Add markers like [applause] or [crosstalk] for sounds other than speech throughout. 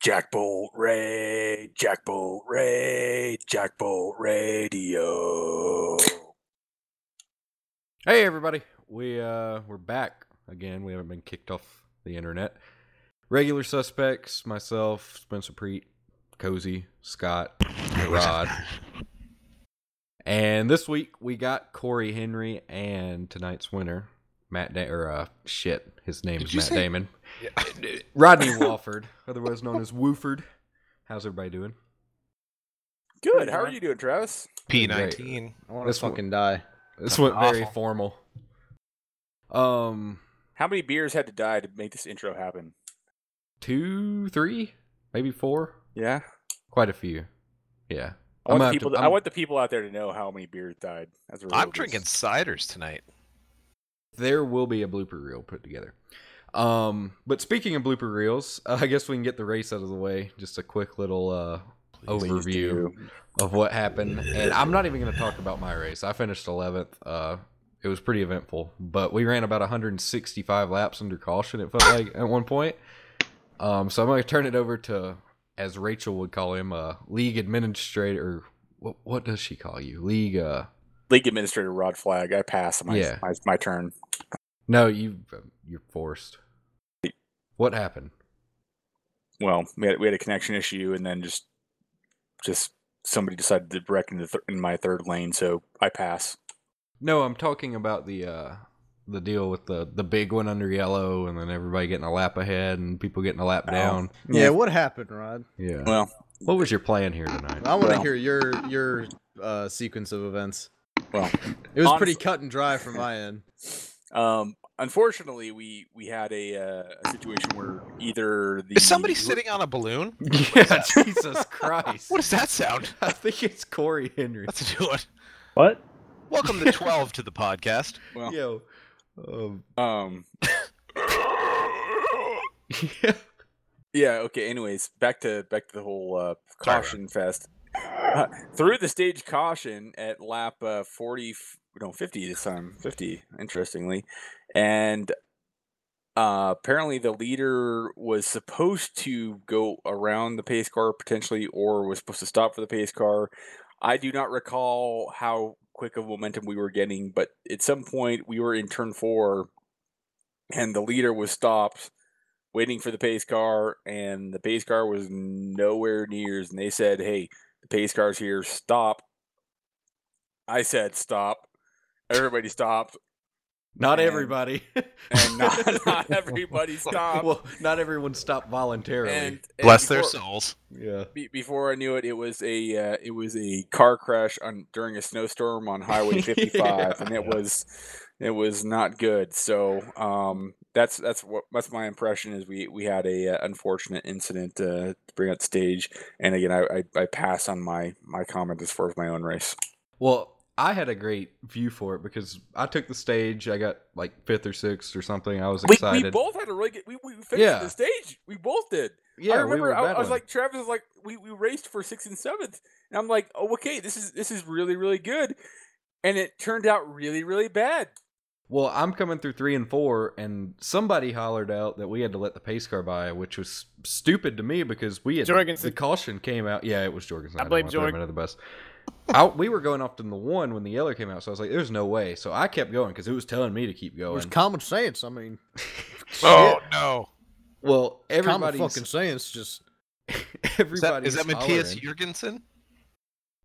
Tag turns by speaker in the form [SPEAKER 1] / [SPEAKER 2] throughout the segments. [SPEAKER 1] Jack Bull Ray, Jack Bull Ray, Jack Bull Radio.
[SPEAKER 2] Hey everybody, we uh we're back again. We haven't been kicked off the internet. Regular suspects: myself, Spencer Preet, Cozy, Scott, Rod. And this week we got Corey Henry and tonight's winner, Matt da- or uh, shit, his name
[SPEAKER 3] Did
[SPEAKER 2] is
[SPEAKER 3] you
[SPEAKER 2] Matt
[SPEAKER 3] say- [laughs]
[SPEAKER 2] Damon. Rodney Walford, otherwise known as Wooford. How's everybody doing?
[SPEAKER 1] Good. How are you doing, Travis?
[SPEAKER 3] P nineteen.
[SPEAKER 4] I want
[SPEAKER 2] This
[SPEAKER 4] to
[SPEAKER 2] one-
[SPEAKER 4] fucking die.
[SPEAKER 2] This went very
[SPEAKER 3] Awful.
[SPEAKER 2] formal. Um,
[SPEAKER 1] How many beers had to die to make this intro happen?
[SPEAKER 2] two, three, maybe four.
[SPEAKER 1] Yeah.
[SPEAKER 2] Quite a few. Yeah.
[SPEAKER 1] I want,
[SPEAKER 2] I'm
[SPEAKER 1] the
[SPEAKER 2] out
[SPEAKER 1] people,
[SPEAKER 2] to-
[SPEAKER 1] I
[SPEAKER 2] I'm-
[SPEAKER 1] want the people out there to know how many beers died. As a result
[SPEAKER 3] I'm
[SPEAKER 1] of
[SPEAKER 3] drinking
[SPEAKER 1] this.
[SPEAKER 3] ciders tonight.
[SPEAKER 2] There will be a blooper reel put together. Um, but speaking of blooper reels, [laughs] uh, I guess we can get the race out of the way. Just a quick little uh, overview of what happened. And I'm not even going to talk about my race. I finished 11th. Uh, it was pretty eventful, but we ran about 165 laps under caution. It felt like at one point. Um, so I'm going to turn it over to, as Rachel would call him, uh, league administrator. What, what does she call you? League. Uh,
[SPEAKER 1] League administrator Rod Flag. I pass. My,
[SPEAKER 2] Yeah.
[SPEAKER 1] my, my turn.
[SPEAKER 2] no, you you're forced. What happened?
[SPEAKER 1] well, we had, we had a connection issue, and then just just somebody decided to wreck in, the th- in my third lane, so I pass.
[SPEAKER 2] No, I'm talking about the uh the deal with the the big one under yellow and then everybody getting a lap ahead and people getting a lap
[SPEAKER 1] Oh.
[SPEAKER 2] down.
[SPEAKER 1] Yeah.
[SPEAKER 4] Yeah. what happened, Rod?
[SPEAKER 2] Yeah.
[SPEAKER 1] Well,
[SPEAKER 2] What was your plan here tonight?
[SPEAKER 4] I want to
[SPEAKER 1] Well.
[SPEAKER 4] hear your your uh, sequence of events.
[SPEAKER 1] Well,
[SPEAKER 4] it was
[SPEAKER 1] honestly-
[SPEAKER 4] pretty cut and dry from my end.
[SPEAKER 1] um, unfortunately, we we had a, uh, a situation where either the
[SPEAKER 3] Is somebody sitting on a balloon?
[SPEAKER 2] [laughs]
[SPEAKER 4] [laughs]
[SPEAKER 2] yeah, Jesus Christ.
[SPEAKER 3] What does that sound? [laughs]
[SPEAKER 2] I think it's Corey Henry.
[SPEAKER 3] That's a new one.
[SPEAKER 4] What?
[SPEAKER 3] Welcome to twelve to the [laughs] podcast.
[SPEAKER 1] Well.
[SPEAKER 2] Yo. Um, [laughs]
[SPEAKER 1] um
[SPEAKER 2] yeah.
[SPEAKER 1] yeah okay. Anyways, back to back to the whole uh,
[SPEAKER 3] Sorry, Rob.
[SPEAKER 1] caution fest. Uh, through the stage caution at lap uh, 40 f- no 50 this time 50 interestingly and uh, apparently the leader was supposed to go around the pace car potentially or was supposed to stop for the pace car i do not recall how quick of momentum we were getting but at some point we were in turn four and the leader was stopped waiting for the pace car and the pace car was nowhere near and they said hey the pace car's here stop i said stop everybody stopped
[SPEAKER 2] Not
[SPEAKER 1] And-
[SPEAKER 2] everybody. [laughs]
[SPEAKER 1] and not, [laughs] not everybody stopped
[SPEAKER 2] well, not everyone stopped voluntarily.
[SPEAKER 1] and, and
[SPEAKER 3] Bless their
[SPEAKER 1] before-
[SPEAKER 3] souls.
[SPEAKER 2] yeah.
[SPEAKER 1] be- before I knew it, it was a uh, it was a car crash on during a snowstorm on [laughs] Highway 55, and it
[SPEAKER 2] Yeah.
[SPEAKER 1] was it was not good. So um, that's that's what that's my impression is we we had a uh, unfortunate incident uh, to bring up the stage, and again I, I I pass on my my comment as far as my own race.
[SPEAKER 2] Well, I had a great view for it because I took the stage. I got like fifth or sixth or something. I was
[SPEAKER 1] We,
[SPEAKER 2] excited.
[SPEAKER 1] we both had a really good. We, we finished
[SPEAKER 2] Yeah.
[SPEAKER 1] the stage. We both did.
[SPEAKER 2] yeah,
[SPEAKER 1] I remember
[SPEAKER 2] we were
[SPEAKER 1] I, I was
[SPEAKER 2] battling.
[SPEAKER 1] like Travis was like we, we raced for sixth and seventh, and I'm like, oh okay, this is this is really really good, and it turned out really really bad.
[SPEAKER 2] well, I'm coming through three and four, and somebody hollered out that we had to let the pace car by, which was stupid to me because we had
[SPEAKER 5] Jorgensen.
[SPEAKER 2] the caution came out. Yeah, it was Jorgensen.
[SPEAKER 5] I
[SPEAKER 2] don't
[SPEAKER 5] blame
[SPEAKER 2] wanna throw him
[SPEAKER 5] Jorg-
[SPEAKER 2] Under the bus. I, we were going off to the one when the yellow came out, so I was like, "There's no way." So I kept going because it was telling me to keep
[SPEAKER 4] It
[SPEAKER 2] going.
[SPEAKER 4] was common sense.
[SPEAKER 2] [laughs]
[SPEAKER 4] I mean,
[SPEAKER 3] Oh no!
[SPEAKER 2] well,
[SPEAKER 4] common
[SPEAKER 2] everybody's
[SPEAKER 4] fucking sense. Just
[SPEAKER 3] Is
[SPEAKER 2] [laughs]
[SPEAKER 3] that,
[SPEAKER 2] everybody's
[SPEAKER 3] is that Matthias
[SPEAKER 2] hollering.
[SPEAKER 3] Jurgensen?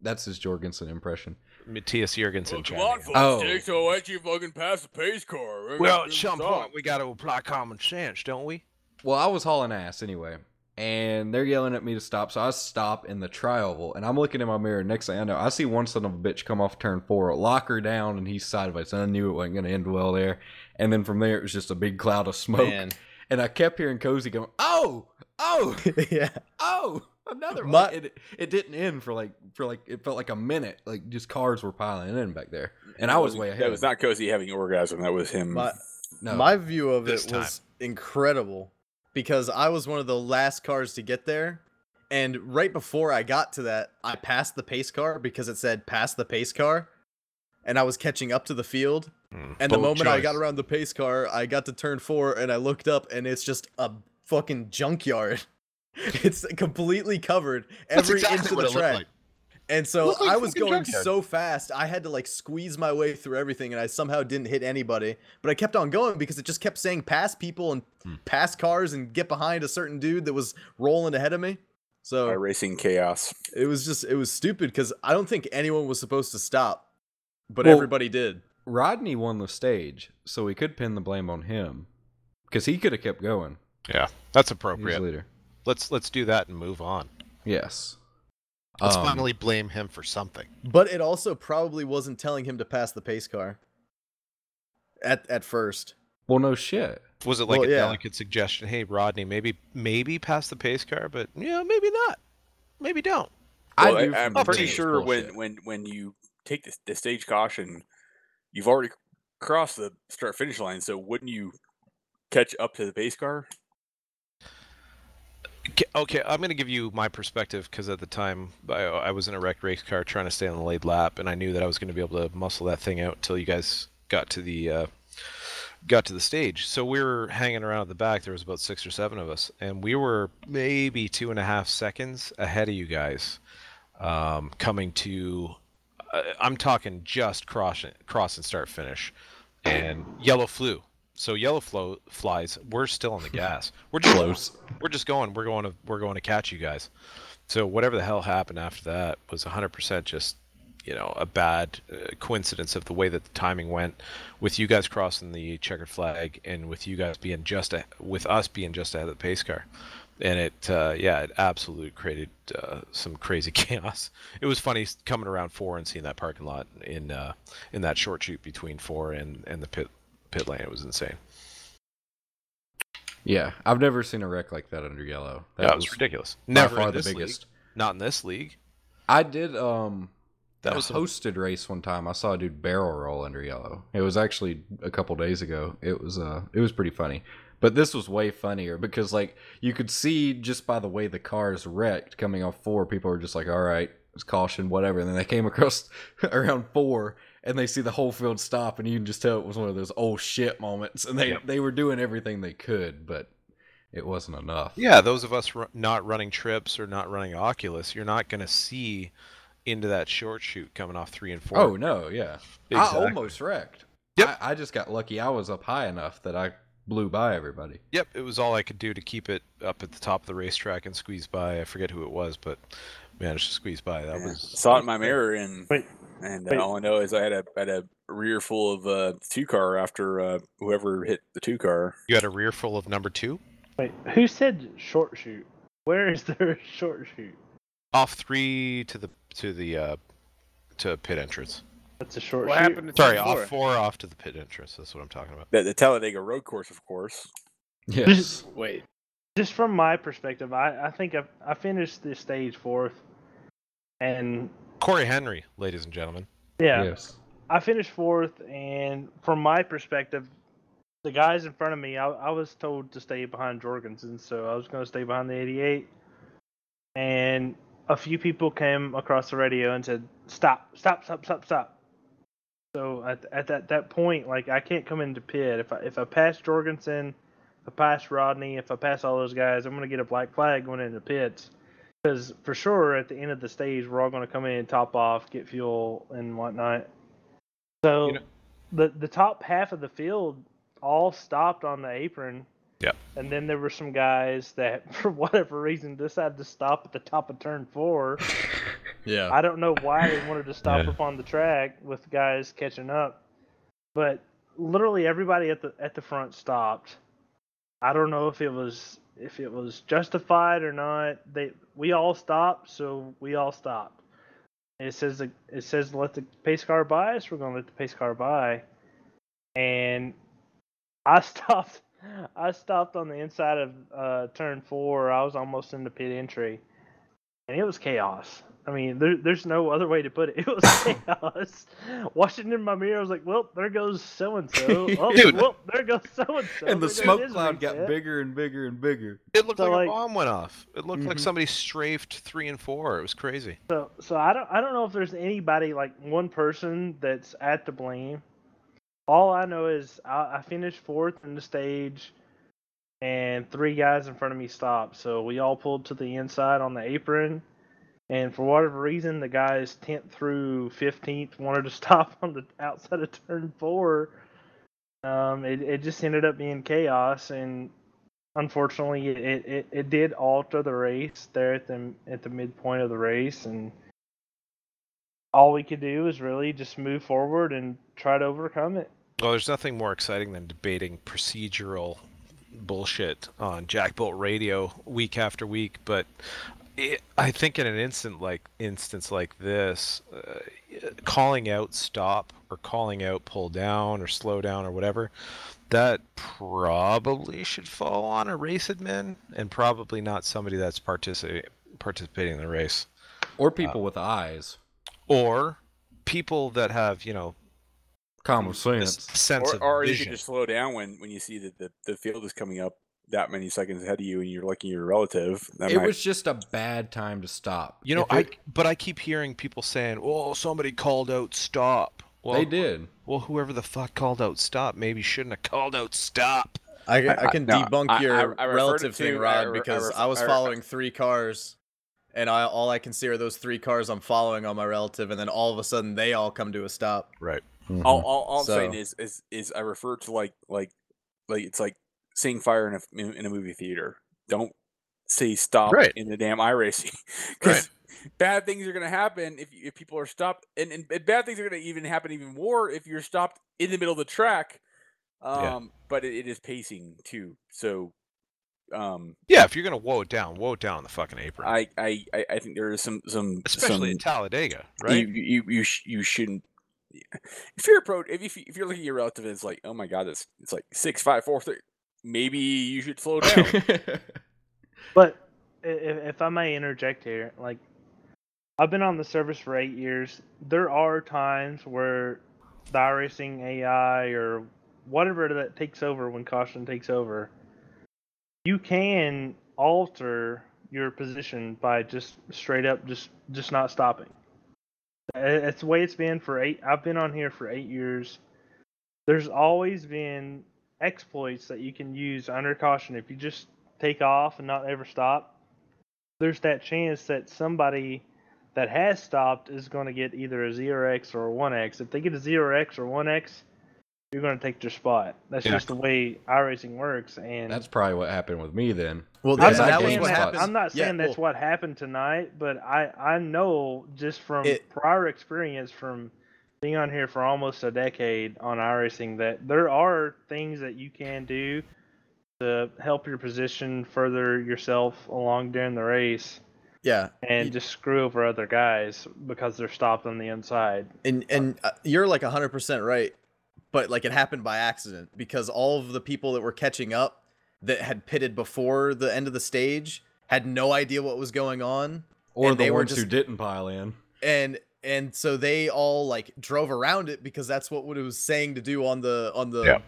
[SPEAKER 2] That's his Jorgensen impression.
[SPEAKER 3] Matthias Jurgensen.
[SPEAKER 2] folks, Oh. Jake,
[SPEAKER 1] so why don't you fucking pass the pace car?
[SPEAKER 3] Well, at some point we got to apply common sense, don't we?
[SPEAKER 2] Well, I was hauling ass anyway, and they're yelling at me to stop, so I stop in the trioval, and I'm looking in my mirror. Next thing I know, I see one son of a bitch come off turn four, lock her down, and he's sideways. And I knew it wasn't going to end well there. And then from there, it was just a big cloud of smoke,
[SPEAKER 4] man,
[SPEAKER 2] and I kept hearing Cozy going, "Oh, oh,
[SPEAKER 4] [laughs] yeah.
[SPEAKER 2] oh." Another
[SPEAKER 4] My-
[SPEAKER 2] one. It, it didn't end for like for like it felt like a minute. Like just cars were piling in back there, and I was way ahead.
[SPEAKER 1] That was not cozy having orgasm. That was him.
[SPEAKER 4] My
[SPEAKER 2] no.
[SPEAKER 4] my view of
[SPEAKER 3] This
[SPEAKER 4] it was incredible because I was one of the last cars to get there. And right before I got to that, I passed the pace car because it said pass the pace car. And I was catching up to the field.
[SPEAKER 3] Hmm.
[SPEAKER 4] And the moment I got around the pace car, I got to turn four and I looked up and it's just a fucking junkyard. [laughs] It's completely covered every inch of the track. And so
[SPEAKER 5] Looks like
[SPEAKER 4] I was
[SPEAKER 5] fucking
[SPEAKER 4] going
[SPEAKER 5] Junkyard.
[SPEAKER 4] so fast, I had to like squeeze my way through everything, and I somehow didn't hit anybody. But I kept on going because it just kept saying pass people and pass cars and get behind a certain dude that was rolling ahead of me.
[SPEAKER 2] uh,
[SPEAKER 1] by
[SPEAKER 4] So
[SPEAKER 1] uh, racing chaos.
[SPEAKER 4] it was just it was stupid because I don't think anyone was supposed to stop, but
[SPEAKER 2] Well-
[SPEAKER 4] everybody did.
[SPEAKER 2] Rodney won the stage, so we could pin the blame on him because he could have kept going.
[SPEAKER 3] That's
[SPEAKER 2] He was
[SPEAKER 3] appropriate.
[SPEAKER 2] leader.
[SPEAKER 3] Let's let's do that and move on.
[SPEAKER 2] Yes.
[SPEAKER 5] Let's
[SPEAKER 2] Um,
[SPEAKER 5] finally blame him for something.
[SPEAKER 4] But it also probably wasn't telling him to pass the pace car. At at first,
[SPEAKER 2] Well, no shit.
[SPEAKER 3] Was it like
[SPEAKER 4] Well,
[SPEAKER 3] a
[SPEAKER 4] yeah.
[SPEAKER 3] delicate suggestion? Hey, Rodney, maybe maybe pass the pace car, but yeah, maybe not. Maybe don't.
[SPEAKER 1] Well,
[SPEAKER 2] knew
[SPEAKER 1] I, am
[SPEAKER 2] from the
[SPEAKER 1] pretty
[SPEAKER 2] beginning it was
[SPEAKER 1] sure when,
[SPEAKER 2] bullshit.
[SPEAKER 1] when when you take the, the stage caution, you've already c- crossed the start finish line. So wouldn't you catch up to the base car?
[SPEAKER 3] Okay, okay, I'm gonna give you my perspective because at the time I, I was in a wrecked race car trying to stay on the lead lap, and I knew that I was gonna be able to muscle that thing out until you guys got to the uh, got to the stage. So we were hanging around at the back. There was about six or seven of us, and we were maybe two and a half seconds ahead of you guys, um, coming to. Uh, I'm talking just cross cross and start finish, and yellow flew. So yellow flow flies. We're still on the gas. We're just we're just going. We're going to we're going to catch you guys. So whatever the hell happened after that was 100% just you know a bad uh, coincidence of the way that the timing went with you guys crossing the checkered flag and with you guys being just a, with us being just ahead of the pace car. And it, uh, yeah, it absolutely created uh, some crazy [laughs] chaos. It was funny s- coming around four and seeing that parking lot in uh, in that short shoot between four and, and the pit pit lane. It was insane.
[SPEAKER 2] Yeah, I've never seen a wreck like that under yellow.
[SPEAKER 3] That was, ridiculous.
[SPEAKER 2] by
[SPEAKER 3] Never
[SPEAKER 2] far
[SPEAKER 3] in
[SPEAKER 2] the
[SPEAKER 3] this league.
[SPEAKER 2] biggest.
[SPEAKER 3] Not in this league.
[SPEAKER 2] I did um
[SPEAKER 3] That
[SPEAKER 2] that
[SPEAKER 3] was
[SPEAKER 2] was
[SPEAKER 3] a-
[SPEAKER 2] a hosted race one time. I saw a dude barrel roll under yellow. It was actually a couple days ago. It was uh it was pretty funny. But this was way funnier because like you could see just by the way the cars wrecked coming off four, people were just like, All right, it's caution, whatever. And then they came across [laughs] around four and they see the whole field stop and you can just tell it was one of those oh shit moments and they,
[SPEAKER 3] Yep.
[SPEAKER 2] they were doing everything they could, but it wasn't enough.
[SPEAKER 3] Yeah, those of us ru- not running trips or not running Oculus, you're not going to see into that short shoot coming off three and four.
[SPEAKER 2] Oh no, yeah.
[SPEAKER 3] Exactly.
[SPEAKER 2] I almost wrecked.
[SPEAKER 3] Yep.
[SPEAKER 2] I, I just got lucky. I was up high enough that I blew by everybody.
[SPEAKER 3] Yep, it was all I could do to keep it up at the top of the racetrack and squeeze by. I forget who it was, but managed to squeeze by. That
[SPEAKER 1] Yeah.
[SPEAKER 3] was
[SPEAKER 1] saw it in my mirror and
[SPEAKER 6] Wait,
[SPEAKER 1] and
[SPEAKER 6] wait.
[SPEAKER 1] uh, all I know is I had a had a rear full of uh, two car after uh, whoever hit the two car.
[SPEAKER 3] you had a rear full of number two
[SPEAKER 6] Wait, who said short shoot? Where is [laughs] there a short shoot?
[SPEAKER 3] off three to the to the uh, to pit entrance.
[SPEAKER 6] That's a short
[SPEAKER 5] What
[SPEAKER 6] shoot.
[SPEAKER 5] happened to
[SPEAKER 3] Sorry,
[SPEAKER 5] turn
[SPEAKER 3] off
[SPEAKER 5] four?
[SPEAKER 3] four off to the pit entrance. That's what I'm talking about.
[SPEAKER 1] The, the Talladega road course, of course.
[SPEAKER 2] Yes.
[SPEAKER 5] Wait.
[SPEAKER 6] Just from my perspective, I, I think I, I finished this stage fourth, and
[SPEAKER 3] Corey Henry, ladies and gentlemen.
[SPEAKER 6] [laughs] yeah,
[SPEAKER 2] Yes.
[SPEAKER 6] I finished fourth, and from my perspective, the guys in front of me, I, I was told to stay behind Jorgensen, so I was going to stay behind the 88. And a few people came across the radio and said, "Stop! Stop! Stop! Stop! Stop!" So at, at that that point, like I can't come into pit if I if I pass Jorgensen, if I pass Rodney, if I pass all those guys, I'm going to get a black flag going into pits. Because for sure, at the end of the stage, we're all going to come in and top off, get fuel and whatnot. So
[SPEAKER 3] You know-
[SPEAKER 6] the the top half of the field all stopped on the apron.
[SPEAKER 3] Yep.
[SPEAKER 6] And then there were some guys that, [laughs] for whatever reason, decided to stop at the top of turn four.
[SPEAKER 4] Yeah,
[SPEAKER 6] I don't know why they wanted to stop
[SPEAKER 3] Yeah.
[SPEAKER 6] up on the track with guys catching up, but literally everybody at the at the front stopped. I don't know if it was if it was justified or not. They we all stopped, so we all stopped. It says the- it says let the pace car by, so we're gonna let the pace car by, and I [laughs] stopped. I stopped on the inside of uh, turn four. I was almost in the pit entry and it was chaos. I mean, there, there's no other way to put it. [laughs] It was chaos. Watching in my mirror, I was like, "Well, there goes so and so. Oh,
[SPEAKER 3] Dude.
[SPEAKER 6] well, there goes so and so."
[SPEAKER 2] and the smoke cloud got bigger and bigger and bigger.
[SPEAKER 3] It looked
[SPEAKER 6] So,
[SPEAKER 3] like,
[SPEAKER 6] like-
[SPEAKER 3] a bomb went off. It looked
[SPEAKER 1] Mm-hmm.
[SPEAKER 3] like
[SPEAKER 6] Mhm.
[SPEAKER 3] somebody strafed three and four. It was crazy.
[SPEAKER 6] So, so I don't, I don't know if there's anybody like one person that's at the blame. All I know is I, I finished fourth in the stage. and three guys in front of me stopped. So we all pulled to the inside on the apron, and for whatever reason, the guys 10th through 15th wanted to [laughs] stop on the outside of turn four. Um, it, it just ended up being chaos, and unfortunately, it, it- it, it did alter the race there at the at the midpoint of the race, and all we could do is really just move forward and try to overcome it.
[SPEAKER 3] Well, there's nothing more exciting than debating procedural bullshit on Jackbolt Radio week after week, but it, I think in an instant like instance like this, uh, calling out stop or calling out pull down or slow down or whatever, that probably should fall on a race admin and probably not somebody that's partici- participating in the race
[SPEAKER 2] Or people with eyes.
[SPEAKER 3] or people that have you know
[SPEAKER 2] Common
[SPEAKER 3] this
[SPEAKER 2] sense.
[SPEAKER 3] sense
[SPEAKER 1] Or, or
[SPEAKER 3] of
[SPEAKER 1] you
[SPEAKER 3] vision.
[SPEAKER 1] can just slow down when, when you see that the, the field is coming up that many seconds ahead of you and you're looking at your relative. That
[SPEAKER 2] It
[SPEAKER 1] might-
[SPEAKER 2] was just a bad time to stop.
[SPEAKER 3] You know,
[SPEAKER 2] If
[SPEAKER 3] I
[SPEAKER 2] it-
[SPEAKER 3] but I keep hearing people saying, "Oh, somebody called out stop." Well,
[SPEAKER 2] they did.
[SPEAKER 3] Well, whoever the fuck called out stop maybe shouldn't have called out stop.
[SPEAKER 4] I, I
[SPEAKER 1] I-
[SPEAKER 4] can
[SPEAKER 1] no,
[SPEAKER 4] debunk
[SPEAKER 1] I- I-
[SPEAKER 4] your
[SPEAKER 1] I referred
[SPEAKER 4] relative
[SPEAKER 1] to-
[SPEAKER 4] thing,
[SPEAKER 1] I re-
[SPEAKER 4] Rod,
[SPEAKER 1] I
[SPEAKER 4] because I,
[SPEAKER 1] ref-
[SPEAKER 4] was
[SPEAKER 1] I re-
[SPEAKER 4] following three cars, and I all I can see are those three cars I'm following on my relative, and then all of a sudden they all come to a stop.
[SPEAKER 3] Right.
[SPEAKER 1] all,
[SPEAKER 6] Oh,
[SPEAKER 3] Mm,
[SPEAKER 1] all, all I'm saying
[SPEAKER 4] So-
[SPEAKER 1] is, is is I refer to like like like it's like seeing fire in a in, in a movie theater. Don't say stop
[SPEAKER 3] Right.
[SPEAKER 1] in the damn i racing [laughs]
[SPEAKER 3] Right.
[SPEAKER 1] because bad things are going to happen if if people are stopped, and, and, and bad things are going to even happen even more if you're stopped in the middle of the track. Um,
[SPEAKER 3] Yeah.
[SPEAKER 1] but it, it is pacing too, so um,
[SPEAKER 3] Yeah, if you're gonna woe it down, woe it down on the fucking apron,
[SPEAKER 1] I I I I think there is some some
[SPEAKER 3] especially
[SPEAKER 1] some,
[SPEAKER 3] at Talladega, right?
[SPEAKER 1] you you you, sh- you shouldn't. If you're approach, if you, if you're looking at your relative, and it's like, oh my god, it's it's like six, five, four, three. Maybe you should
[SPEAKER 3] [laughs]
[SPEAKER 1] slow down.
[SPEAKER 6] But if, if I may interject here, like I've been on the service for eight years. There are times where the iRacing AI or whatever that takes over when caution takes over, you can alter your position by just straight up just just not stopping. Uh, It's the way it's been for eight. I've been on here for eight years. There's always been exploits that you can use under caution if you just take off and not ever stop, there's that chance that somebody that has stopped is going to get either a 0x or a 1x. If they get a 0x or 1x, you're going to take their spot. That's
[SPEAKER 3] Yeah.
[SPEAKER 6] just the way iRacing works. And
[SPEAKER 2] That's probably what happened with me then.
[SPEAKER 4] Well,
[SPEAKER 2] Yeah,
[SPEAKER 6] I'm,
[SPEAKER 2] that's
[SPEAKER 4] that,
[SPEAKER 6] not
[SPEAKER 4] that
[SPEAKER 2] game
[SPEAKER 4] was
[SPEAKER 6] saying
[SPEAKER 4] what
[SPEAKER 2] spots.
[SPEAKER 6] that-
[SPEAKER 4] happened.
[SPEAKER 6] I'm not
[SPEAKER 4] Yeah,
[SPEAKER 6] saying that's
[SPEAKER 4] well-
[SPEAKER 6] what happened tonight, but I, I know just from
[SPEAKER 4] It-
[SPEAKER 6] prior experience from being on here for almost a decade on iRacing that there are things that you can do to help your position further yourself along during the race
[SPEAKER 4] Yeah,
[SPEAKER 6] and just screw over other guys because they're stopped on the inside.
[SPEAKER 4] and and uh, you're like 100% right but like it happened by accident because all of the people that were catching up that had pitted before the end of the stage had no idea what was going on
[SPEAKER 2] Or
[SPEAKER 4] And
[SPEAKER 2] the
[SPEAKER 4] they were
[SPEAKER 2] ones who
[SPEAKER 4] just-
[SPEAKER 2] didn't pile in.
[SPEAKER 4] and and so they all like drove around it because that's what it was saying to do on the on the
[SPEAKER 3] Yeah.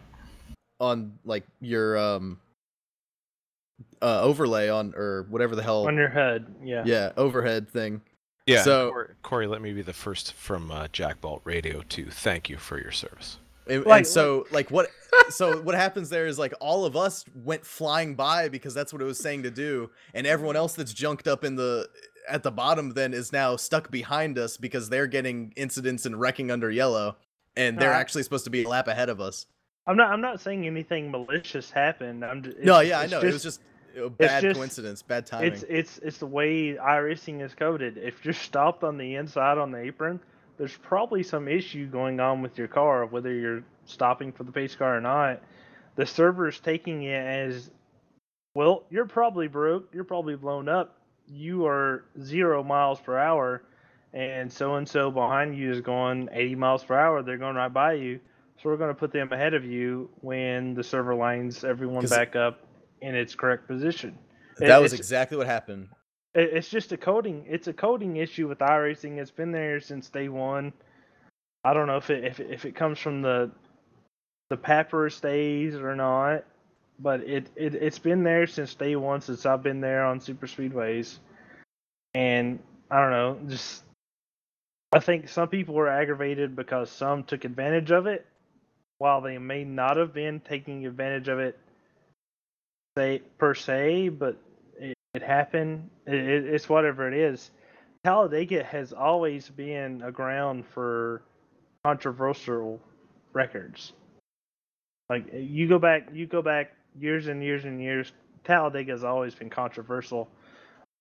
[SPEAKER 4] on like your um uh overlay on or whatever the hell
[SPEAKER 6] On your head, yeah.
[SPEAKER 4] yeah overhead thing
[SPEAKER 3] yeah.
[SPEAKER 4] so-
[SPEAKER 3] Corey, Corey, let me be the first from uh, Jackbolt Radio to thank you for your service.
[SPEAKER 4] And, and
[SPEAKER 6] Like-
[SPEAKER 4] so like
[SPEAKER 6] [laughs]
[SPEAKER 4] what so what happens there is like all of us went flying by because that's what it was saying to do and everyone else that's junked up in the at the bottom then is now stuck behind us because they're getting incidents and wrecking under yellow and they're
[SPEAKER 6] Alright.
[SPEAKER 4] actually supposed to be a lap ahead of us.
[SPEAKER 6] I'm not I'm not saying anything malicious happened. I'm just,
[SPEAKER 4] no, yeah, I know. it was just a bad
[SPEAKER 6] just-
[SPEAKER 4] coincidence, bad timing.
[SPEAKER 6] It's it's it's the way iRacing is coded. If you're stopped on the inside on the apron, there's probably some issue going on with your car, whether you're stopping for the pace car or not. The server is taking it as, well, you're probably broke, you're probably blown up, you are zero miles per hour, and so and so behind you is going 80 miles per hour. They're going right by you, so we're going to put them ahead of you when the server lines everyone
[SPEAKER 4] 'Cause-
[SPEAKER 6] back up in its correct position. It-
[SPEAKER 4] that was
[SPEAKER 6] it's-
[SPEAKER 4] exactly what happened.
[SPEAKER 6] it- it's just a coding. It's a coding issue with iRacing. It's been there since day one. I don't know if it if it, if it comes from the the Papyrus days or not, but it, it it's been there since day one since I've been there on super speedways, and I don't know. Just I think some people were aggravated because some took advantage of it, while they may not have been taking advantage of it say per se, but it, it happened. It, it, it's whatever it is. Talladega has always been a ground for controversial records. Like you go back, you go back years and years and years. Talladega has always been controversial,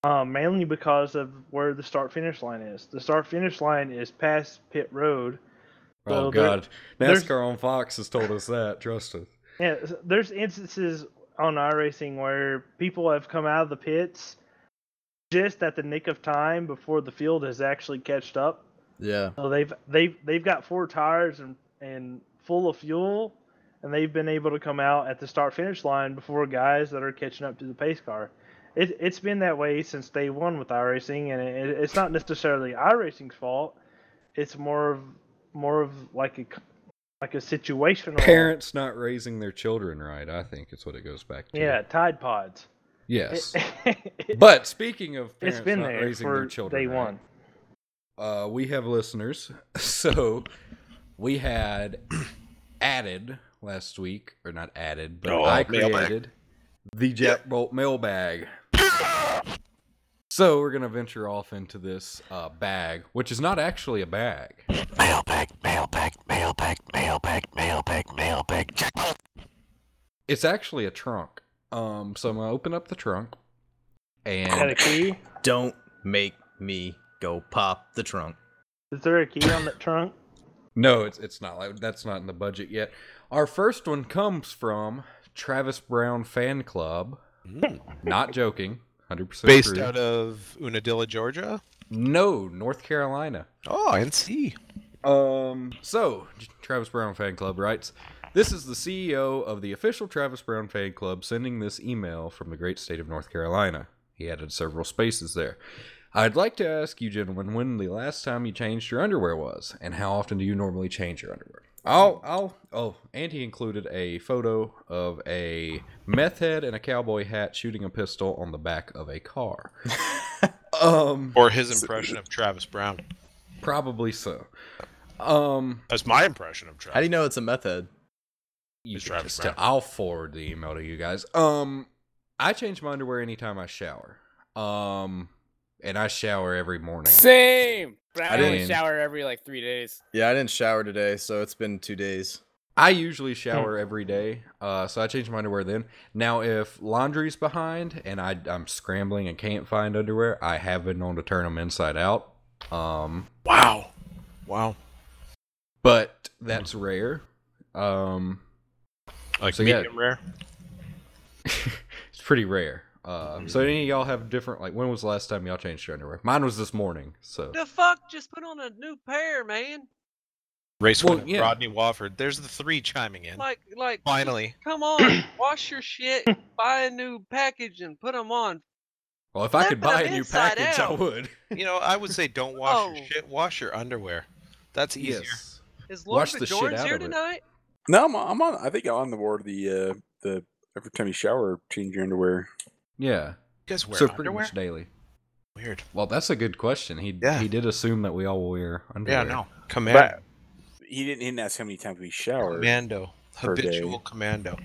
[SPEAKER 6] um, mainly because of where the start finish line is. The start finish line is past pit road.
[SPEAKER 2] Oh
[SPEAKER 6] Well, there-
[SPEAKER 2] God,
[SPEAKER 6] there's-
[SPEAKER 2] NASCAR on Fox has told us that. Trust us.
[SPEAKER 6] Yeah, s- there's instances on iRacing where people have come out of the pits just at the nick of time before the field has actually catched up.
[SPEAKER 4] Yeah.
[SPEAKER 2] Uh,
[SPEAKER 6] So they've they've they've got four tires and and full of fuel, and they've been able to come out at the start finish line before guys that are catching up to the pace car. It it's been that way since day one with iRacing, and it, it's not necessarily iRacing's fault. It's more of more of like a c- like a situational
[SPEAKER 2] Parents not raising their children right, I think, is what it goes back to.
[SPEAKER 6] Yeah, Tide Pods.
[SPEAKER 2] Yes.
[SPEAKER 6] It-
[SPEAKER 2] but speaking of parents
[SPEAKER 6] [laughs] it's been
[SPEAKER 2] not
[SPEAKER 6] there
[SPEAKER 2] raising their
[SPEAKER 6] for
[SPEAKER 2] children,
[SPEAKER 6] day
[SPEAKER 2] right,
[SPEAKER 6] one.
[SPEAKER 2] uh, we have listeners. [laughs] So we had [clears throat] added last week, or not added, but
[SPEAKER 3] Oh,
[SPEAKER 2] I
[SPEAKER 3] mailbag.
[SPEAKER 2] created the Jet Bolt mailbag. So we're gonna venture off into this uh, bag, which is not actually a bag. Mailbag, mailbag, mailbag, mailbag, mailbag, mailbag. It's actually a trunk. Um, so I'm gonna open up the trunk,
[SPEAKER 6] Is that a
[SPEAKER 2] and
[SPEAKER 6] key?
[SPEAKER 4] Don't make me go pop the trunk.
[SPEAKER 6] Is there a key on that trunk?
[SPEAKER 2] No, it's it's not like that's not in the budget yet. Our first one comes from Travis Brown Fan Club. Not joking, hundred percent
[SPEAKER 3] Based
[SPEAKER 2] true.
[SPEAKER 3] out of Unadilla, Georgia.
[SPEAKER 2] no North Carolina.
[SPEAKER 3] Oh, NC.
[SPEAKER 2] Um, so Travis Brown Fan Club writes, "This is the CEO of the official Travis Brown Fan Club sending this email from the great state of North Carolina." He added several spaces there. I'd like to ask you, gentlemen, when the last time you changed your underwear was, and how often do you normally change your underwear? I'll, I'll, oh, and he included a photo of a meth head and a cowboy hat shooting a pistol on the back of a car. um,
[SPEAKER 3] Or his impression of Travis Brown.
[SPEAKER 2] probably so. Um,
[SPEAKER 3] That's my impression of
[SPEAKER 4] How do
[SPEAKER 3] Travis.
[SPEAKER 4] you know it's a meth head?
[SPEAKER 2] you
[SPEAKER 3] It's
[SPEAKER 2] can
[SPEAKER 3] Travis
[SPEAKER 2] just
[SPEAKER 3] Brown.
[SPEAKER 2] tell- I'll forward the email to you guys. Um, I change my underwear anytime I shower. Um, and I shower every morning.
[SPEAKER 7] Same. But I,
[SPEAKER 2] I
[SPEAKER 7] only
[SPEAKER 2] didn't-
[SPEAKER 7] shower every like three days.
[SPEAKER 4] Yeah, I didn't shower today, so it's been two days.
[SPEAKER 2] I usually
[SPEAKER 7] Hmm.
[SPEAKER 2] shower every day, uh, so I change my underwear then. Now, if laundry's behind and I, I'm scrambling and can't find underwear, I have been known to turn them inside out. Um,
[SPEAKER 3] Wow. Wow.
[SPEAKER 2] but that's rare. Um,
[SPEAKER 3] Like
[SPEAKER 2] So, yeah.
[SPEAKER 3] medium rare.
[SPEAKER 2] it's pretty rare. Uh, so any of y'all have different? Like, when was the last time y'all changed your underwear? Mine was this morning. So
[SPEAKER 8] The fuck just put on a new pair, man.
[SPEAKER 3] Race
[SPEAKER 2] Well,
[SPEAKER 3] with
[SPEAKER 2] yeah.
[SPEAKER 3] Rodney Wofford. There's the three chiming in.
[SPEAKER 8] Like, like, just
[SPEAKER 3] Finally.
[SPEAKER 8] come on, wash your shit, buy a new package, and put them on.
[SPEAKER 2] Well, if I could
[SPEAKER 8] Flip 'em
[SPEAKER 2] buy a new
[SPEAKER 8] inside
[SPEAKER 2] package, I
[SPEAKER 8] out.
[SPEAKER 2] would.
[SPEAKER 3] [laughs] You know, I would say don't wash
[SPEAKER 8] Oh.
[SPEAKER 3] your shit. Wash your underwear. That's easier.
[SPEAKER 2] Yes.
[SPEAKER 8] Is Lord
[SPEAKER 2] Wash the shit
[SPEAKER 8] Bajoran's
[SPEAKER 2] out
[SPEAKER 8] here
[SPEAKER 2] of it.
[SPEAKER 8] tonight?
[SPEAKER 1] No, I'm, I'm on. I think I'm on the board. The uh, the every time you shower, change your underwear.
[SPEAKER 2] Yeah.
[SPEAKER 3] You guys wear
[SPEAKER 2] so pretty
[SPEAKER 3] underwear?
[SPEAKER 2] much daily.
[SPEAKER 3] Weird.
[SPEAKER 2] Well, that's a good question. He
[SPEAKER 3] Yeah.
[SPEAKER 2] he did assume that we all wear underwear.
[SPEAKER 3] Yeah, no. Commando.
[SPEAKER 1] But he didn't, he didn't ask how many
[SPEAKER 3] Oh,
[SPEAKER 1] times we showered.
[SPEAKER 3] Commando.
[SPEAKER 1] per day.
[SPEAKER 3] Habitual commando.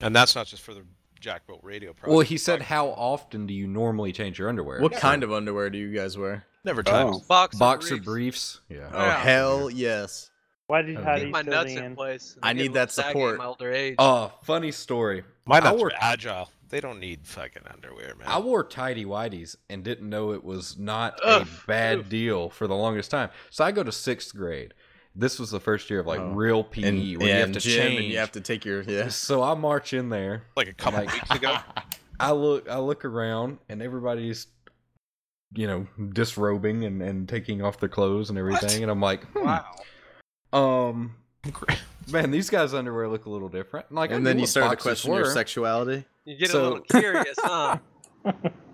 [SPEAKER 3] And that's not just for the Jackboat Radio project.
[SPEAKER 2] Well, he said, "How often do you normally change your underwear?"
[SPEAKER 4] What kind of underwear do you guys wear?
[SPEAKER 3] Never times.
[SPEAKER 1] Oh.
[SPEAKER 8] Boxer,
[SPEAKER 2] boxer briefs?
[SPEAKER 8] briefs.
[SPEAKER 2] Yeah.
[SPEAKER 4] Oh,
[SPEAKER 8] Yeah.
[SPEAKER 4] hell yes.
[SPEAKER 6] Why did
[SPEAKER 2] Oh,
[SPEAKER 6] how
[SPEAKER 2] yeah.
[SPEAKER 6] do
[SPEAKER 8] Keep
[SPEAKER 6] you
[SPEAKER 8] my
[SPEAKER 6] fill
[SPEAKER 8] nuts
[SPEAKER 6] the
[SPEAKER 8] in
[SPEAKER 6] end?
[SPEAKER 8] place. and
[SPEAKER 4] I
[SPEAKER 8] get
[SPEAKER 4] need
[SPEAKER 8] a
[SPEAKER 4] that
[SPEAKER 8] little saggy in
[SPEAKER 4] support.
[SPEAKER 8] My older age.
[SPEAKER 2] Uh, funny story.
[SPEAKER 3] My nuts
[SPEAKER 2] I
[SPEAKER 3] were
[SPEAKER 2] work-
[SPEAKER 3] agile. They don't need fucking underwear, man.
[SPEAKER 2] I wore tidy whities and didn't know it was not
[SPEAKER 8] Ugh.
[SPEAKER 2] a bad deal for the longest time. So I go to sixth grade. This was the first year of like
[SPEAKER 4] Oh.
[SPEAKER 2] real PE
[SPEAKER 4] And,
[SPEAKER 2] where you
[SPEAKER 4] yeah,
[SPEAKER 2] have
[SPEAKER 4] and
[SPEAKER 2] to
[SPEAKER 4] gym,
[SPEAKER 2] change.
[SPEAKER 4] and you have to take your yeah.
[SPEAKER 2] So I march in there
[SPEAKER 3] like a couple
[SPEAKER 2] Like- [laughs]
[SPEAKER 3] weeks [laughs] ago.
[SPEAKER 2] I look I look around and everybody's you know disrobing and, and taking off their clothes and everything and I'm like hmm,
[SPEAKER 3] Wow.
[SPEAKER 2] um man these guys underwear look a little different And, like I
[SPEAKER 4] And
[SPEAKER 2] knew
[SPEAKER 4] then you
[SPEAKER 2] what
[SPEAKER 4] start to
[SPEAKER 2] boxers
[SPEAKER 4] question
[SPEAKER 2] were.
[SPEAKER 4] your sexuality.
[SPEAKER 8] You get
[SPEAKER 2] so-
[SPEAKER 8] a little curious, huh?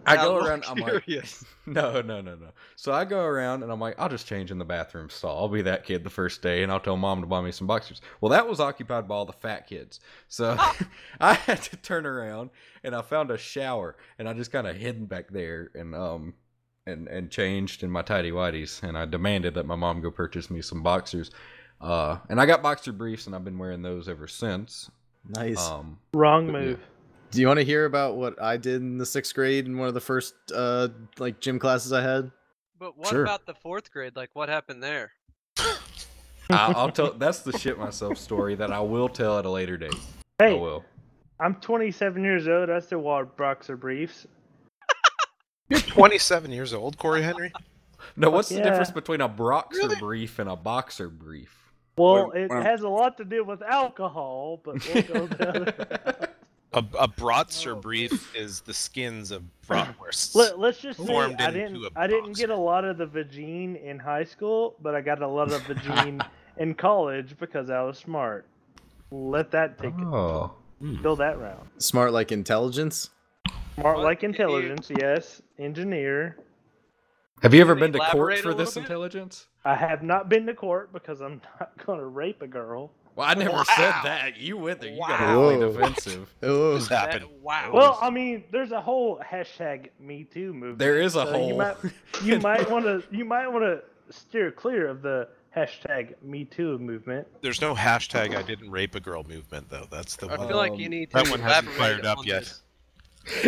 [SPEAKER 2] I
[SPEAKER 8] Now
[SPEAKER 2] go
[SPEAKER 8] look
[SPEAKER 2] around I'm like
[SPEAKER 8] curious.
[SPEAKER 2] [laughs] no no no no so I go around and I'm like I'll just change in the bathroom stall I'll be that kid the first day and I'll tell mom to buy me some boxers well that was occupied by all the fat kids so [laughs] I had to turn around and I found a shower and I just kind of hid back there and um and and changed in my tidy whities and I demanded that my mom go purchase me some boxers. Uh, and I got boxer briefs and I've been wearing those ever since.
[SPEAKER 4] Nice.
[SPEAKER 2] Um,
[SPEAKER 6] Wrong
[SPEAKER 2] But, yeah.
[SPEAKER 6] move.
[SPEAKER 4] Do you want to hear about what I did in the sixth grade in one of the first uh like gym classes I had?
[SPEAKER 8] But what
[SPEAKER 2] Sure.
[SPEAKER 8] about the fourth grade? Like, what happened there?
[SPEAKER 2] I, I'll tell. That's the shit myself story that I will tell at a later date. I
[SPEAKER 6] Hey,
[SPEAKER 2] will.
[SPEAKER 6] I'm 27 years old. I still wear boxer briefs.
[SPEAKER 3] You're 27 years old, Corey Henry.
[SPEAKER 2] No, what's the
[SPEAKER 6] yeah.
[SPEAKER 2] difference between a boxer brief and a boxer brief?
[SPEAKER 6] Well,
[SPEAKER 1] Wait,
[SPEAKER 6] it
[SPEAKER 1] um,
[SPEAKER 6] has a lot to do with alcohol, but we'll go down there.
[SPEAKER 2] [laughs]
[SPEAKER 3] A, a Bratzer brief is the skins of bratwursts.
[SPEAKER 6] Let, let's just say
[SPEAKER 3] Formed
[SPEAKER 6] I
[SPEAKER 3] into
[SPEAKER 6] didn't
[SPEAKER 3] a
[SPEAKER 6] I didn't
[SPEAKER 3] box.
[SPEAKER 6] get a lot of the vagine in high school, but I got a lot of
[SPEAKER 2] [laughs]
[SPEAKER 6] vagine in college because I was smart. Let that take
[SPEAKER 2] oh,
[SPEAKER 6] fill that round.
[SPEAKER 4] Smart like intelligence?
[SPEAKER 6] Smart
[SPEAKER 8] What
[SPEAKER 6] like
[SPEAKER 8] did you-
[SPEAKER 6] intelligence, yes. Engineer.
[SPEAKER 2] have you ever
[SPEAKER 8] Can
[SPEAKER 2] been
[SPEAKER 8] you
[SPEAKER 2] to court
[SPEAKER 8] elaborate a
[SPEAKER 2] for this
[SPEAKER 8] little bit?
[SPEAKER 2] intelligence?
[SPEAKER 6] I have not been to court because I'm [laughs] not gonna rape a girl.
[SPEAKER 2] Well, I never said that. You went there. You got
[SPEAKER 4] Wow.
[SPEAKER 2] really
[SPEAKER 4] Whoa.
[SPEAKER 2] defensive.
[SPEAKER 4] Oh,
[SPEAKER 3] This happened.
[SPEAKER 8] That- wow.
[SPEAKER 6] Well, I mean, there's a whole hashtag Me Too movement.
[SPEAKER 2] There is a
[SPEAKER 6] so
[SPEAKER 2] hole.
[SPEAKER 6] You
[SPEAKER 2] [laughs]
[SPEAKER 6] might, you might want to you might want to steer clear of the hashtag Me Too movement.
[SPEAKER 3] There's no hashtag I didn't rape a girl movement, though. That's the
[SPEAKER 8] I
[SPEAKER 3] one.
[SPEAKER 8] feel like
[SPEAKER 2] Um,
[SPEAKER 8] you need to
[SPEAKER 3] that one hasn't
[SPEAKER 8] elaborate
[SPEAKER 3] fired up
[SPEAKER 8] on
[SPEAKER 3] yet.
[SPEAKER 8] this.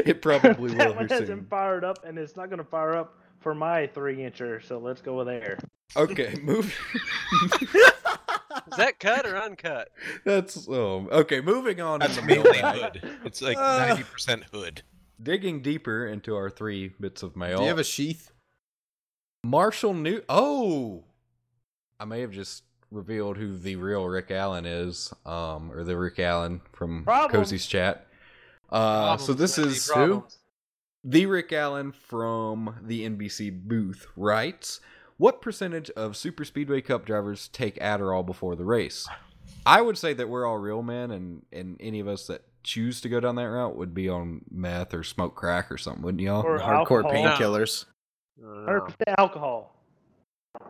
[SPEAKER 2] it
[SPEAKER 6] [laughs]
[SPEAKER 2] probably will
[SPEAKER 6] that one
[SPEAKER 2] here
[SPEAKER 6] hasn't
[SPEAKER 2] soon.
[SPEAKER 6] fired up, and it's not going to fire up for my three incher. So let's go with there.
[SPEAKER 2] Okay, move.
[SPEAKER 8] Is that cut or uncut?
[SPEAKER 2] That's um, okay. Moving on. in
[SPEAKER 3] That's
[SPEAKER 2] the
[SPEAKER 3] mainly
[SPEAKER 2] mailbag.
[SPEAKER 3] hood. It's like
[SPEAKER 4] Uh.
[SPEAKER 3] 90% hood.
[SPEAKER 2] Digging deeper into our three bits of mail.
[SPEAKER 4] Do you have a sheath?
[SPEAKER 2] Marshall New. Oh, I may have just revealed who the real Rick Allen is, um, or the Rick Allen from
[SPEAKER 6] Problem.
[SPEAKER 2] Cozy's chat. Uh, so
[SPEAKER 8] Problems,
[SPEAKER 2] this
[SPEAKER 8] Lindsay,
[SPEAKER 2] is
[SPEAKER 8] problems.
[SPEAKER 2] the Rick Allen from the NBC booth writes, "What percentage of Super Speedway Cup drivers take Adderall before the race?" I would say that we're all real men, and and any of us that choose to go down that route would be on meth or smoke crack or something, wouldn't y'all?
[SPEAKER 6] Or
[SPEAKER 4] Hardcore
[SPEAKER 6] alcohol.
[SPEAKER 4] painkillers.
[SPEAKER 2] Oh.
[SPEAKER 6] Hundred percent alcohol.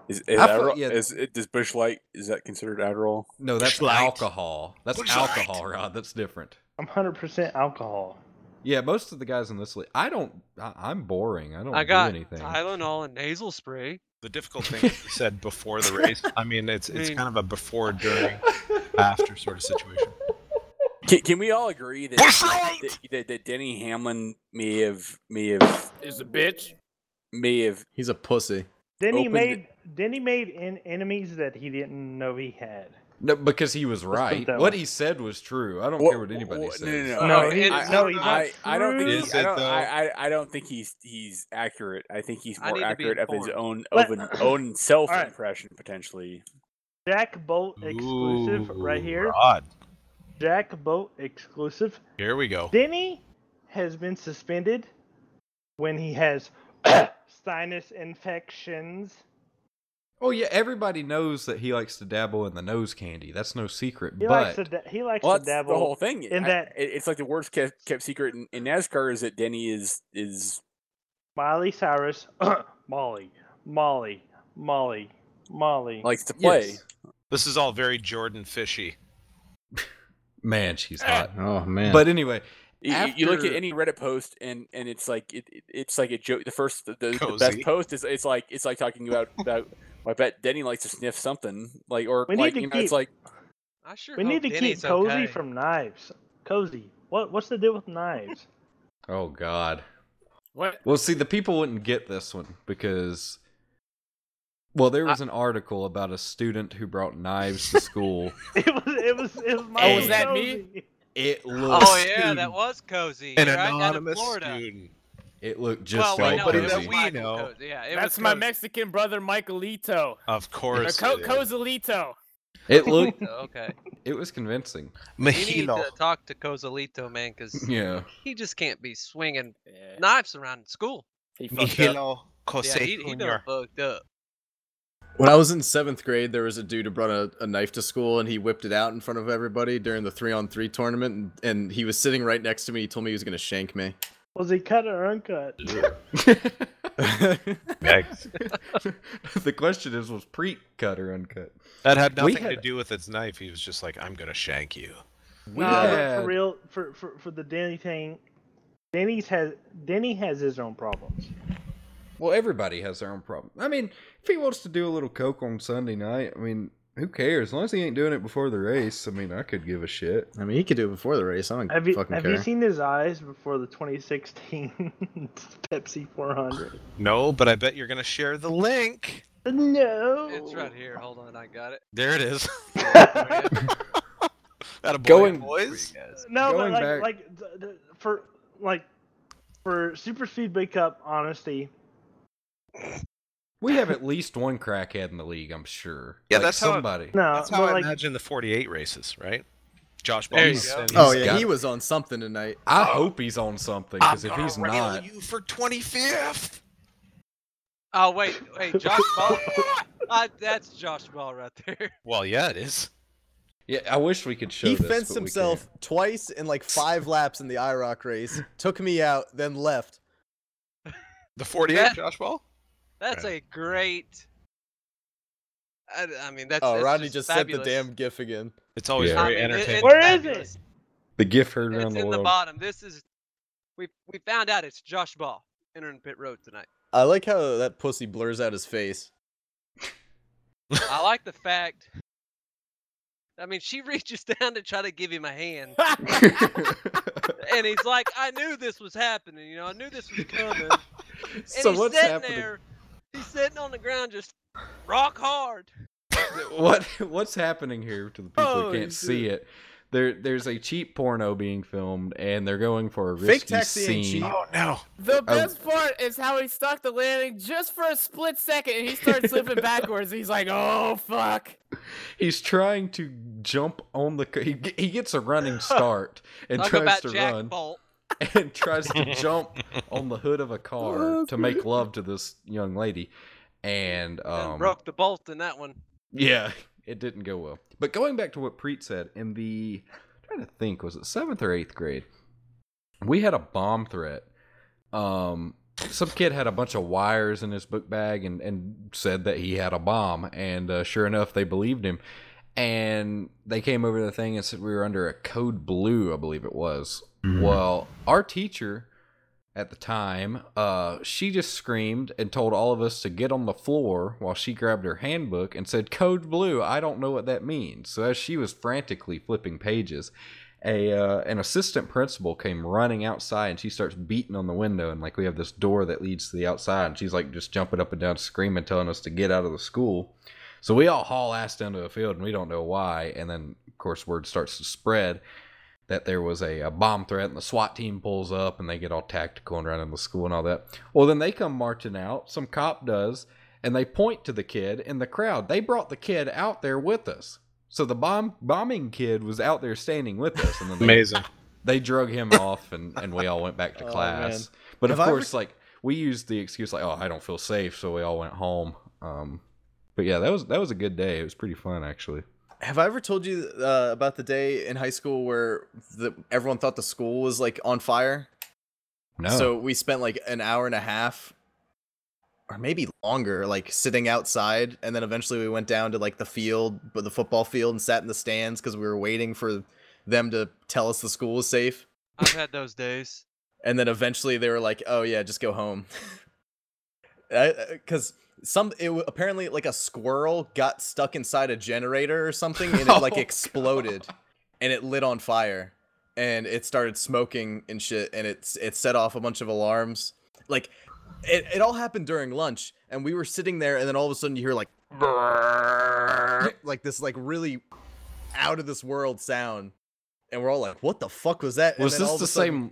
[SPEAKER 1] Is, is,
[SPEAKER 2] I thought-
[SPEAKER 1] Adderall,
[SPEAKER 2] yeah.
[SPEAKER 1] is it, does Bush Light is that considered Adderall?
[SPEAKER 2] No, that's
[SPEAKER 3] Bushlight.
[SPEAKER 2] alcohol. That's
[SPEAKER 3] Bushlight.
[SPEAKER 2] alcohol, Rod. That's different.
[SPEAKER 6] I'm hundred percent alcohol.
[SPEAKER 2] Yeah, most of the guys in this league, I don't. I, I'm boring. I don't
[SPEAKER 8] I got
[SPEAKER 2] do anything.
[SPEAKER 8] Tylenol and nasal spray.
[SPEAKER 3] The difficult thing is you said before the race. I mean, it's it's
[SPEAKER 8] mean-
[SPEAKER 3] kind of a before, during, after sort of situation.
[SPEAKER 1] Can, can we all agree that,
[SPEAKER 3] Bush
[SPEAKER 1] that,
[SPEAKER 3] Light!
[SPEAKER 1] that- that Denny Hamlin may have may have
[SPEAKER 7] Is a bitch.
[SPEAKER 1] may have
[SPEAKER 4] He's a pussy.
[SPEAKER 6] Then he
[SPEAKER 1] Opened-
[SPEAKER 6] made then he made en- enemies that he didn't know he had.
[SPEAKER 2] No, because he was right.
[SPEAKER 6] that
[SPEAKER 2] What
[SPEAKER 6] way.
[SPEAKER 2] he said was true. I don't
[SPEAKER 1] Wha-
[SPEAKER 2] care what anybody
[SPEAKER 1] wha-
[SPEAKER 2] says.
[SPEAKER 1] no, no, no.
[SPEAKER 6] No,
[SPEAKER 1] I- I-
[SPEAKER 6] he, no, he's not
[SPEAKER 1] I, I don't think
[SPEAKER 6] true.
[SPEAKER 1] he,
[SPEAKER 3] Is
[SPEAKER 1] I,
[SPEAKER 3] it,
[SPEAKER 1] don't,
[SPEAKER 3] though?
[SPEAKER 1] I, I, I don't think he's he's accurate. I think he's
[SPEAKER 8] I
[SPEAKER 1] more
[SPEAKER 8] need to be
[SPEAKER 1] accurate of his own
[SPEAKER 6] Let-
[SPEAKER 1] of an own self
[SPEAKER 6] All right.
[SPEAKER 1] impression potentially.
[SPEAKER 6] Jack Bolt exclusive right
[SPEAKER 3] Ooh,
[SPEAKER 6] here.
[SPEAKER 3] Rod.
[SPEAKER 6] Jack Bolt exclusive.
[SPEAKER 3] Here we go.
[SPEAKER 6] Denny has been suspended when he has [coughs] sinus infections.
[SPEAKER 2] Oh yeah, everybody knows that he likes to dabble in the nose candy. That's no secret.
[SPEAKER 6] He likes
[SPEAKER 2] but
[SPEAKER 6] to da- he likes
[SPEAKER 1] Well,
[SPEAKER 6] to
[SPEAKER 1] that's the
[SPEAKER 6] dabble.
[SPEAKER 1] whole thing.
[SPEAKER 6] in
[SPEAKER 1] I-
[SPEAKER 6] that-
[SPEAKER 1] it- it's like the worst kept, kept secret in, in NASCAR is that Denny is is
[SPEAKER 6] Miley Cyrus, [coughs] Molly, Molly, Molly, Molly.
[SPEAKER 1] likes to play.
[SPEAKER 2] Yes.
[SPEAKER 3] This is all very Jordan fishy.
[SPEAKER 2] man, she's
[SPEAKER 8] Eh.
[SPEAKER 2] hot.
[SPEAKER 4] Oh man.
[SPEAKER 2] But anyway,
[SPEAKER 1] You, you- you look at
[SPEAKER 2] After-
[SPEAKER 1] any Reddit post, and and it's like it, it- it's like a joke. The first, the, the, the best
[SPEAKER 3] Cozy.
[SPEAKER 1] post is it's like it's like talking about
[SPEAKER 6] [laughs]
[SPEAKER 1] about. well, I bet Denny likes to sniff something, like or
[SPEAKER 6] We need
[SPEAKER 1] like
[SPEAKER 6] to
[SPEAKER 1] you know, it's
[SPEAKER 6] keep-
[SPEAKER 1] like
[SPEAKER 8] I sure
[SPEAKER 6] we
[SPEAKER 8] hope
[SPEAKER 6] need to
[SPEAKER 8] oh, Denny's
[SPEAKER 6] keep Cozy
[SPEAKER 8] okay.
[SPEAKER 6] from knives. Cozy, what what's the deal with knives? [laughs]
[SPEAKER 2] oh god.
[SPEAKER 7] What?
[SPEAKER 2] Well, see, the people wouldn't get this one because, well, there was an article about a student who brought knives to [laughs] school.
[SPEAKER 6] it was it was it was my
[SPEAKER 2] Oh, was
[SPEAKER 7] that me?
[SPEAKER 6] Cozy.
[SPEAKER 2] It looked.
[SPEAKER 8] Oh yeah, that was cozy.
[SPEAKER 3] An
[SPEAKER 8] right?
[SPEAKER 3] anonymous
[SPEAKER 8] Out of Florida.
[SPEAKER 3] student.
[SPEAKER 2] It looked
[SPEAKER 8] well,
[SPEAKER 2] just
[SPEAKER 8] we
[SPEAKER 2] like
[SPEAKER 8] know,
[SPEAKER 3] Nobody
[SPEAKER 8] it
[SPEAKER 3] that
[SPEAKER 8] was
[SPEAKER 2] Cozy.
[SPEAKER 3] we
[SPEAKER 8] Michael
[SPEAKER 3] know.
[SPEAKER 8] Cozy. Yeah, it
[SPEAKER 7] That's
[SPEAKER 8] was
[SPEAKER 7] my
[SPEAKER 8] Cozy.
[SPEAKER 7] Mexican brother Michaelito.
[SPEAKER 3] Of
[SPEAKER 7] Or
[SPEAKER 3] course.
[SPEAKER 7] Co-
[SPEAKER 3] it is.
[SPEAKER 7] Cozalito.
[SPEAKER 2] It looked.
[SPEAKER 8] Oh, okay.
[SPEAKER 2] It was convincing.
[SPEAKER 8] We need
[SPEAKER 3] Mejino.
[SPEAKER 8] to talk to Cozalito, man,
[SPEAKER 7] [laughs]
[SPEAKER 8] because
[SPEAKER 2] Yeah.
[SPEAKER 8] he just can't be swinging
[SPEAKER 7] Yeah.
[SPEAKER 8] knives around school.
[SPEAKER 7] He fucked up.
[SPEAKER 3] Mejino Cose
[SPEAKER 8] yeah, he, he done
[SPEAKER 3] Jr.
[SPEAKER 8] fucked up.
[SPEAKER 4] when I was in seventh grade, there was a dude who brought a, a knife to school and he whipped it out in front of everybody during the three on three tournament. And, and he was sitting right next to me. He told me he was going to shank me.
[SPEAKER 6] Was he cut or uncut?
[SPEAKER 2] [laughs]
[SPEAKER 3] Yikes.
[SPEAKER 2] the question is, was pre-cut or uncut?
[SPEAKER 3] That had
[SPEAKER 2] We
[SPEAKER 3] nothing to
[SPEAKER 2] had-
[SPEAKER 3] do with its knife. He was just like, I'm going to shank you.
[SPEAKER 2] We
[SPEAKER 6] Nah, but
[SPEAKER 2] had-
[SPEAKER 6] for real, for, for for the Denny thing, Denny's has Denny has his own problems.
[SPEAKER 2] Well, everybody has their own problem. I mean, if he wants to do a little coke on Sunday night, I mean, Who cares? As long as he ain't doing it before the race, I mean, I could give a shit.
[SPEAKER 4] I mean, he could do it before the race. I don't
[SPEAKER 6] Have you
[SPEAKER 4] fucking
[SPEAKER 6] have
[SPEAKER 4] care.
[SPEAKER 6] you seen his eyes before the 2016 [laughs] Pepsi 400?
[SPEAKER 3] No, but I bet you're gonna share the link.
[SPEAKER 6] No,
[SPEAKER 8] It's right
[SPEAKER 7] Oh.
[SPEAKER 8] here. Hold on, I got it.
[SPEAKER 3] There it is. [laughs]
[SPEAKER 6] here.
[SPEAKER 3] Atta boy,
[SPEAKER 2] Going-
[SPEAKER 3] boys.
[SPEAKER 6] [laughs] no,
[SPEAKER 2] Going
[SPEAKER 6] but like
[SPEAKER 2] back-
[SPEAKER 6] like th- th- for like for Super Speed Big Cup, honesty.
[SPEAKER 2] We have at least one crackhead in the league, I'm sure.
[SPEAKER 3] Yeah,
[SPEAKER 2] Like,
[SPEAKER 3] that's how-
[SPEAKER 2] somebody.
[SPEAKER 6] No,
[SPEAKER 3] That's how
[SPEAKER 6] but
[SPEAKER 3] I
[SPEAKER 6] Uh, like
[SPEAKER 3] imagine the 48 races, right? Josh
[SPEAKER 8] There you
[SPEAKER 3] Bobson.
[SPEAKER 8] go.
[SPEAKER 4] Oh
[SPEAKER 2] He's
[SPEAKER 4] yeah,
[SPEAKER 2] got-
[SPEAKER 4] he was on something tonight.
[SPEAKER 2] I hope he's on something because if he's not,
[SPEAKER 3] you for 25th.
[SPEAKER 8] Oh wait, wait, Josh Ball. uh, that's Josh Ball right there. [laughs]
[SPEAKER 3] Well, yeah, it is.
[SPEAKER 2] yeah, I wish we could show.
[SPEAKER 4] he
[SPEAKER 2] this,
[SPEAKER 4] fenced
[SPEAKER 2] but we
[SPEAKER 4] himself twice in like [laughs] five laps in the IROC race, took me out, then left.
[SPEAKER 3] The 48
[SPEAKER 8] That-
[SPEAKER 3] Josh Ball?
[SPEAKER 8] That's a great. I, I mean, that's.
[SPEAKER 4] Oh,
[SPEAKER 8] that's
[SPEAKER 4] Rodney
[SPEAKER 8] just,
[SPEAKER 4] just, sent the
[SPEAKER 8] fabulous.
[SPEAKER 4] damn gif again.
[SPEAKER 3] It's always
[SPEAKER 2] Yeah.
[SPEAKER 8] I
[SPEAKER 3] very
[SPEAKER 8] mean, Um, it-
[SPEAKER 3] entertaining.
[SPEAKER 8] it's
[SPEAKER 6] Where is
[SPEAKER 8] fabulous.
[SPEAKER 6] it?
[SPEAKER 2] can't. the gift heard
[SPEAKER 8] It's
[SPEAKER 2] around the
[SPEAKER 8] in the
[SPEAKER 2] world. [laughs]
[SPEAKER 8] bottom. This is. We we found out it's Josh Ball entering pit road tonight.
[SPEAKER 4] I like how that pussy blurs out his face.
[SPEAKER 8] I like the fact. I mean, she [laughs] reaches down to try to give him a hand, and he's like, "I knew this was happening. You know, I knew this was coming." And
[SPEAKER 2] [laughs] so
[SPEAKER 8] he's
[SPEAKER 2] what's
[SPEAKER 8] sitting
[SPEAKER 2] happening?
[SPEAKER 8] there. He's sitting on the ground, just rock hard.
[SPEAKER 2] What what's happening here to the people who
[SPEAKER 4] Holy
[SPEAKER 2] can't see it? There there's a cheap porno being filmed, and they're going for a risky
[SPEAKER 4] Fake taxi ain't
[SPEAKER 2] scene.
[SPEAKER 3] [laughs]
[SPEAKER 4] cheap.
[SPEAKER 3] Oh, no.
[SPEAKER 7] The best part is how he stuck the landing just for a split second, and he
[SPEAKER 3] [laughs]
[SPEAKER 7] starts slipping backwards. He's like, "Oh fuck!"
[SPEAKER 2] He's trying to jump on the. c- He, g- he gets a running start and
[SPEAKER 8] Talk
[SPEAKER 2] tries
[SPEAKER 8] about
[SPEAKER 2] to
[SPEAKER 8] Jack
[SPEAKER 2] run
[SPEAKER 8] Bolt.
[SPEAKER 2] [laughs] and tries to jump on the hood of a car to make love to this young lady, and
[SPEAKER 8] Done
[SPEAKER 2] um,
[SPEAKER 8] broke the bolt in that one.
[SPEAKER 2] Yeah, [laughs] it didn't go well. But going back to what Preet said in the I'm trying to think, was it seventh or eighth grade? We had a bomb threat. Um, some kid had a bunch of wires in his book bag and and said that he had a bomb, and uh, sure enough, they believed him. And they came over to the thing and said we were under a code blue, I believe it was. Well, our teacher at the time, uh, she just screamed and told all of us to get on the floor while she grabbed her handbook and said, Code blue, I don't know what that means. So as she was frantically flipping pages, a uh, an assistant principal came running outside and she starts beating on the window and like we have this door that leads to the outside and she's like just jumping up and down screaming telling us to get out of the school so we all haul ass down to the field and we don't know why and then of course word starts to spread that there was a, a bomb threat and the SWAT team pulls up and they get all tactical and run in the school and all that. Well, then they come marching out. Some cop does and they point to the kid in the crowd. They brought the kid out there with us. So the bomb bombing kid was out there standing with us, and then they,
[SPEAKER 3] Amazing.
[SPEAKER 2] they drug
[SPEAKER 4] [laughs]
[SPEAKER 2] him off, and, and we all went back to
[SPEAKER 4] Oh,
[SPEAKER 2] class. but
[SPEAKER 4] Have
[SPEAKER 2] of
[SPEAKER 4] I
[SPEAKER 2] course, like we used the excuse like, "Oh, I don't feel safe," so we all went home. Um, but yeah, that was that was a good day. It was pretty fun actually.
[SPEAKER 4] Have I ever told you uh, about the day in high school where the, everyone thought the school was like on fire?
[SPEAKER 2] No,
[SPEAKER 4] So we spent like an hour and a half or maybe longer like sitting outside and then eventually we went down to like the field, but the football field and sat in the stands cuz we were waiting for them to tell us the school was safe.
[SPEAKER 8] I've had those days.
[SPEAKER 4] And then eventually they were like, "Oh yeah, just go home." [laughs] Cuz some it wa- apparently like a squirrel got stuck inside a generator or
[SPEAKER 2] [laughs]
[SPEAKER 4] something and it like
[SPEAKER 2] Oh,
[SPEAKER 4] exploded and it lit on fire and it started smoking and shit and it's it set off a bunch of alarms like it, it all happened during lunch and we were sitting there and then all of a sudden you
[SPEAKER 2] [laughs]
[SPEAKER 4] hear like like this like really out of this world sound and we're all like what the fuck was that And
[SPEAKER 2] was
[SPEAKER 4] then all
[SPEAKER 2] this the
[SPEAKER 4] of a sudden-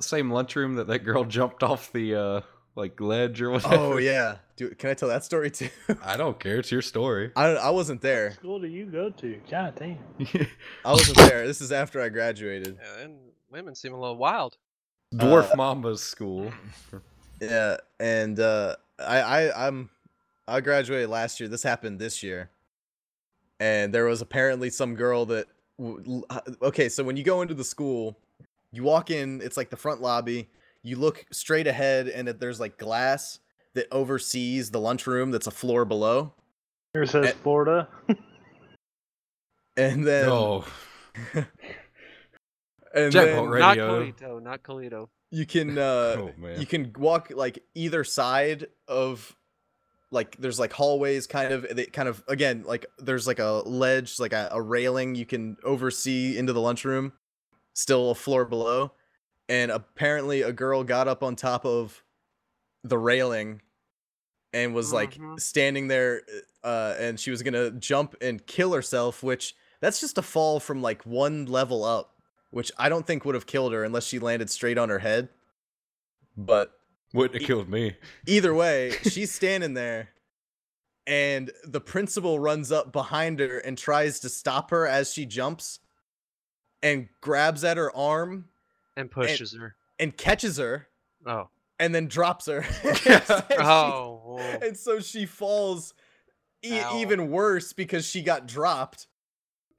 [SPEAKER 2] same same lunchroom that that girl [laughs] jumped off the uh like ledge or whatever? [laughs]
[SPEAKER 4] oh yeah dude can i tell that story too [laughs]
[SPEAKER 2] I don't care. It's your story.
[SPEAKER 4] i i wasn't there
[SPEAKER 6] School do you go to? God damn.
[SPEAKER 4] i wasn't there this is after i graduated
[SPEAKER 8] Yeah, and women seem a little wild.
[SPEAKER 2] [laughs]
[SPEAKER 4] uh,
[SPEAKER 2] Dwarf Mamba's school.
[SPEAKER 4] Yeah, and uh, I, I I'm I graduated last year. This happened this year, and there was apparently some girl that. w- l- h- Okay, so when you go into the school, you walk in. It's like the front lobby. You look straight ahead, and it- there's like glass that oversees the lunchroom. That's a floor below,
[SPEAKER 6] Here it says
[SPEAKER 4] Eh.
[SPEAKER 6] Florida. [laughs]
[SPEAKER 4] and then
[SPEAKER 2] oh,
[SPEAKER 4] and
[SPEAKER 2] Jack
[SPEAKER 4] then
[SPEAKER 2] won't
[SPEAKER 8] Not
[SPEAKER 2] Radio.
[SPEAKER 8] Colito, not Colito.
[SPEAKER 2] [laughs]
[SPEAKER 4] you can uh,
[SPEAKER 2] oh man.
[SPEAKER 4] you can walk like either side of like there's like hallways kind of they kind of again like there's like a ledge like a, a railing you can oversee into the lunchroom still a floor below and apparently a girl got up on top of the railing and was like
[SPEAKER 6] Mhm.
[SPEAKER 4] standing there uh and she was gonna jump and kill herself which that's just a fall from like one level up which i don't think would have killed her unless she landed straight on her head but
[SPEAKER 2] Wouldn't have killed me.
[SPEAKER 4] either way, she's standing there, and the principal runs up behind her and tries to stop her as she jumps, and grabs at her arm
[SPEAKER 8] and pushes her.
[SPEAKER 4] and catches her,
[SPEAKER 8] Oh.
[SPEAKER 4] and then
[SPEAKER 3] [laughs]
[SPEAKER 4] drops her. [laughs] And she-
[SPEAKER 8] Oh. whoa.
[SPEAKER 4] and so she falls e-
[SPEAKER 8] Ow.
[SPEAKER 4] even worse because she got dropped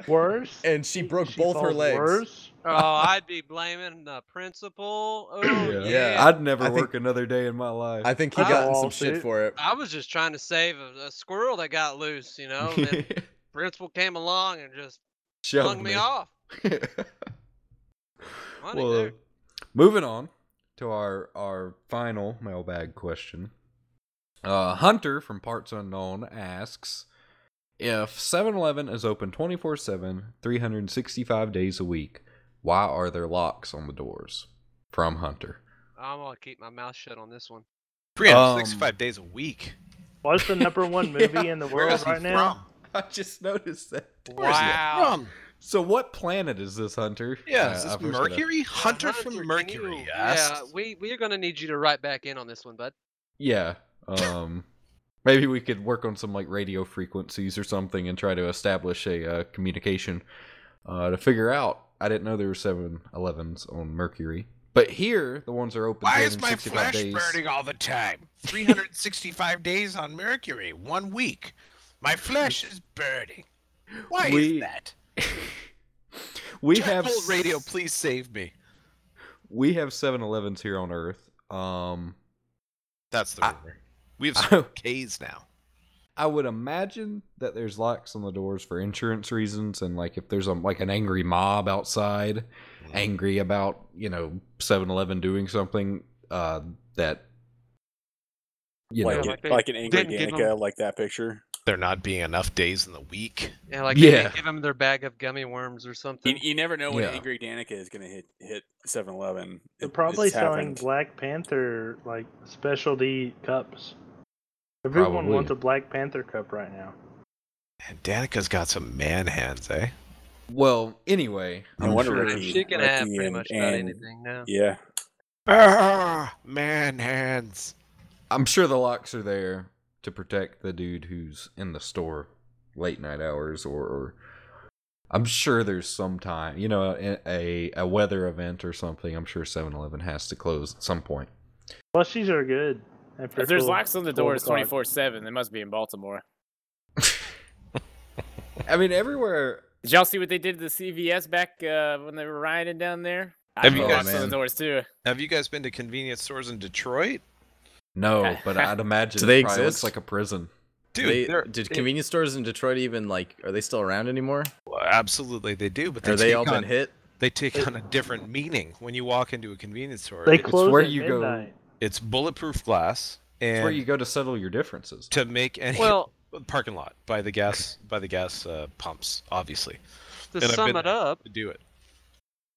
[SPEAKER 6] Worse.
[SPEAKER 4] and she
[SPEAKER 6] She-
[SPEAKER 4] broke
[SPEAKER 6] she
[SPEAKER 4] both her
[SPEAKER 6] falls
[SPEAKER 4] legs.
[SPEAKER 6] Worse.
[SPEAKER 8] Oh, I'd be blaming the principal. Oh,
[SPEAKER 4] [clears throat]
[SPEAKER 8] yeah.
[SPEAKER 4] Yeah.
[SPEAKER 2] I'd never
[SPEAKER 4] I think-
[SPEAKER 2] work another day in my life.
[SPEAKER 4] I think he
[SPEAKER 8] Wow.
[SPEAKER 4] got in some shit
[SPEAKER 6] Lawsuit.
[SPEAKER 4] for
[SPEAKER 3] Uh,
[SPEAKER 4] it.
[SPEAKER 8] I was just trying to save a, a squirrel that got loose, you know.
[SPEAKER 2] [laughs]
[SPEAKER 8] And then principal came along and just
[SPEAKER 2] Shoved
[SPEAKER 8] hung me off.
[SPEAKER 2] [laughs]
[SPEAKER 8] Funny,
[SPEAKER 2] well,
[SPEAKER 8] dude.
[SPEAKER 2] moving on to our our final mailbag question. Uh, Hunter from Parts Unknown asks if 7-Eleven is open 24/7, 365 days a week, why are there locks on the doors? From Hunter.
[SPEAKER 8] I'm gonna keep my mouth shut on this one.
[SPEAKER 3] 365
[SPEAKER 2] Um,
[SPEAKER 3] days a week.
[SPEAKER 6] What's the number one movie in the
[SPEAKER 5] Where
[SPEAKER 6] world
[SPEAKER 5] is he
[SPEAKER 6] right now?
[SPEAKER 5] from?
[SPEAKER 2] [laughs] I just noticed that.
[SPEAKER 8] Wow.
[SPEAKER 3] From?
[SPEAKER 2] So what planet is this, Hunter?
[SPEAKER 3] Yeah,
[SPEAKER 2] Uh,
[SPEAKER 3] is this
[SPEAKER 2] I've looked it up.
[SPEAKER 3] Mercury? Hunter,
[SPEAKER 8] can
[SPEAKER 3] from Mercury.
[SPEAKER 8] you- Yeah,
[SPEAKER 3] yes.
[SPEAKER 8] we we are gonna need you to write back in on this one, bud.
[SPEAKER 2] Yeah. Um [laughs] maybe we could work on some like radio frequencies or something and try to establish a uh, communication uh to figure out. I didn't know there were 7-Elevens on Mercury. But here the ones are open
[SPEAKER 5] Why is my
[SPEAKER 2] 365
[SPEAKER 5] flesh
[SPEAKER 2] days.
[SPEAKER 5] burning all the time? 365 [laughs] days on Mercury, one week. My flesh is burning. Why
[SPEAKER 2] We-
[SPEAKER 5] is that?
[SPEAKER 2] We have
[SPEAKER 5] Tadpole radio, please save me.
[SPEAKER 2] we have 7-Elevens here on Earth. Um
[SPEAKER 5] That's the
[SPEAKER 2] I-
[SPEAKER 5] rumor. We have
[SPEAKER 2] [laughs]
[SPEAKER 5] some K's now.
[SPEAKER 2] I would imagine that there's locks on the doors for insurance reasons, and like if there's a, like an angry mob outside,
[SPEAKER 5] Mm.
[SPEAKER 2] angry about you know 7-Eleven doing something uh, that you
[SPEAKER 1] like,
[SPEAKER 2] know
[SPEAKER 1] it-
[SPEAKER 8] they
[SPEAKER 1] like an angry
[SPEAKER 8] didn't give
[SPEAKER 1] Danica,
[SPEAKER 8] 'em-
[SPEAKER 1] like that picture.
[SPEAKER 5] There not being enough days in the week.
[SPEAKER 8] Yeah, like you
[SPEAKER 2] Yeah.
[SPEAKER 8] can give them their bag of gummy worms or
[SPEAKER 1] You,
[SPEAKER 8] something.
[SPEAKER 1] you never know when
[SPEAKER 2] Yeah.
[SPEAKER 1] angry Danica is going to hit hit 7-Eleven.
[SPEAKER 6] They're
[SPEAKER 1] It-
[SPEAKER 6] probably
[SPEAKER 1] it's
[SPEAKER 6] selling
[SPEAKER 1] happened.
[SPEAKER 6] Black Panther like specialty cups. Everyone
[SPEAKER 2] Probably.
[SPEAKER 6] wants a Black Panther cup right now.
[SPEAKER 5] And Danica's got some man hands, eh?
[SPEAKER 2] well anyway
[SPEAKER 1] No
[SPEAKER 2] I'm
[SPEAKER 1] wonder
[SPEAKER 2] sure-
[SPEAKER 1] Ricky-
[SPEAKER 8] she can have pretty
[SPEAKER 1] and-
[SPEAKER 8] much about
[SPEAKER 1] and-
[SPEAKER 8] anything now.
[SPEAKER 1] Yeah.
[SPEAKER 5] Ah, man hands.
[SPEAKER 2] I'm sure the locks are there to protect the dude who's in the store late night hours, or, or I'm sure there's some time, you know, a, a, a weather event or something. I'm sure 7 Eleven has to close at some point.
[SPEAKER 6] Plushies are good. After
[SPEAKER 7] If there's
[SPEAKER 6] 12
[SPEAKER 7] locks on the
[SPEAKER 6] 12
[SPEAKER 7] doors
[SPEAKER 6] o'clock.
[SPEAKER 7] 24 7, it must be in Baltimore.
[SPEAKER 2] I mean, everywhere.
[SPEAKER 7] Did y'all see what they did to the CVS back uh, when they were rioting down there? I
[SPEAKER 3] Have
[SPEAKER 7] put
[SPEAKER 3] you
[SPEAKER 7] locks
[SPEAKER 4] guys-
[SPEAKER 7] on the doors too.
[SPEAKER 3] [laughs] Have you guys been to convenience stores in Detroit?
[SPEAKER 2] [laughs] No, but I'd imagine
[SPEAKER 4] Do they
[SPEAKER 2] it probably looks
[SPEAKER 4] exist?
[SPEAKER 2] like a prison.
[SPEAKER 3] Dude,
[SPEAKER 4] They-
[SPEAKER 3] they're-
[SPEAKER 4] did
[SPEAKER 3] they-
[SPEAKER 4] convenience stores in Detroit even like are they still around anymore?
[SPEAKER 3] Well, absolutely they do, but they,
[SPEAKER 4] Are they
[SPEAKER 3] take
[SPEAKER 4] all
[SPEAKER 3] on,
[SPEAKER 4] been hit?
[SPEAKER 3] They take on a different meaning when you walk into a convenience store.
[SPEAKER 6] They
[SPEAKER 3] It's-
[SPEAKER 6] close
[SPEAKER 2] where
[SPEAKER 6] at
[SPEAKER 2] you go-
[SPEAKER 6] midnight.
[SPEAKER 3] It's bulletproof glass
[SPEAKER 2] It's where
[SPEAKER 3] and
[SPEAKER 2] you go to settle your differences.
[SPEAKER 3] to make any
[SPEAKER 8] Well,
[SPEAKER 3] [laughs] parking lot by the gas by the gas uh, pumps, obviously.
[SPEAKER 8] to
[SPEAKER 3] And I've
[SPEAKER 8] sum
[SPEAKER 3] been
[SPEAKER 8] it
[SPEAKER 3] there.
[SPEAKER 8] up,
[SPEAKER 3] To do it.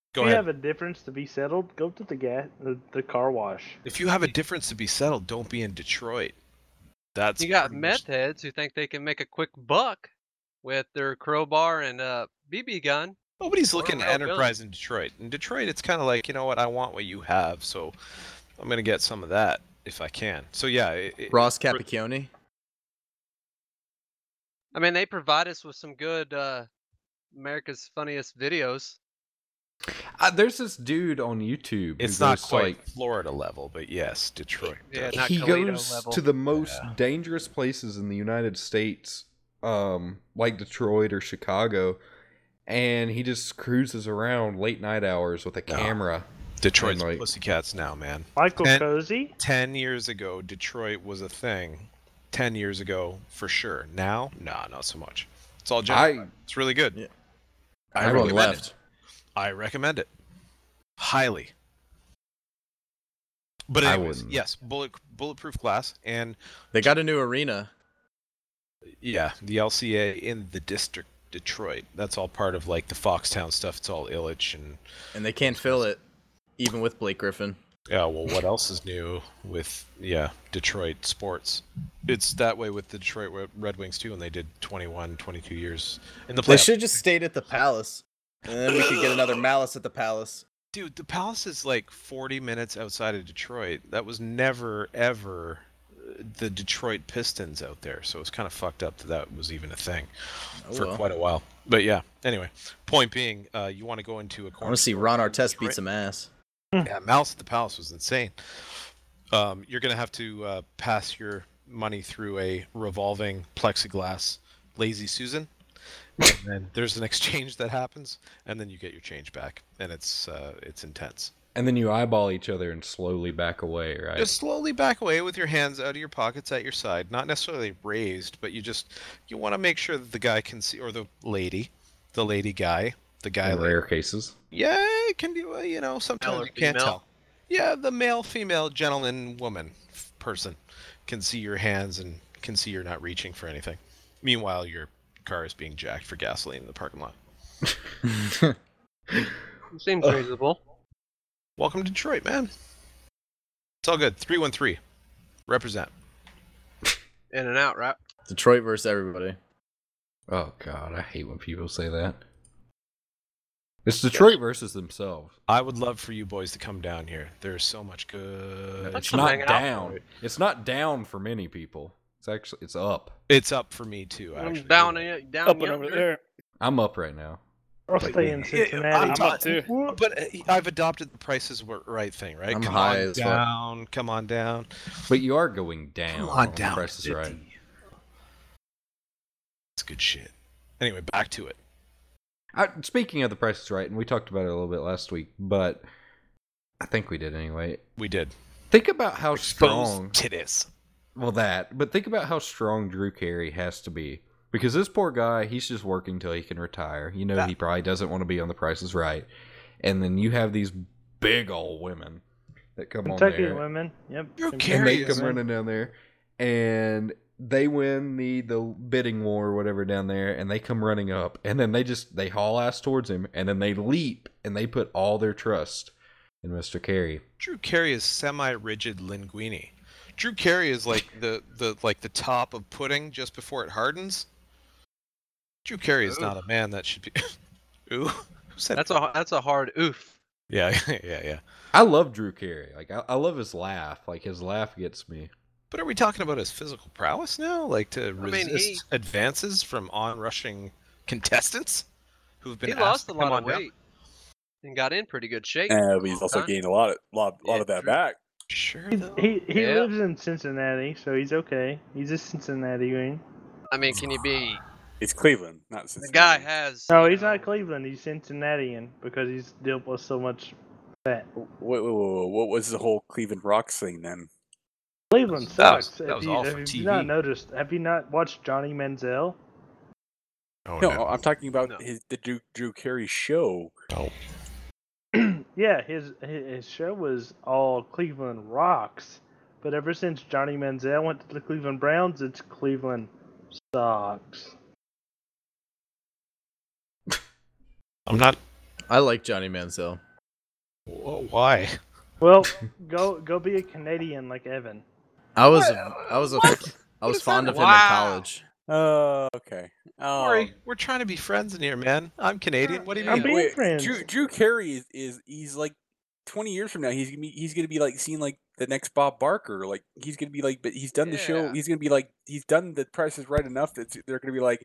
[SPEAKER 6] If
[SPEAKER 3] Go
[SPEAKER 6] you
[SPEAKER 3] ahead.
[SPEAKER 6] have a difference to be settled, go to the gas, the, the car wash.
[SPEAKER 3] If you have a difference to be settled, don't be in Detroit. That's
[SPEAKER 8] you got
[SPEAKER 3] pretty much-
[SPEAKER 8] meth heads who think they can make a quick buck with their crowbar and uh, BB gun.
[SPEAKER 3] Nobody's
[SPEAKER 8] Or
[SPEAKER 3] looking at
[SPEAKER 8] Royal
[SPEAKER 3] enterprise in Detroit. In Detroit, it's kind of like you know what I want, what you have, so I'm gonna get some of that if I can. So yeah, it, it-
[SPEAKER 4] Ross Capicchione.
[SPEAKER 8] I mean, they provide us with some good uh, America's Funniest Videos.
[SPEAKER 2] Uh, there's this dude on YouTube. who
[SPEAKER 3] it's not
[SPEAKER 2] goes to,
[SPEAKER 3] quite
[SPEAKER 2] like
[SPEAKER 3] Florida level, but yes, Detroit.
[SPEAKER 8] Yeah,
[SPEAKER 3] does.
[SPEAKER 8] not
[SPEAKER 2] he
[SPEAKER 8] Toledo
[SPEAKER 2] goes
[SPEAKER 8] level.
[SPEAKER 2] to the most
[SPEAKER 3] Yeah.
[SPEAKER 2] dangerous places in the United States, um, like Detroit or Chicago, and he just cruises around late night hours with a
[SPEAKER 3] No.
[SPEAKER 2] camera.
[SPEAKER 3] Detroit's
[SPEAKER 2] And, like-
[SPEAKER 3] pussycats now, man.
[SPEAKER 6] Michael
[SPEAKER 3] And-
[SPEAKER 6] Cozy.
[SPEAKER 3] Ten years ago, Detroit was a thing. Ten years ago, for sure. Now, nah, not so much. It's all
[SPEAKER 2] I-
[SPEAKER 3] gentrified. It's really good.
[SPEAKER 4] Yeah.
[SPEAKER 3] I
[SPEAKER 4] Everyone
[SPEAKER 3] recommend
[SPEAKER 4] left.
[SPEAKER 3] It. I recommend it highly. But
[SPEAKER 2] I
[SPEAKER 3] anyways,
[SPEAKER 2] wouldn't.
[SPEAKER 3] yes, bullet bulletproof glass, and
[SPEAKER 4] They got a new arena.
[SPEAKER 3] yeah, the LCA in the district Detroit. That's all part of like the Foxtown stuff. It's all Illich and
[SPEAKER 4] and they can't fill it, even with Blake Griffin.
[SPEAKER 3] yeah. Well, what else is new with yeah Detroit sports? It's that way with the Detroit Red- Red Wings too, and they did 21, 22 years in the
[SPEAKER 4] They
[SPEAKER 3] playoffs.
[SPEAKER 4] should have just stayed at the Palace, and then we could get another Malice at the Palace.
[SPEAKER 3] Dude, the Palace is like 40 minutes outside of Detroit. That was never ever uh, the Detroit Pistons out there, so it's kind of fucked up that that was even a thing
[SPEAKER 4] Oh,
[SPEAKER 3] for
[SPEAKER 4] well.
[SPEAKER 3] quite a while. But yeah, anyway, point being, uh, you want to go into a
[SPEAKER 4] I
[SPEAKER 3] corner.
[SPEAKER 4] want to see Ron Artest beat some ass.
[SPEAKER 3] Yeah, Mouse at the Palace was insane. Um, you're going to have to uh, pass your money through a revolving plexiglass Lazy Susan. And then [laughs] there's an exchange that happens, and then you get your change back, and it's uh, it's intense.
[SPEAKER 2] And then you eyeball each other and slowly back away, right?
[SPEAKER 3] Just slowly back away with your hands out of your pockets at your side, not necessarily raised, but you just you want to make sure that the guy can see or the lady, the lady guy, the guy
[SPEAKER 2] in
[SPEAKER 3] lady.
[SPEAKER 2] rare cases.
[SPEAKER 3] Yeah, it can be. Well, you know, sometimes
[SPEAKER 8] or
[SPEAKER 3] you can't
[SPEAKER 8] female?
[SPEAKER 3] tell. Yeah, the male, female, gentleman, woman, f- person can see your hands and can see you're not reaching for anything. Meanwhile, your car is being jacked for gasoline in the parking lot.
[SPEAKER 8] Seems reasonable.
[SPEAKER 3] Welcome to Detroit, man. It's all good. Three one three, represent.
[SPEAKER 8] In and out, right?
[SPEAKER 4] Detroit versus everybody.
[SPEAKER 2] Oh God, I hate when people say that. It's Detroit versus themselves.
[SPEAKER 3] I would love for you boys to come down here. There's so much good.
[SPEAKER 2] It's
[SPEAKER 8] come
[SPEAKER 2] not
[SPEAKER 8] hang out.
[SPEAKER 2] down. It's not down for many people. It's actually it's up.
[SPEAKER 3] It's up for me too.
[SPEAKER 8] I'm
[SPEAKER 3] Actually,
[SPEAKER 8] down in down
[SPEAKER 9] Up and
[SPEAKER 8] yonder.
[SPEAKER 9] over there.
[SPEAKER 2] I'm up right now.
[SPEAKER 6] I'll stay in
[SPEAKER 3] Yeah,
[SPEAKER 6] Cincinnati.
[SPEAKER 9] I'm up too.
[SPEAKER 6] Whoop.
[SPEAKER 3] But uh, I've adopted the prices were right thing, right?
[SPEAKER 4] I'm
[SPEAKER 3] come
[SPEAKER 4] high
[SPEAKER 3] on
[SPEAKER 4] as fuck.
[SPEAKER 3] down. Come on down.
[SPEAKER 2] But you are going down. on Price is right.
[SPEAKER 3] It's good shit. Anyway, back to it.
[SPEAKER 2] I, Uh, speaking of the Price is Right, and we talked about it a little bit last week, but I think we did anyway.
[SPEAKER 3] We did.
[SPEAKER 2] Think about how strong.
[SPEAKER 3] titties.
[SPEAKER 2] Well, that. But think about how strong Drew Carey has to be. Because this poor guy, he's just working till he can retire. You know, he probably doesn't want to be on The Price is Right. And then you have these big old women that come
[SPEAKER 6] Kentucky
[SPEAKER 2] on there.
[SPEAKER 6] women. Yep.
[SPEAKER 3] Drew
[SPEAKER 6] Kentucky
[SPEAKER 2] And
[SPEAKER 3] Carey
[SPEAKER 2] they
[SPEAKER 3] Carry
[SPEAKER 6] women.
[SPEAKER 2] come running down there. And they win the, the bidding war or whatever down there. And they come running up. And then they just, they haul ass towards him. And then they leap. And they put all their trust in Mr. Carey.
[SPEAKER 3] Drew Carey is semi-rigid linguini. Drew Carey is like the, the like the top of pudding just before it hardens. Drew Carey is not a man that should be. [laughs] Ooh, who said
[SPEAKER 8] That's a that's a hard oof.
[SPEAKER 3] Yeah, [laughs] yeah, yeah.
[SPEAKER 2] I love Drew Carey. Like, I, I love his laugh. Like, his laugh gets me.
[SPEAKER 3] But are we talking about his physical prowess now? Like to
[SPEAKER 8] mean,
[SPEAKER 3] resist
[SPEAKER 8] he-
[SPEAKER 3] advances from onrushing contestants who've been
[SPEAKER 8] he
[SPEAKER 3] asked
[SPEAKER 8] lost
[SPEAKER 3] to
[SPEAKER 8] a
[SPEAKER 3] come
[SPEAKER 8] lot
[SPEAKER 3] on
[SPEAKER 8] of
[SPEAKER 3] down?
[SPEAKER 8] weight and got in pretty good shape.
[SPEAKER 1] Uh, but he's also
[SPEAKER 8] Huh?
[SPEAKER 1] gained a lot, of, lot, lot
[SPEAKER 8] Yeah,
[SPEAKER 1] of that
[SPEAKER 8] true.
[SPEAKER 1] back.
[SPEAKER 3] Sure.
[SPEAKER 6] He's-
[SPEAKER 3] though.
[SPEAKER 6] He he
[SPEAKER 8] Yeah.
[SPEAKER 6] lives in Cincinnati, so he's okay. He's a Cincinnati green.
[SPEAKER 8] I mean, can you be?
[SPEAKER 1] It's Cleveland, not
[SPEAKER 8] The
[SPEAKER 1] Cincinnati.
[SPEAKER 8] guy has. uh,
[SPEAKER 6] No,
[SPEAKER 8] you
[SPEAKER 6] Oh, he's not
[SPEAKER 8] know,
[SPEAKER 6] Cleveland. He's Cincinnatian because he's dealt with so much fat.
[SPEAKER 1] Whoa, whoa, whoa, whoa, What was the whole Cleveland Rocks thing then?
[SPEAKER 6] Cleveland
[SPEAKER 3] That was-
[SPEAKER 6] sucks.
[SPEAKER 3] that
[SPEAKER 6] If
[SPEAKER 3] was
[SPEAKER 6] you,
[SPEAKER 3] all
[SPEAKER 6] have
[SPEAKER 3] for
[SPEAKER 6] you
[SPEAKER 3] TV.
[SPEAKER 6] not noticed? Have you not watched Johnny Manziel? [clears throat]
[SPEAKER 3] Oh,
[SPEAKER 1] no, I'm talking about
[SPEAKER 8] No.
[SPEAKER 1] his, the Drew, Drew Carey show.
[SPEAKER 6] yeah, his his show was all Cleveland rocks, but ever since Johnny Manziel went to the Cleveland Browns, it's Cleveland sucks.
[SPEAKER 3] I'm not.
[SPEAKER 4] I like Johnny Manziel.
[SPEAKER 3] Whoa, why?
[SPEAKER 6] Well, go go be a Canadian like Evan.
[SPEAKER 4] I was, I was, a, I was
[SPEAKER 8] is
[SPEAKER 4] fond
[SPEAKER 8] that?
[SPEAKER 4] of him
[SPEAKER 8] Wow.
[SPEAKER 4] in college.
[SPEAKER 1] Oh, okay. Oh,
[SPEAKER 3] Corey, we're trying to be friends in here, man. I'm Canadian. What do you
[SPEAKER 6] I'm
[SPEAKER 3] mean?
[SPEAKER 6] being friends.
[SPEAKER 1] Drew, Drew Carey is, is he's like 20 years from now. He's gonna be he's gonna be like seen like the next Bob Barker. Like he's gonna be like, but he's done the show.
[SPEAKER 8] Yeah.
[SPEAKER 1] He's gonna be like he's done the Price is Right enough that they're gonna be like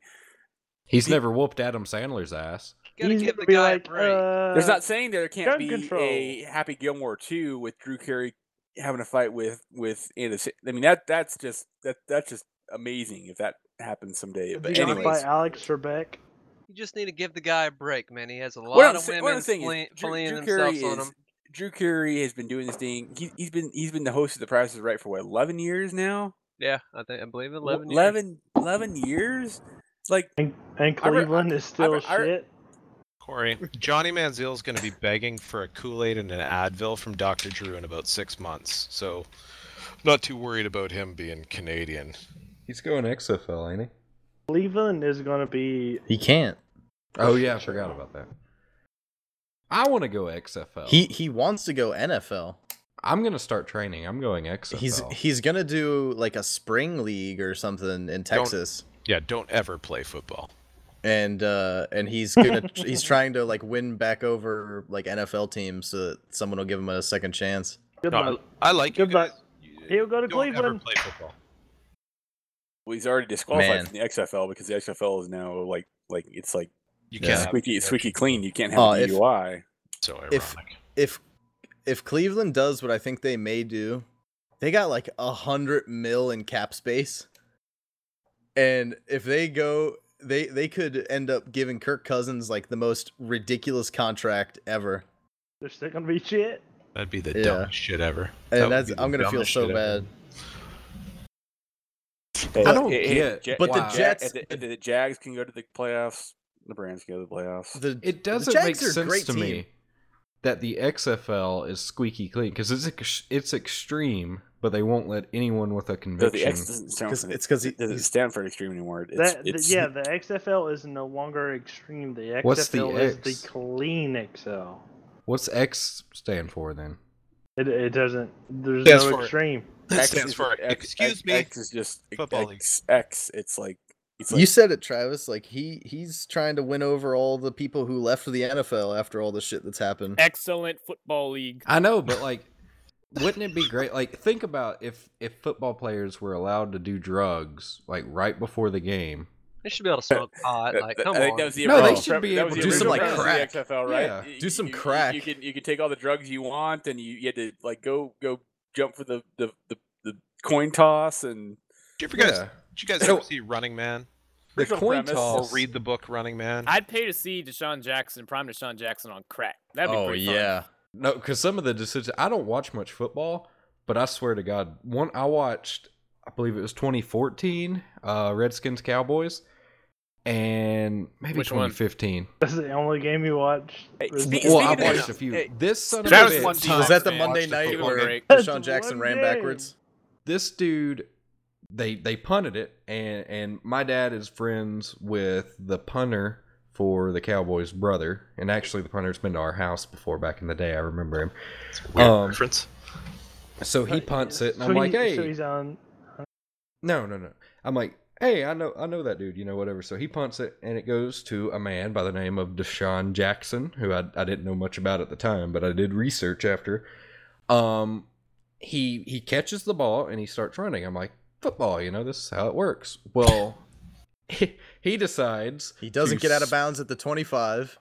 [SPEAKER 2] He's never whooped Adam Sandler's ass.
[SPEAKER 8] you gotta
[SPEAKER 6] He's
[SPEAKER 8] give
[SPEAKER 6] gonna
[SPEAKER 8] the
[SPEAKER 6] be
[SPEAKER 8] guy
[SPEAKER 6] like,
[SPEAKER 8] a break.
[SPEAKER 6] Uh,
[SPEAKER 1] There's not saying there
[SPEAKER 6] gun
[SPEAKER 1] can't be
[SPEAKER 6] control.
[SPEAKER 1] a Happy Gilmore two with Drew Carey having a fight with with Anna. Sa- I mean that that's just that that's just amazing if that happens someday. But
[SPEAKER 8] Beyond
[SPEAKER 1] anyways,
[SPEAKER 6] by Alex Trebek.
[SPEAKER 8] you just need to give the guy a break, man. He has a lot
[SPEAKER 1] what I'm,
[SPEAKER 8] of
[SPEAKER 1] sa-
[SPEAKER 8] women
[SPEAKER 1] what I'm saying
[SPEAKER 8] fle-
[SPEAKER 1] is Drew,
[SPEAKER 8] fleeing
[SPEAKER 1] Drew Carey
[SPEAKER 8] themselves
[SPEAKER 1] is
[SPEAKER 8] on him.
[SPEAKER 1] Drew Carey has been doing this thing. He, he's been he's been the host of The Price is Right for what 11 years now.
[SPEAKER 8] Yeah, I think I believe
[SPEAKER 1] Wh-
[SPEAKER 8] eleven. years.
[SPEAKER 1] 11, 11 years. Like
[SPEAKER 6] And, and
[SPEAKER 1] I re-
[SPEAKER 6] Cleveland is
[SPEAKER 1] I
[SPEAKER 6] still
[SPEAKER 1] re- I re-
[SPEAKER 6] shit.
[SPEAKER 3] Corey, Johnny Manziel's going to be begging for a Kool Aid and an Advil from Dr. Drew in about six months. So, not too worried about him being Canadian.
[SPEAKER 2] He's going XFL, ain't he?
[SPEAKER 6] Cleveland is going to be.
[SPEAKER 4] He can't.
[SPEAKER 2] Oh yeah, I forgot about that. I want to go XFL.
[SPEAKER 4] He he wants to go NFL.
[SPEAKER 2] I'm gonna start training. I'm going XFL.
[SPEAKER 4] He's he's gonna do like a spring league or something in Texas,
[SPEAKER 3] Yeah, don't ever play football.
[SPEAKER 4] and uh, and he's
[SPEAKER 8] [laughs]
[SPEAKER 4] gonna he's trying to like win back over like NFL teams so that someone will give him a second chance.
[SPEAKER 6] Good
[SPEAKER 3] No, I-
[SPEAKER 6] luck.
[SPEAKER 3] I like you
[SPEAKER 6] Good luck.
[SPEAKER 3] guys. You-
[SPEAKER 6] He'll go to
[SPEAKER 3] don't Ever
[SPEAKER 6] Cleveland.
[SPEAKER 3] play football.
[SPEAKER 1] Well, he's already disqualified
[SPEAKER 4] Man.
[SPEAKER 1] from the XFL because the XFL is now like like it's like
[SPEAKER 3] You
[SPEAKER 4] Yeah.
[SPEAKER 3] can't. have
[SPEAKER 1] squeaky
[SPEAKER 3] it.
[SPEAKER 1] squeaky clean. You can't
[SPEAKER 4] Oh,
[SPEAKER 1] have a
[SPEAKER 4] if-
[SPEAKER 1] DUI.
[SPEAKER 3] So ironic.
[SPEAKER 4] If- If if Cleveland does what I think they may do, they got like a hundred mil in cap space, and if they go, they they could end up giving Kirk Cousins like the most ridiculous contract ever.
[SPEAKER 6] They're still going to be shit.
[SPEAKER 3] That'd be the
[SPEAKER 4] Yeah.
[SPEAKER 3] dumbest shit ever. That would
[SPEAKER 4] And that's
[SPEAKER 3] be the
[SPEAKER 4] I'm gonna feel
[SPEAKER 3] dumbest
[SPEAKER 4] so
[SPEAKER 3] shit ever.
[SPEAKER 4] bad.
[SPEAKER 2] I don't
[SPEAKER 1] Hey, hey,
[SPEAKER 2] get
[SPEAKER 1] Ja-
[SPEAKER 4] but the
[SPEAKER 2] why.
[SPEAKER 1] Ja-
[SPEAKER 4] Jets-
[SPEAKER 1] the, the, the Jags can go to the playoffs. The Brands can go to the playoffs.
[SPEAKER 4] The
[SPEAKER 2] It
[SPEAKER 4] the
[SPEAKER 2] doesn't
[SPEAKER 4] Jags
[SPEAKER 2] make
[SPEAKER 4] are a
[SPEAKER 2] sense
[SPEAKER 4] great
[SPEAKER 2] to
[SPEAKER 4] team.
[SPEAKER 2] me that the XFL is squeaky clean because it's ex- it's extreme, but they won't let anyone with a
[SPEAKER 1] Though
[SPEAKER 2] conviction.
[SPEAKER 1] the X doesn't sound.
[SPEAKER 4] 'Cause
[SPEAKER 1] For,
[SPEAKER 4] it's 'cause he-
[SPEAKER 1] doesn't
[SPEAKER 4] he's-
[SPEAKER 1] stand for extreme anymore. It's,
[SPEAKER 6] That,
[SPEAKER 1] it's,
[SPEAKER 6] the, yeah, the XFL is no longer extreme. The XFL
[SPEAKER 2] What's the
[SPEAKER 6] is
[SPEAKER 2] X?
[SPEAKER 6] the clean XL.
[SPEAKER 2] What's X stand for then?
[SPEAKER 6] It, it doesn't. There's
[SPEAKER 3] Stands
[SPEAKER 6] no
[SPEAKER 3] for-
[SPEAKER 6] extreme.
[SPEAKER 3] [laughs] That
[SPEAKER 1] X
[SPEAKER 3] stands
[SPEAKER 1] is-
[SPEAKER 3] for
[SPEAKER 1] X-
[SPEAKER 3] excuse
[SPEAKER 1] X-
[SPEAKER 3] me.
[SPEAKER 1] X is just
[SPEAKER 3] Football league.
[SPEAKER 1] X, X. It's like it's like
[SPEAKER 4] you said it, Travis. Like he he's trying to win over all the people who left for the NFL after all the shit that's happened.
[SPEAKER 7] Excellent football league.
[SPEAKER 2] I know, but like, wouldn't it be great? Like, think about if if football players were allowed to do drugs like right before the game.
[SPEAKER 8] They should be able to smoke pot.
[SPEAKER 1] That-
[SPEAKER 8] Like,
[SPEAKER 1] that-
[SPEAKER 8] come
[SPEAKER 1] I think
[SPEAKER 8] on.
[SPEAKER 1] that was the
[SPEAKER 2] No, they
[SPEAKER 1] original
[SPEAKER 2] should
[SPEAKER 1] prep-
[SPEAKER 2] be
[SPEAKER 1] that
[SPEAKER 2] able
[SPEAKER 1] was
[SPEAKER 2] to
[SPEAKER 1] the
[SPEAKER 4] do some,
[SPEAKER 1] original
[SPEAKER 4] like,
[SPEAKER 1] premise of the XFL,
[SPEAKER 4] crack.
[SPEAKER 1] right?
[SPEAKER 2] Yeah,
[SPEAKER 1] You-
[SPEAKER 4] do some
[SPEAKER 1] you- you- You,
[SPEAKER 4] crack.
[SPEAKER 1] can you can take all the drugs you want, and you, you had to like go go jump for the the, the, the coin toss and
[SPEAKER 3] Did you ever guys?
[SPEAKER 2] Yeah.
[SPEAKER 3] Did you guys
[SPEAKER 2] So-
[SPEAKER 3] ever see Running Man
[SPEAKER 2] The
[SPEAKER 1] original
[SPEAKER 2] coin
[SPEAKER 1] premise-
[SPEAKER 3] or
[SPEAKER 2] toss.
[SPEAKER 3] read the book Running Man?
[SPEAKER 7] I'd pay to see Deshaun Jackson, prime Deshaun Jackson on crack. That'd be
[SPEAKER 4] oh
[SPEAKER 7] pretty fun.
[SPEAKER 4] yeah,
[SPEAKER 2] No, because some of the decisions. I don't watch much football, but I swear to God, one I watched. I believe it was 2014, uh, Redskins Cowboys, and maybe
[SPEAKER 7] Which one?
[SPEAKER 2] 2015.
[SPEAKER 6] That's the only game you watch.
[SPEAKER 1] Hey,
[SPEAKER 6] Is
[SPEAKER 1] speak-
[SPEAKER 6] it-
[SPEAKER 2] Well, I
[SPEAKER 1] Speaking of-
[SPEAKER 2] watched a few.
[SPEAKER 1] hey,
[SPEAKER 2] this son of a
[SPEAKER 7] that was
[SPEAKER 2] bitch.
[SPEAKER 7] one time.
[SPEAKER 4] was that the
[SPEAKER 7] man.
[SPEAKER 4] Monday
[SPEAKER 7] Watch the
[SPEAKER 4] night
[SPEAKER 7] football
[SPEAKER 4] where
[SPEAKER 7] break.
[SPEAKER 6] That's
[SPEAKER 4] Deshaun Jackson
[SPEAKER 6] one
[SPEAKER 4] ran
[SPEAKER 6] game.
[SPEAKER 4] backwards?
[SPEAKER 2] this dude they they punted it and and my dad is friends with the punter for the Cowboys brother and actually the punter's been to our house before back in the day I remember him
[SPEAKER 3] Weird
[SPEAKER 2] um,
[SPEAKER 3] reference.
[SPEAKER 2] so he punts it and
[SPEAKER 6] so
[SPEAKER 2] I'm like
[SPEAKER 6] he- so
[SPEAKER 2] hey
[SPEAKER 6] he's on.
[SPEAKER 2] no no no I'm like hey I know I know that dude you know whatever so he punts it and it goes to a man by the name of Deshaun Jackson who I, I didn't know much about at the time but I did research after um he he catches the ball and he starts running i'm like football you know this is how it works well [laughs] he, he decides
[SPEAKER 4] He doesn't
[SPEAKER 2] to
[SPEAKER 4] get out of
[SPEAKER 2] s-
[SPEAKER 4] bounds at the 25.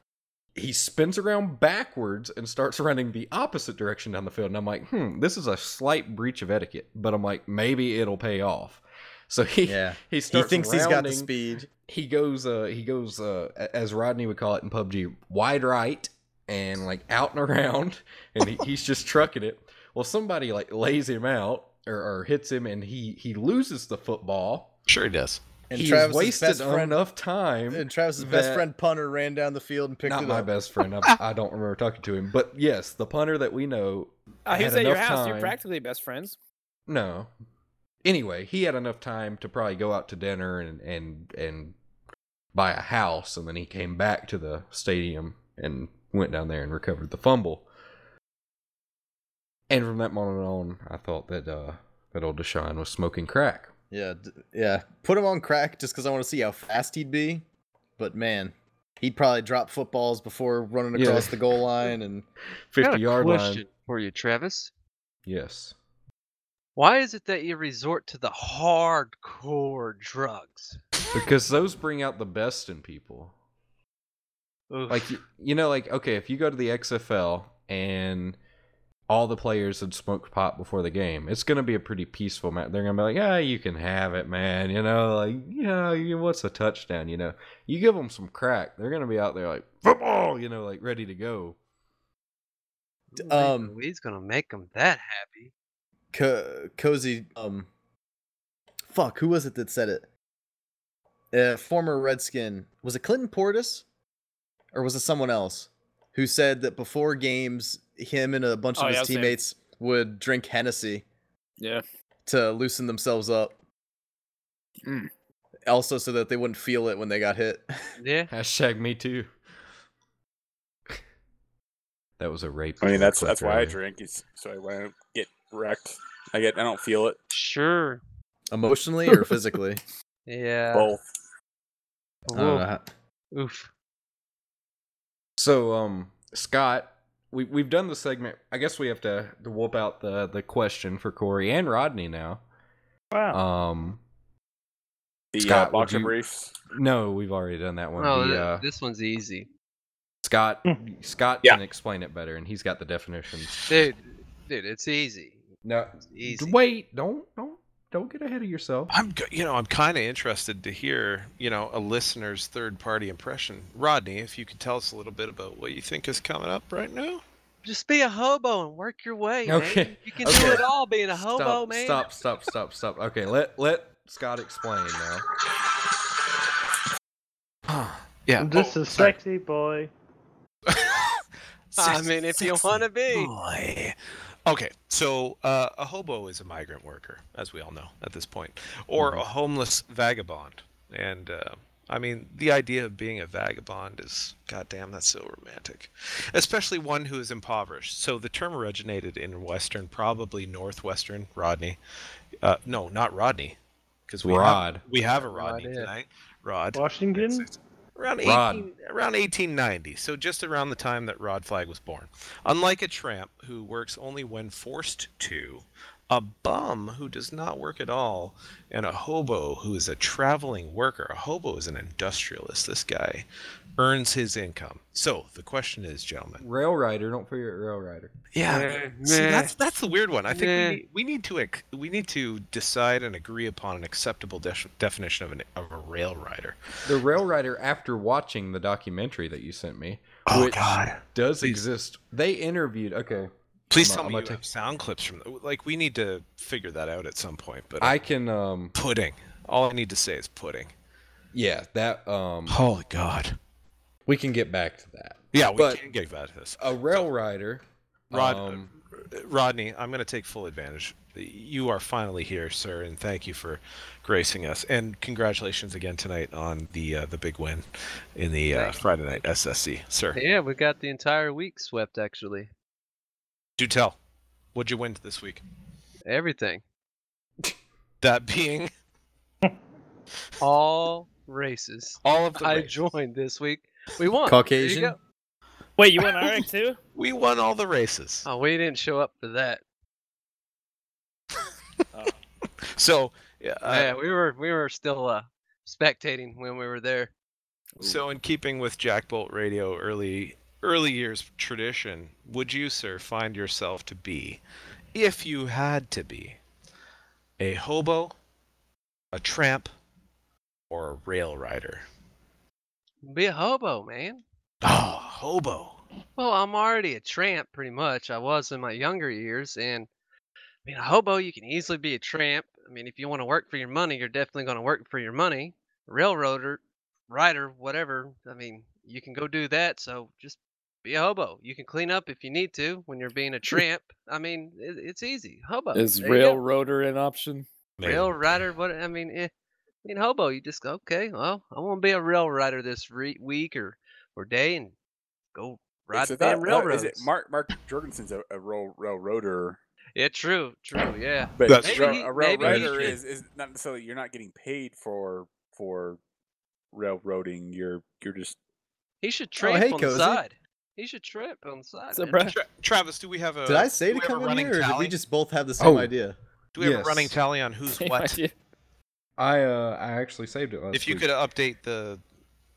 [SPEAKER 2] he spins around backwards and starts running the opposite direction down the field and i'm like hmm this is a slight breach of etiquette but i'm like maybe it'll pay off so he
[SPEAKER 4] Yeah,
[SPEAKER 2] he
[SPEAKER 4] he
[SPEAKER 2] starts
[SPEAKER 4] thinks he's got the
[SPEAKER 2] rounding
[SPEAKER 4] speed.
[SPEAKER 2] he goes uh he goes uh a- as rodney would call it in pubg wide right and like out and around [laughs] and he, he's just trucking it well somebody like lays him out or, or hits him and he he loses the football
[SPEAKER 3] Sure, he does.
[SPEAKER 4] And
[SPEAKER 2] he's
[SPEAKER 4] Travis's
[SPEAKER 2] wasted
[SPEAKER 4] best friend-
[SPEAKER 2] enough time
[SPEAKER 4] And Travis's best
[SPEAKER 2] that-
[SPEAKER 4] friend punter ran down the field and picked
[SPEAKER 2] not
[SPEAKER 4] it
[SPEAKER 2] my
[SPEAKER 4] up.
[SPEAKER 2] best friend I, I don't remember talking to him but yes the punter that we know
[SPEAKER 7] Uh, he
[SPEAKER 2] Had
[SPEAKER 7] was at your
[SPEAKER 2] enough
[SPEAKER 7] house. You're
[SPEAKER 2] time.
[SPEAKER 7] practically best friends.
[SPEAKER 2] No. Anyway, he had enough time to probably go out to dinner and and and buy a house, and then he came back to the stadium and went down there and recovered the fumble. And from that moment on, I thought that uh, that old Deshaun was smoking crack.
[SPEAKER 4] Yeah, d- yeah. Put him on crack just because I want to see how fast he'd be. But man, he'd probably drop footballs before running
[SPEAKER 2] Yeah.
[SPEAKER 4] across the goal line and
[SPEAKER 2] Fifty yard
[SPEAKER 8] question
[SPEAKER 2] line.
[SPEAKER 8] for you, Travis.
[SPEAKER 2] Yes.
[SPEAKER 8] Why is it that you resort to the hardcore drugs?
[SPEAKER 2] Because those bring out the best in people.
[SPEAKER 8] Oof.
[SPEAKER 2] like y- you know like okay if you go to the xfl and all the players had smoked pot before the game it's gonna be a pretty peaceful match they're gonna be like yeah you can have it man you know like you know you- what's a touchdown you know you give them some crack they're gonna be out there like football you know like ready to go
[SPEAKER 4] d-
[SPEAKER 8] um,
[SPEAKER 4] um,
[SPEAKER 8] he's gonna make him that happy.
[SPEAKER 4] co- cozy. Um, fuck, who was it that said it? Uh, former Redskin was it Clinton Portis, or was it someone else who said that before games, him and a bunch of
[SPEAKER 7] Oh, yeah, it
[SPEAKER 4] his
[SPEAKER 7] was him.
[SPEAKER 4] teammates would drink Hennessy
[SPEAKER 7] Yeah.
[SPEAKER 4] to loosen themselves up.
[SPEAKER 7] Mm.
[SPEAKER 4] Also, so that they wouldn't feel it when they got hit. [laughs]
[SPEAKER 8] Yeah.
[SPEAKER 2] Hashtag me too. [laughs] That was a rape.
[SPEAKER 1] I mean, that's
[SPEAKER 2] clip
[SPEAKER 1] that's why I
[SPEAKER 2] earlier.
[SPEAKER 1] drink. Is so I won't get wrecked. I get. I don't feel it.
[SPEAKER 8] Sure.
[SPEAKER 4] Emotionally or physically?
[SPEAKER 8] Yeah.
[SPEAKER 1] Both.
[SPEAKER 4] I don't know
[SPEAKER 8] Whoa.
[SPEAKER 4] how-
[SPEAKER 8] Oof.
[SPEAKER 2] So, um, Scott, we we've done the segment. I guess we have to, to whoop out the the question for Corey and Rodney now.
[SPEAKER 6] [laughs] Wow.
[SPEAKER 2] Um,
[SPEAKER 1] The uh,
[SPEAKER 2] Scott, would
[SPEAKER 1] boxer
[SPEAKER 2] you-
[SPEAKER 1] briefs.
[SPEAKER 2] no, we've already done that one.
[SPEAKER 8] No,
[SPEAKER 2] The,
[SPEAKER 8] th-
[SPEAKER 2] uh,
[SPEAKER 8] this one's easy,
[SPEAKER 2] Scott
[SPEAKER 6] Hmm.
[SPEAKER 2] Scott
[SPEAKER 1] Yeah.
[SPEAKER 2] can explain it better, and he's got the definitions.
[SPEAKER 8] dude. Dude, it's easy.
[SPEAKER 2] No,
[SPEAKER 8] It's easy.
[SPEAKER 2] wait, don't don't don't get ahead of yourself.
[SPEAKER 3] I'm, g- you know, I'm kind of interested to hear, you know, a listener's third-party impression. Rodney, if you could tell us a little bit about what you think is coming up right now.
[SPEAKER 8] Just be a hobo and work your way,
[SPEAKER 2] Okay,
[SPEAKER 8] man. You can
[SPEAKER 2] okay.
[SPEAKER 8] do it all being a
[SPEAKER 2] [laughs]
[SPEAKER 8] hobo,
[SPEAKER 2] stop,
[SPEAKER 8] man.
[SPEAKER 2] Stop, stop, stop, stop. Okay, let let Scott explain now.
[SPEAKER 3] yeah.
[SPEAKER 6] this is sexy boy.
[SPEAKER 8] [laughs] I mean, if you want to be.
[SPEAKER 3] Boy. Okay, so uh, a hobo is a migrant worker, as we all know at this point, or a homeless vagabond. And uh, I mean, the idea of being a vagabond is, goddamn, that's so romantic, especially one who is impoverished. So the term originated in Western, probably Northwestern, Rodney. Uh, no, not Rodney, because we
[SPEAKER 2] Rod.
[SPEAKER 3] have, we have a Rodney
[SPEAKER 8] Rod, yeah.
[SPEAKER 3] tonight. Rod.
[SPEAKER 6] Washington.
[SPEAKER 3] That's it. Around,
[SPEAKER 2] Rod.
[SPEAKER 3] 18, around 1890, so just around the time that Rod Flagg was born. Unlike a tramp who works only when forced to, a bum who does not work at all, and a hobo who is a traveling worker. A hobo is an industrialist. This guy earns his income. So the question is, gentlemen.
[SPEAKER 2] Rail rider, don't forget rail rider.
[SPEAKER 3] Yeah,
[SPEAKER 8] Meh,
[SPEAKER 3] see,
[SPEAKER 8] meh.
[SPEAKER 3] that's that's the weird one. I think
[SPEAKER 8] Meh.
[SPEAKER 3] we, need, we need to ex- we need to decide and agree upon an acceptable de- definition of an of a rail rider.
[SPEAKER 2] The rail rider, after watching the documentary that you sent me,
[SPEAKER 3] Oh
[SPEAKER 2] which
[SPEAKER 3] God.
[SPEAKER 2] does
[SPEAKER 3] Please.
[SPEAKER 2] exist. They interviewed. Okay,
[SPEAKER 3] Please
[SPEAKER 2] I'm
[SPEAKER 3] tell
[SPEAKER 2] a- I'm
[SPEAKER 3] me
[SPEAKER 2] a
[SPEAKER 3] you
[SPEAKER 2] tech-
[SPEAKER 3] have sound clips from. Like we need to figure that out at some point. But
[SPEAKER 2] I can. Um,
[SPEAKER 3] pudding. All I need to say is pudding.
[SPEAKER 2] yeah, that. Um,
[SPEAKER 3] Holy God.
[SPEAKER 2] we can get back to that.
[SPEAKER 3] Yeah, we
[SPEAKER 2] But-
[SPEAKER 3] can get back to this.
[SPEAKER 2] A rail rider.
[SPEAKER 3] Rod,
[SPEAKER 2] um,
[SPEAKER 3] uh, Rodney, I'm going to take full advantage. You are finally here, sir, and thank you for gracing us. And congratulations again tonight on the uh, the big win in the uh, Friday night SSC, sir.
[SPEAKER 8] Yeah, we got the entire week swept, actually.
[SPEAKER 3] Do tell, what'd you win this week?
[SPEAKER 8] Everything.
[SPEAKER 3] That being
[SPEAKER 8] All races.
[SPEAKER 3] all of the
[SPEAKER 8] I
[SPEAKER 3] races.
[SPEAKER 8] joined this week. We won.
[SPEAKER 4] Caucasian?
[SPEAKER 8] There you go.
[SPEAKER 7] Wait, you went Iraq too?
[SPEAKER 3] We won all the races.
[SPEAKER 8] Oh, we didn't show up for that.
[SPEAKER 3] So, yeah, uh,
[SPEAKER 8] yeah, we were we were still uh, spectating when we were there.
[SPEAKER 3] So, in keeping with Jack Bolt Radio early early years tradition, would you, sir, find yourself to be, if you had to be, a hobo, a tramp, or a rail rider?
[SPEAKER 8] Be a hobo, man.
[SPEAKER 3] Oh,
[SPEAKER 4] Ah.
[SPEAKER 3] hobo.
[SPEAKER 8] Well, I'm already a tramp, pretty much. I was in my younger years, and I mean, a hobo, you can easily be a tramp. I mean, if you want to work for your money, you're definitely going to work for your money. Railroader, rider, whatever. I mean, you can go do that. So just be a hobo. You can clean up if you need to when
[SPEAKER 1] [laughs]
[SPEAKER 8] you're being a tramp. I mean, it, it's easy.
[SPEAKER 9] [laughs]
[SPEAKER 8] Hobo.
[SPEAKER 9] Is
[SPEAKER 8] There you go.
[SPEAKER 9] railroader an option?
[SPEAKER 3] Man,
[SPEAKER 8] rail rider. What I mean, eh, I mean, hobo. You just go, okay. Well, I want to be a rail rider this re- week or or day and go ride
[SPEAKER 1] Is
[SPEAKER 8] the
[SPEAKER 1] it that-
[SPEAKER 8] damn
[SPEAKER 1] that- oh, is
[SPEAKER 8] railroads.
[SPEAKER 1] it- Mark Mark Jorgensen's a, a rail, railroader,
[SPEAKER 8] yeah, true, true. Yeah,
[SPEAKER 1] but
[SPEAKER 3] That's
[SPEAKER 1] rail-
[SPEAKER 8] true.
[SPEAKER 1] a
[SPEAKER 8] Maybe he- maybe he
[SPEAKER 1] railroader
[SPEAKER 8] should.
[SPEAKER 1] is is not necessarily. You're not getting paid for for railroading. You're you're just
[SPEAKER 8] he should tramp
[SPEAKER 4] Oh, hey,
[SPEAKER 8] on
[SPEAKER 4] Cozy.
[SPEAKER 8] the side. He should tramp on the side.
[SPEAKER 9] So,
[SPEAKER 8] man.
[SPEAKER 9] bruh,
[SPEAKER 3] Tra- Travis, do we have a
[SPEAKER 4] Did I say
[SPEAKER 3] do uh,
[SPEAKER 4] to
[SPEAKER 3] we have a
[SPEAKER 4] come in
[SPEAKER 3] running
[SPEAKER 4] here, or did
[SPEAKER 3] tally?
[SPEAKER 4] we just both have the same
[SPEAKER 2] Oh.
[SPEAKER 4] idea?
[SPEAKER 3] do we have
[SPEAKER 2] Yes.
[SPEAKER 3] a running tally on
[SPEAKER 6] [laughs]
[SPEAKER 3] who's
[SPEAKER 9] same
[SPEAKER 3] what?
[SPEAKER 9] idea.
[SPEAKER 2] I uh, I actually saved it. Last
[SPEAKER 3] If you
[SPEAKER 2] week.
[SPEAKER 3] could uh, update the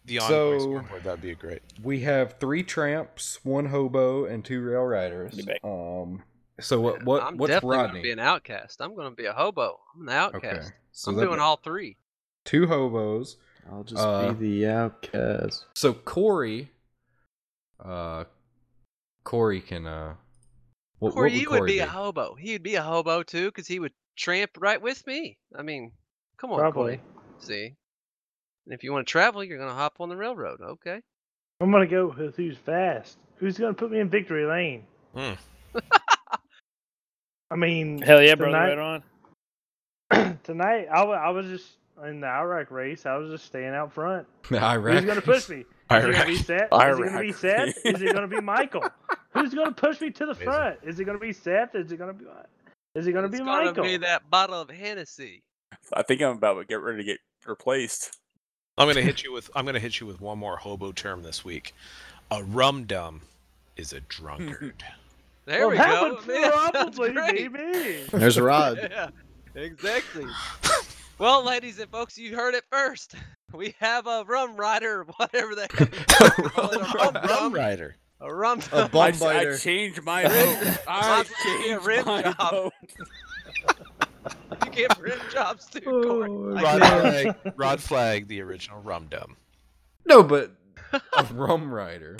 [SPEAKER 3] the
[SPEAKER 2] So-
[SPEAKER 3] ongoing scoreboard, that'd be great.
[SPEAKER 2] We have three tramps, one hobo, and two rail riders.
[SPEAKER 9] You bet.
[SPEAKER 2] Um. So what? What?
[SPEAKER 8] I'm
[SPEAKER 2] what's
[SPEAKER 8] definitely gonna
[SPEAKER 2] Rodney?
[SPEAKER 8] be an outcast. I'm gonna be a hobo. I'm an outcast.
[SPEAKER 2] So
[SPEAKER 8] I'm
[SPEAKER 2] that-
[SPEAKER 8] doing all three.
[SPEAKER 2] two hobos.
[SPEAKER 4] I'll
[SPEAKER 2] just Uh,
[SPEAKER 4] be the outcast.
[SPEAKER 2] So Corey. Uh, Corey can uh. What,
[SPEAKER 8] Corey,
[SPEAKER 2] what
[SPEAKER 8] you
[SPEAKER 2] would Corey
[SPEAKER 8] would be,
[SPEAKER 2] be? [laughs]
[SPEAKER 8] a hobo. He'd be a hobo too, because he would tramp right with me. I mean, come on,
[SPEAKER 6] Probably.
[SPEAKER 8] Corey. See, and if you want to travel, you're gonna hop on the railroad. Okay.
[SPEAKER 6] I'm gonna go with who's fast. Who's gonna put me in victory lane?
[SPEAKER 3] Hmm.
[SPEAKER 6] [laughs] I mean,
[SPEAKER 9] Hell yeah, brother.
[SPEAKER 6] Tonight-
[SPEAKER 9] Right on.
[SPEAKER 6] [clears throat] tonight I wa- I was just in the Iraq race. I was just staying out front.
[SPEAKER 2] Iraq.
[SPEAKER 6] Who's gonna
[SPEAKER 2] [laughs]
[SPEAKER 6] push me? Is it gonna be Seth? Is it gonna be
[SPEAKER 1] Iraq
[SPEAKER 6] Seth?
[SPEAKER 1] race.
[SPEAKER 6] Is it gonna be Michael? Who's gonna push me to the
[SPEAKER 3] Amazing.
[SPEAKER 6] front? Is it gonna be Seth? Is it gonna be? Is it gonna
[SPEAKER 8] it's
[SPEAKER 6] be
[SPEAKER 8] gonna
[SPEAKER 6] Michael?
[SPEAKER 8] be that bottle of Hennessy.
[SPEAKER 1] I think I'm about to get ready to get replaced.
[SPEAKER 3] I'm gonna hit you with I'm gonna hit you with one more hobo term this week. A rum dum is a drunkard.
[SPEAKER 8] There
[SPEAKER 6] well,
[SPEAKER 8] we
[SPEAKER 6] that
[SPEAKER 8] go. [laughs]
[SPEAKER 6] would
[SPEAKER 8] I mean, that sounds
[SPEAKER 6] probably be
[SPEAKER 8] great.
[SPEAKER 6] me.
[SPEAKER 4] There's
[SPEAKER 8] [laughs]
[SPEAKER 4] Rod.
[SPEAKER 8] Yeah, exactly. well, ladies and folks, you heard it first. [laughs] We have a rum rider, [laughs] or whatever the heck. we
[SPEAKER 1] [laughs]
[SPEAKER 2] [laughs]
[SPEAKER 8] call it, a rum dum,
[SPEAKER 3] rider.
[SPEAKER 8] A rum dum. [laughs]
[SPEAKER 4] A
[SPEAKER 1] I,
[SPEAKER 4] bum
[SPEAKER 1] s- I
[SPEAKER 4] biter.
[SPEAKER 1] changed my
[SPEAKER 4] [laughs]
[SPEAKER 1] vote. I
[SPEAKER 8] Mine's gonna be a
[SPEAKER 1] changed
[SPEAKER 8] rib
[SPEAKER 1] my
[SPEAKER 8] job.
[SPEAKER 1] vote.
[SPEAKER 8] You
[SPEAKER 1] [laughs]
[SPEAKER 8] give rib jobs to
[SPEAKER 6] Oh,
[SPEAKER 8] Corey.
[SPEAKER 3] [laughs] Rod flag, Rod flag, the original rum dum.
[SPEAKER 2] No, but a rum rider.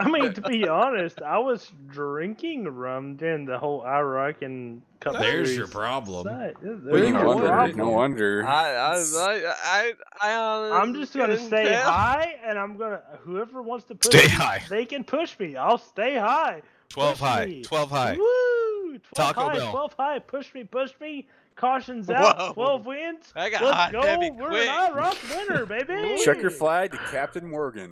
[SPEAKER 6] I mean, to be honest, I was drinking rum during the whole Iraq and Cup
[SPEAKER 2] There's your
[SPEAKER 6] Series
[SPEAKER 2] problem.
[SPEAKER 6] site. There's
[SPEAKER 2] Well, you
[SPEAKER 6] your
[SPEAKER 2] can
[SPEAKER 1] no
[SPEAKER 2] wonder.
[SPEAKER 1] wonder.
[SPEAKER 6] problem.
[SPEAKER 1] No wonder.
[SPEAKER 8] I, I, I, I, I uh, honestly
[SPEAKER 6] I'm just gonna
[SPEAKER 8] couldn't
[SPEAKER 6] stay
[SPEAKER 8] tell.
[SPEAKER 6] high, and I'm gonna whoever wants to push
[SPEAKER 3] Stay
[SPEAKER 6] me,
[SPEAKER 3] high.
[SPEAKER 6] They can push me. I'll stay high.
[SPEAKER 3] Twelve
[SPEAKER 6] Push
[SPEAKER 3] high.
[SPEAKER 6] me.
[SPEAKER 3] Twelve high.
[SPEAKER 6] Woo! 12
[SPEAKER 3] Taco
[SPEAKER 6] high,
[SPEAKER 3] Bell.
[SPEAKER 6] 12 high. Push me, push me. Cautions out.
[SPEAKER 8] Whoa.
[SPEAKER 6] 12 wins.
[SPEAKER 8] I got
[SPEAKER 6] Let's
[SPEAKER 8] hot,
[SPEAKER 6] go.
[SPEAKER 8] heavy,
[SPEAKER 6] We're
[SPEAKER 8] quick.
[SPEAKER 6] an IROC
[SPEAKER 8] [laughs]
[SPEAKER 6] winner, baby.
[SPEAKER 1] Checker flag to Captain Morgan.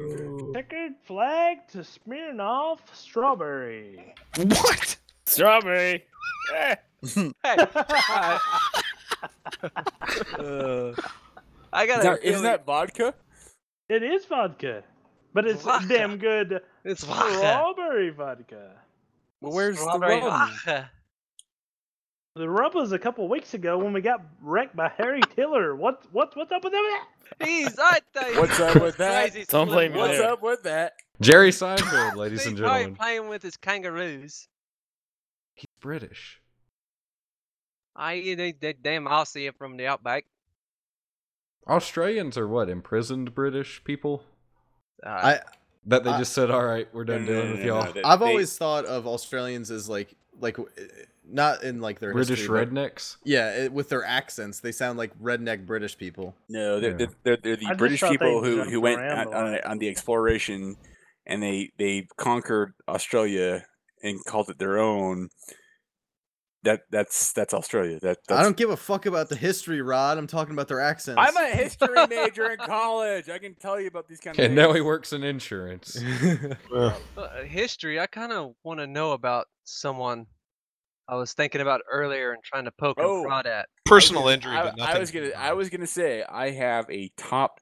[SPEAKER 6] Checkered flag to Smirnoff Strawberry.
[SPEAKER 3] What?
[SPEAKER 9] Strawberry. Eh.
[SPEAKER 8] Hey,
[SPEAKER 6] [laughs]
[SPEAKER 8] [laughs] I got
[SPEAKER 1] Now,
[SPEAKER 8] a
[SPEAKER 1] isn't that vodka?
[SPEAKER 6] It is vodka, but it's
[SPEAKER 8] Vodka.
[SPEAKER 6] damn good
[SPEAKER 8] it's vodka.
[SPEAKER 6] strawberry vodka.
[SPEAKER 1] Well, where's the
[SPEAKER 8] Strawberry
[SPEAKER 1] [laughs] rum?
[SPEAKER 8] vodka.
[SPEAKER 6] The rub was a couple weeks ago when we got wrecked by Harry Tiller. What what what's up with that?
[SPEAKER 8] [laughs] Jeez, I tell you,
[SPEAKER 1] What's up with that?
[SPEAKER 8] crazy
[SPEAKER 9] Don't blame
[SPEAKER 8] split
[SPEAKER 9] me
[SPEAKER 8] one.
[SPEAKER 1] What's
[SPEAKER 9] there.
[SPEAKER 1] up with that?
[SPEAKER 2] Jerry Seinfeld,
[SPEAKER 8] [laughs]
[SPEAKER 2] ladies and
[SPEAKER 8] He's probably
[SPEAKER 2] gentlemen.
[SPEAKER 8] playing with his kangaroos.
[SPEAKER 2] He's British.
[SPEAKER 8] I you know, that damn Aussie from the outback.
[SPEAKER 2] Australians are what imprisoned British people
[SPEAKER 8] Uh,
[SPEAKER 4] I
[SPEAKER 2] that they
[SPEAKER 4] I-
[SPEAKER 2] just said, "All right, we're done
[SPEAKER 1] No, no,
[SPEAKER 2] dealing
[SPEAKER 1] no,
[SPEAKER 2] with
[SPEAKER 1] no,
[SPEAKER 2] y'all."
[SPEAKER 1] no, that
[SPEAKER 4] I've
[SPEAKER 1] Mm, they-
[SPEAKER 4] always thought of Australians as like like w- eh, not in like their
[SPEAKER 2] British
[SPEAKER 4] history, but-
[SPEAKER 2] rednecks.
[SPEAKER 4] Yeah, it, with their accents, they sound like redneck British people.
[SPEAKER 1] No, they're,
[SPEAKER 2] Yeah.
[SPEAKER 1] they're, they're, they're the
[SPEAKER 6] I just
[SPEAKER 1] British
[SPEAKER 6] thought they
[SPEAKER 1] people who,
[SPEAKER 6] jumped
[SPEAKER 1] who went
[SPEAKER 6] around
[SPEAKER 1] on,
[SPEAKER 6] a
[SPEAKER 1] on,
[SPEAKER 6] lot.
[SPEAKER 1] a- on the exploration and they, they conquered Australia and called it their own. That that's that's Australia. That that's,
[SPEAKER 4] I don't give a fuck about the history, Rod. I'm talking about their accents.
[SPEAKER 1] I'm a
[SPEAKER 4] [laughs]
[SPEAKER 1] history major in college. I can tell you about these kind of
[SPEAKER 2] And now he works
[SPEAKER 1] [laughs]
[SPEAKER 2] in insurance.
[SPEAKER 4] [laughs]
[SPEAKER 8] uh, history, I kind of want to know about someone I was thinking about earlier and trying to poke
[SPEAKER 1] Oh.
[SPEAKER 8] and prod at.
[SPEAKER 3] Personal
[SPEAKER 1] I-
[SPEAKER 3] injury,
[SPEAKER 1] I,
[SPEAKER 3] but nothing.
[SPEAKER 1] I was gonna. I was gonna say I have a top.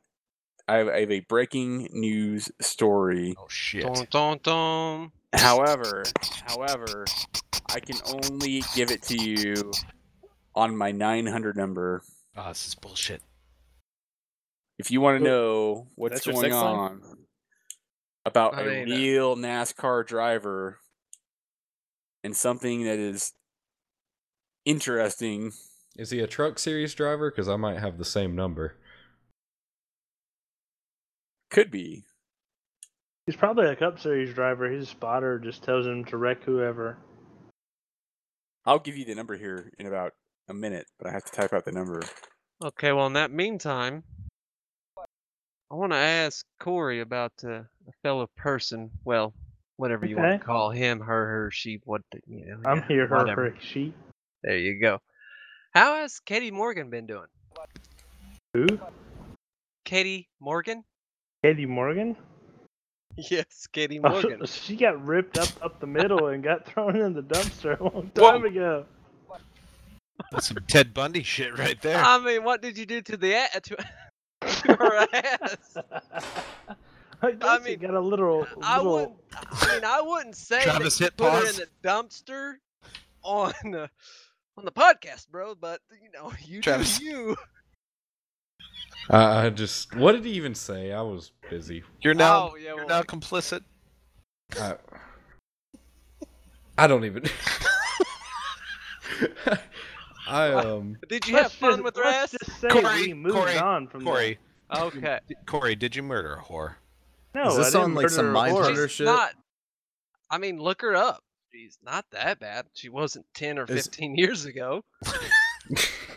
[SPEAKER 1] I have, I have a breaking news story.
[SPEAKER 3] Oh shit.
[SPEAKER 8] Dun, dun, dun.
[SPEAKER 1] However, however, I can only give it to you on my 900 number.
[SPEAKER 3] Ah, this is bullshit.
[SPEAKER 1] If you want to know what's
[SPEAKER 9] that's your
[SPEAKER 1] going
[SPEAKER 9] sex line?
[SPEAKER 1] on about
[SPEAKER 8] I
[SPEAKER 1] a
[SPEAKER 8] mean, uh,
[SPEAKER 1] real NASCAR driver and something that is interesting,
[SPEAKER 2] Is he a truck series driver? Because I might have the same number.
[SPEAKER 1] could be.
[SPEAKER 6] He's probably a Cup Series driver. His spotter just tells him to wreck whoever.
[SPEAKER 1] I'll give you the number here in about a minute, but I have to type out the number.
[SPEAKER 8] Okay, well, in that meantime, I want to ask Corey about uh, a fellow person. Well, whatever you want
[SPEAKER 6] Okay.
[SPEAKER 8] to call him, her, her, she, what, the- you know.
[SPEAKER 6] I'm
[SPEAKER 8] yeah,
[SPEAKER 6] here, her,
[SPEAKER 8] whatever.
[SPEAKER 6] her, she.
[SPEAKER 8] There you go. How has Katie Morgan been doing?
[SPEAKER 6] Who?
[SPEAKER 8] Katie Morgan?
[SPEAKER 6] Katie Morgan? [laughs]
[SPEAKER 8] Yes, Katie
[SPEAKER 6] Oh,
[SPEAKER 8] Morgan.
[SPEAKER 6] she got ripped up up the middle and got [laughs] thrown in the dumpster a long
[SPEAKER 3] Whoa.
[SPEAKER 6] time ago. [laughs]
[SPEAKER 3] That's Ah, some Ted Bundy shit right there.
[SPEAKER 8] I mean, what did you do to the a- to, [laughs] to [laughs] her ass?
[SPEAKER 6] I guess
[SPEAKER 8] mean,
[SPEAKER 6] it got a little.
[SPEAKER 8] I
[SPEAKER 6] little-
[SPEAKER 8] wouldn't. I mean, I wouldn't say
[SPEAKER 3] Travis,
[SPEAKER 8] that you
[SPEAKER 3] hit
[SPEAKER 8] put her in
[SPEAKER 3] pause.
[SPEAKER 8] the dumpster on uh, on the podcast, bro. But you know, [laughs] you
[SPEAKER 3] Travis.
[SPEAKER 8] do you.
[SPEAKER 2] I I just. What did he even say? I was busy.
[SPEAKER 3] You're now
[SPEAKER 8] Oh, yeah,
[SPEAKER 3] you're
[SPEAKER 8] well,
[SPEAKER 3] now
[SPEAKER 8] we-
[SPEAKER 3] complicit.
[SPEAKER 2] I, I don't even. [laughs] I um.
[SPEAKER 8] Did you have
[SPEAKER 6] Let's
[SPEAKER 8] fun
[SPEAKER 6] just-
[SPEAKER 8] with her
[SPEAKER 6] let's
[SPEAKER 8] ass?
[SPEAKER 6] just say
[SPEAKER 3] Corey,
[SPEAKER 6] we moved
[SPEAKER 3] Corey,
[SPEAKER 6] on from
[SPEAKER 3] Corey.
[SPEAKER 8] Okay.
[SPEAKER 3] [laughs] Corey, did you murder a whore?
[SPEAKER 6] That. No,
[SPEAKER 4] Is
[SPEAKER 6] I
[SPEAKER 4] this
[SPEAKER 6] didn't
[SPEAKER 4] on, like,
[SPEAKER 6] murder
[SPEAKER 4] some
[SPEAKER 6] or
[SPEAKER 4] mind
[SPEAKER 6] whore.
[SPEAKER 4] hunter
[SPEAKER 8] She's
[SPEAKER 4] shit?
[SPEAKER 8] not. I mean, look her up. She's not that bad. She wasn't ten or
[SPEAKER 3] [laughs]
[SPEAKER 4] Is-
[SPEAKER 8] fifteen years ago.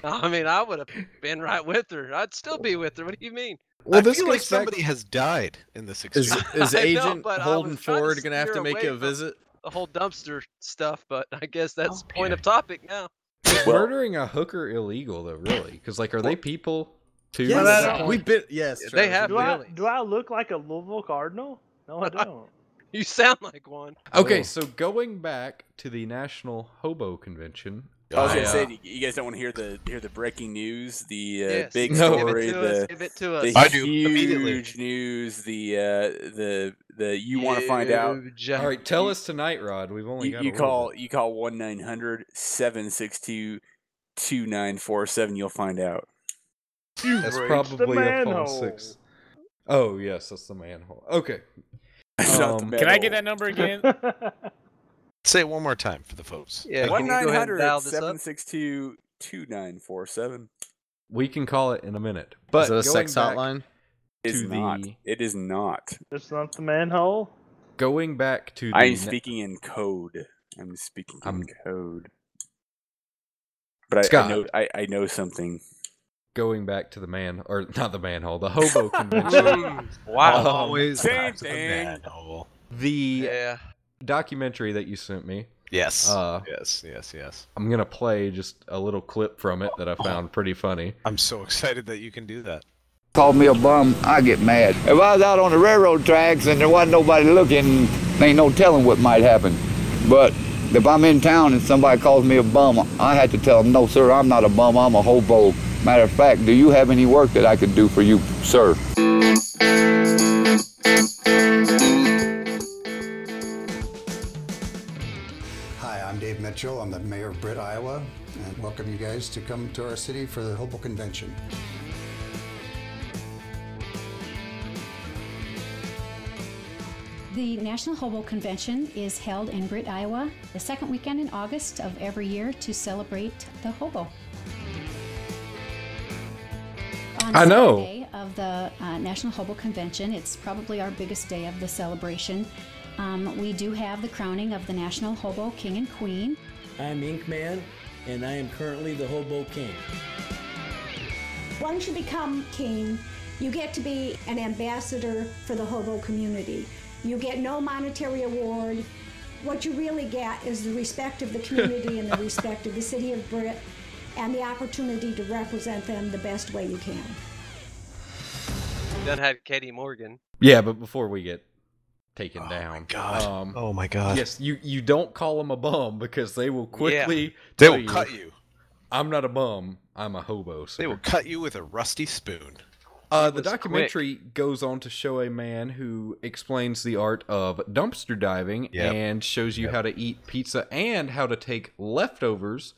[SPEAKER 8] I mean, I would have been right with her. I'd still be with her. What do you mean?
[SPEAKER 3] Well,
[SPEAKER 4] I
[SPEAKER 3] this
[SPEAKER 4] feel
[SPEAKER 3] looks like
[SPEAKER 4] like
[SPEAKER 3] somebody has died in this [laughs]
[SPEAKER 4] Is,
[SPEAKER 3] experience.
[SPEAKER 4] is
[SPEAKER 8] I know,
[SPEAKER 4] Agent
[SPEAKER 8] but I was
[SPEAKER 4] Holden
[SPEAKER 8] trying to
[SPEAKER 4] Ford gonna have to
[SPEAKER 8] steer
[SPEAKER 4] make
[SPEAKER 8] away
[SPEAKER 4] a
[SPEAKER 8] from-
[SPEAKER 4] visit?
[SPEAKER 8] The whole dumpster stuff, but I guess that's point of topic now. [laughs]
[SPEAKER 2] Is
[SPEAKER 1] Well-
[SPEAKER 2] murdering a hooker illegal though? Really? Because like, are they people too?
[SPEAKER 6] Yes.
[SPEAKER 2] at
[SPEAKER 6] Well,
[SPEAKER 2] that
[SPEAKER 6] that-
[SPEAKER 2] point?
[SPEAKER 4] we bit. Yes,
[SPEAKER 8] Yeah, they
[SPEAKER 4] Travis,
[SPEAKER 8] have
[SPEAKER 4] we
[SPEAKER 6] Do I
[SPEAKER 8] Really?
[SPEAKER 6] do I look like a Louisville Cardinal? No,
[SPEAKER 8] [laughs]
[SPEAKER 6] I don't.
[SPEAKER 8] You sound like one.
[SPEAKER 2] Okay,
[SPEAKER 3] Oh.
[SPEAKER 2] so going back to the National Hobo Convention.
[SPEAKER 1] I was gonna
[SPEAKER 2] I, uh,
[SPEAKER 1] say, do you guys don't want to hear the hear the breaking news, the uh,
[SPEAKER 8] Yes.
[SPEAKER 1] big
[SPEAKER 2] No.
[SPEAKER 8] Give
[SPEAKER 1] story,
[SPEAKER 8] it to us.
[SPEAKER 1] the,
[SPEAKER 8] Give it to us.
[SPEAKER 1] the
[SPEAKER 3] I do, immediately.
[SPEAKER 1] huge news, the uh, the the you want to find out.
[SPEAKER 8] Huge.
[SPEAKER 2] All right, tell
[SPEAKER 8] [laughs]
[SPEAKER 2] us tonight, Rod. We've only
[SPEAKER 1] You,
[SPEAKER 2] got
[SPEAKER 1] you
[SPEAKER 2] a little
[SPEAKER 1] call
[SPEAKER 2] bit.
[SPEAKER 1] you call one 2947 You'll find out. [laughs]
[SPEAKER 2] That's
[SPEAKER 6] Breaks the
[SPEAKER 2] probably a phone
[SPEAKER 6] manhole.
[SPEAKER 2] six. Oh yes, that's the manhole. Okay,
[SPEAKER 1] It's not the
[SPEAKER 2] Um,
[SPEAKER 1] metal.
[SPEAKER 9] Can I get
[SPEAKER 2] [laughs]
[SPEAKER 9] that number
[SPEAKER 10] [laughs]
[SPEAKER 9] again?
[SPEAKER 3] Say it one more time for the folks.
[SPEAKER 8] Yeah,
[SPEAKER 1] One
[SPEAKER 8] can you go ahead and
[SPEAKER 1] 900
[SPEAKER 8] dial this up?
[SPEAKER 1] 762 2947
[SPEAKER 2] we can call it in a minute. But
[SPEAKER 4] is it a sex
[SPEAKER 2] going back-
[SPEAKER 4] hotline?
[SPEAKER 1] is
[SPEAKER 2] To
[SPEAKER 1] not.
[SPEAKER 2] the-
[SPEAKER 1] It is not.
[SPEAKER 6] [laughs] It's not the manhole.
[SPEAKER 2] Going back to the
[SPEAKER 1] I'm
[SPEAKER 2] na-
[SPEAKER 1] speaking in code. I'm speaking
[SPEAKER 2] I'm-
[SPEAKER 1] in code. But I, I
[SPEAKER 2] Scott.
[SPEAKER 1] know I, I know something.
[SPEAKER 2] going back to the man or not the manhole, the
[SPEAKER 3] [laughs]
[SPEAKER 2] hobo convention.
[SPEAKER 8] Mm, wow.
[SPEAKER 2] Um,
[SPEAKER 3] Always
[SPEAKER 1] same
[SPEAKER 3] back to the
[SPEAKER 1] thing.
[SPEAKER 3] manhole.
[SPEAKER 2] the
[SPEAKER 8] Yeah.
[SPEAKER 2] documentary that you sent me.
[SPEAKER 3] Yes.
[SPEAKER 2] Uh,
[SPEAKER 3] yes. Yes. Yes.
[SPEAKER 2] I'm gonna play just a little clip from it that I found pretty funny.
[SPEAKER 3] I'm so excited that you can do that.
[SPEAKER 10] Call me a bum, I get mad. If I was out on the railroad tracks and there wasn't nobody looking, ain't no telling what might happen. But if I'm in town and somebody calls me a bum, I had to tell them, no, sir, I'm not a bum, I'm a hobo. Matter of fact, do you have any work that I could do for you, sir?
[SPEAKER 11] Hi, I'm Dave Mitchell. I'm the mayor of Britt, Iowa, and welcome you guys to come to our city for the Hobo Convention.
[SPEAKER 12] The National Hobo Convention is held in Britt, Iowa, the second weekend in August of every year to celebrate the hobo. On
[SPEAKER 2] I know.
[SPEAKER 12] Saturday of the uh, National Hobo Convention, it's probably our biggest day of the celebration. Um, we do have the crowning of the National Hobo King and Queen.
[SPEAKER 10] I'm Ink Man, and I am currently the Hobo King.
[SPEAKER 12] Once you become king, you get to be an ambassador for the hobo community. You get no monetary award. What you really get is the respect of the community and the respect of the city of Britt and the opportunity to represent them the best way you can.
[SPEAKER 8] Done had Katie Morgan.
[SPEAKER 2] Yeah, but before we get taken
[SPEAKER 3] Oh my
[SPEAKER 2] down,
[SPEAKER 3] God.
[SPEAKER 2] Um,
[SPEAKER 3] Oh my God.
[SPEAKER 2] yes, you you don't call them a bum because they will quickly
[SPEAKER 3] They
[SPEAKER 2] tell
[SPEAKER 3] will cut you.
[SPEAKER 2] I'm not a bum. I'm a hobo. Sir.
[SPEAKER 3] They will cut you with a rusty spoon.
[SPEAKER 2] Uh, the
[SPEAKER 8] was quick.
[SPEAKER 2] documentary goes on to show a man who explains the art of dumpster diving
[SPEAKER 3] Yep.
[SPEAKER 2] and shows you how to eat pizza and how to take leftovers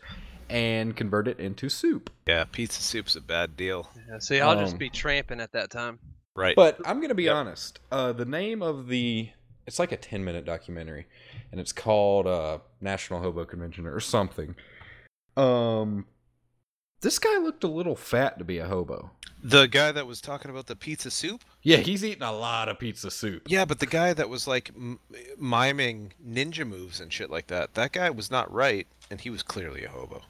[SPEAKER 2] and convert it into soup.
[SPEAKER 3] Yeah, pizza soup's a bad deal.
[SPEAKER 8] Yeah, see, I'll just
[SPEAKER 2] Um,
[SPEAKER 8] be tramping at that time.
[SPEAKER 3] Right.
[SPEAKER 2] But I'm gonna be honest. Uh, the name of the it's like a 10 minute documentary, and it's called uh, National Hobo Convention or something. Um, this guy looked a little fat to be a hobo.
[SPEAKER 3] the guy that was talking about the pizza soup.
[SPEAKER 2] Yeah, he's eating a lot of pizza soup.
[SPEAKER 3] Yeah, but the guy that was like m- miming ninja moves and shit like that. That guy was not right, and he was clearly a hobo.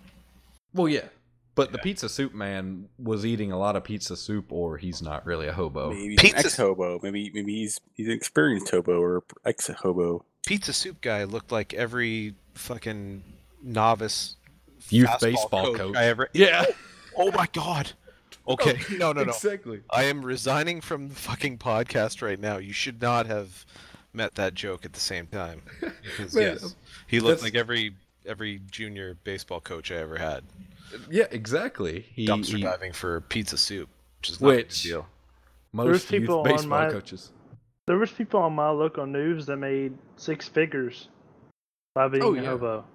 [SPEAKER 2] Well, yeah. But the pizza soup man was eating a lot of pizza soup, or he's not really a hobo.
[SPEAKER 1] Maybe he's an
[SPEAKER 3] Pizza-
[SPEAKER 1] ex hobo. Maybe maybe he's he's an experienced hobo or ex hobo.
[SPEAKER 3] Pizza soup guy looked like every fucking novice
[SPEAKER 2] Youth
[SPEAKER 3] fastball
[SPEAKER 2] baseball coach.
[SPEAKER 3] I ever.
[SPEAKER 2] Yeah,
[SPEAKER 3] Oh my god. Okay. No, no, no.
[SPEAKER 2] exactly.
[SPEAKER 3] I am resigning from the fucking podcast right now. You should not have met that joke at the same time. Because,
[SPEAKER 2] Man,
[SPEAKER 3] yes, he looked
[SPEAKER 2] that's-
[SPEAKER 3] like every every junior baseball coach I ever had.
[SPEAKER 2] Yeah, exactly. He,
[SPEAKER 3] Dumpster
[SPEAKER 2] he-
[SPEAKER 3] diving for pizza soup, which is not a good
[SPEAKER 2] Which-
[SPEAKER 3] deal.
[SPEAKER 2] Most
[SPEAKER 6] There's
[SPEAKER 2] youth
[SPEAKER 6] people on
[SPEAKER 2] baseball
[SPEAKER 6] my-
[SPEAKER 2] coaches.
[SPEAKER 6] There was people on my local news that made six figures by being
[SPEAKER 2] Oh,
[SPEAKER 6] a
[SPEAKER 2] yeah.
[SPEAKER 6] hobo.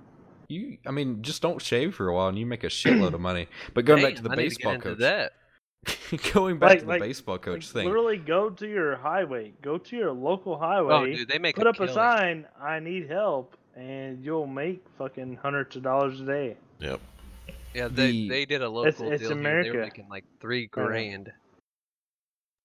[SPEAKER 2] You, I mean, just don't shave for a while, and you make a shitload of money. But going back
[SPEAKER 8] Damn,
[SPEAKER 2] to the
[SPEAKER 8] I need get
[SPEAKER 2] baseball
[SPEAKER 8] into
[SPEAKER 2] coach,
[SPEAKER 8] That.
[SPEAKER 2] [laughs] going back
[SPEAKER 6] Like-
[SPEAKER 2] to the
[SPEAKER 6] like-
[SPEAKER 2] baseball coach
[SPEAKER 6] Like,
[SPEAKER 2] thing.
[SPEAKER 6] Literally, go to your highway. Go to your local highway.
[SPEAKER 8] Oh, dude, they make
[SPEAKER 6] put
[SPEAKER 8] a
[SPEAKER 6] up a
[SPEAKER 8] killing.
[SPEAKER 6] sign. I need help, and you'll make fucking hundreds of dollars a day.
[SPEAKER 3] Yep.
[SPEAKER 8] Yeah, they,
[SPEAKER 2] The-
[SPEAKER 8] they did a local
[SPEAKER 6] it's
[SPEAKER 8] deal. Here. They
[SPEAKER 6] America.
[SPEAKER 8] were making like three
[SPEAKER 6] Yeah.
[SPEAKER 8] grand.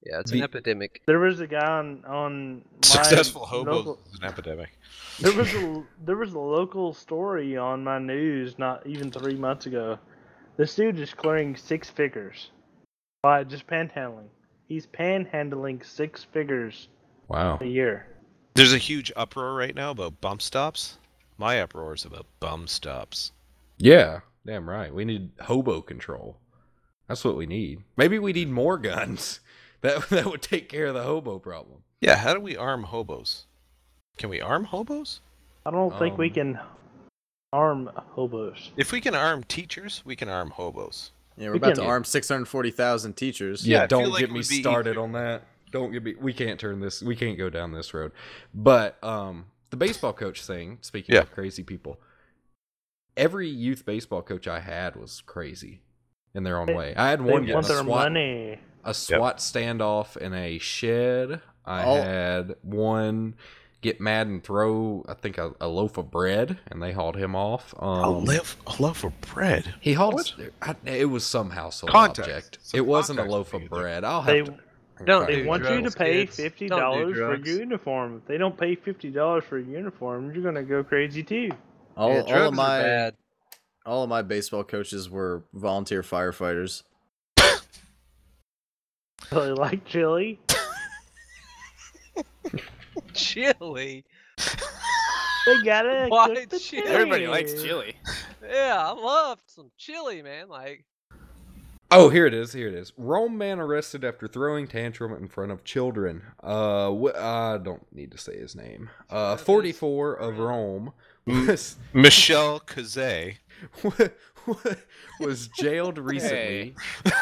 [SPEAKER 8] Yeah, it's
[SPEAKER 2] The-
[SPEAKER 8] an epidemic.
[SPEAKER 6] There was a guy on on my
[SPEAKER 3] Successful hobos
[SPEAKER 6] local-
[SPEAKER 3] is an epidemic.
[SPEAKER 6] There was a there was a local story on my news not even three months ago This dude is clearing six figures by just panhandling. He's panhandling six figures
[SPEAKER 2] Wow.
[SPEAKER 6] a year.
[SPEAKER 3] There's a huge uproar right now about bump stops. My uproar is about bum stops.
[SPEAKER 2] Yeah, damn right. We need hobo control. That's what we need. Maybe we need more guns. [laughs] That that would take care of the hobo problem.
[SPEAKER 3] Yeah, how do we arm hobos? Can we arm hobos?
[SPEAKER 6] I don't think we
[SPEAKER 3] Um,
[SPEAKER 6] can arm hobos.
[SPEAKER 3] If we can arm teachers, we can arm hobos.
[SPEAKER 4] Yeah, we're
[SPEAKER 6] We
[SPEAKER 4] about
[SPEAKER 6] can-
[SPEAKER 4] to arm 640,000 teachers.
[SPEAKER 2] Yeah, don't get me started on that. Don't get me. We can't turn this. We can't go down this road. But um, the baseball coach thing. Speaking
[SPEAKER 3] Yeah.
[SPEAKER 2] of crazy people, every youth baseball coach I had was crazy in their own way. I had
[SPEAKER 6] They
[SPEAKER 2] one get in
[SPEAKER 6] want
[SPEAKER 2] a
[SPEAKER 6] their
[SPEAKER 2] SWAT,
[SPEAKER 6] money.
[SPEAKER 2] a SWAT standoff in a shed. I
[SPEAKER 6] All-
[SPEAKER 2] had one get mad and throw. I think a, a loaf of bread, and they hauled him off. Um,
[SPEAKER 3] A loaf, a loaf of bread.
[SPEAKER 2] He hauled. I, it was some household
[SPEAKER 3] Context.
[SPEAKER 2] object.
[SPEAKER 3] Some
[SPEAKER 2] it wasn't a
[SPEAKER 3] context
[SPEAKER 2] loaf of bread. I'll have
[SPEAKER 6] They
[SPEAKER 2] to.
[SPEAKER 8] Don't
[SPEAKER 6] they
[SPEAKER 8] do
[SPEAKER 6] want you to
[SPEAKER 8] drugs,
[SPEAKER 6] pay
[SPEAKER 8] kids.
[SPEAKER 6] fifty
[SPEAKER 8] Don't do
[SPEAKER 6] dollars for
[SPEAKER 8] drugs.
[SPEAKER 6] your uniform. If they don't pay fifty dollars for a uniform, you're gonna go crazy too. [laughs]
[SPEAKER 4] All,
[SPEAKER 8] Yeah,
[SPEAKER 4] all of
[SPEAKER 8] drugs are
[SPEAKER 4] my
[SPEAKER 8] bad.
[SPEAKER 4] all of my baseball coaches were volunteer firefighters.
[SPEAKER 6] Really like chili.
[SPEAKER 8] [laughs] Chili.
[SPEAKER 6] They
[SPEAKER 8] [laughs]
[SPEAKER 6] gotta
[SPEAKER 8] Why
[SPEAKER 6] cook the
[SPEAKER 8] chili?
[SPEAKER 6] chili.
[SPEAKER 8] Everybody likes
[SPEAKER 7] Chili.
[SPEAKER 8] Yeah, I love some chili, man. Like,
[SPEAKER 2] Oh, here it is. Here it is. Rome man arrested after throwing tantrum in front of children. Uh, wh- I don't need to say his name. Uh, forty-four of Rome was [laughs]
[SPEAKER 3] Michelle Kazay.
[SPEAKER 2] was jailed recently.
[SPEAKER 6] Bro,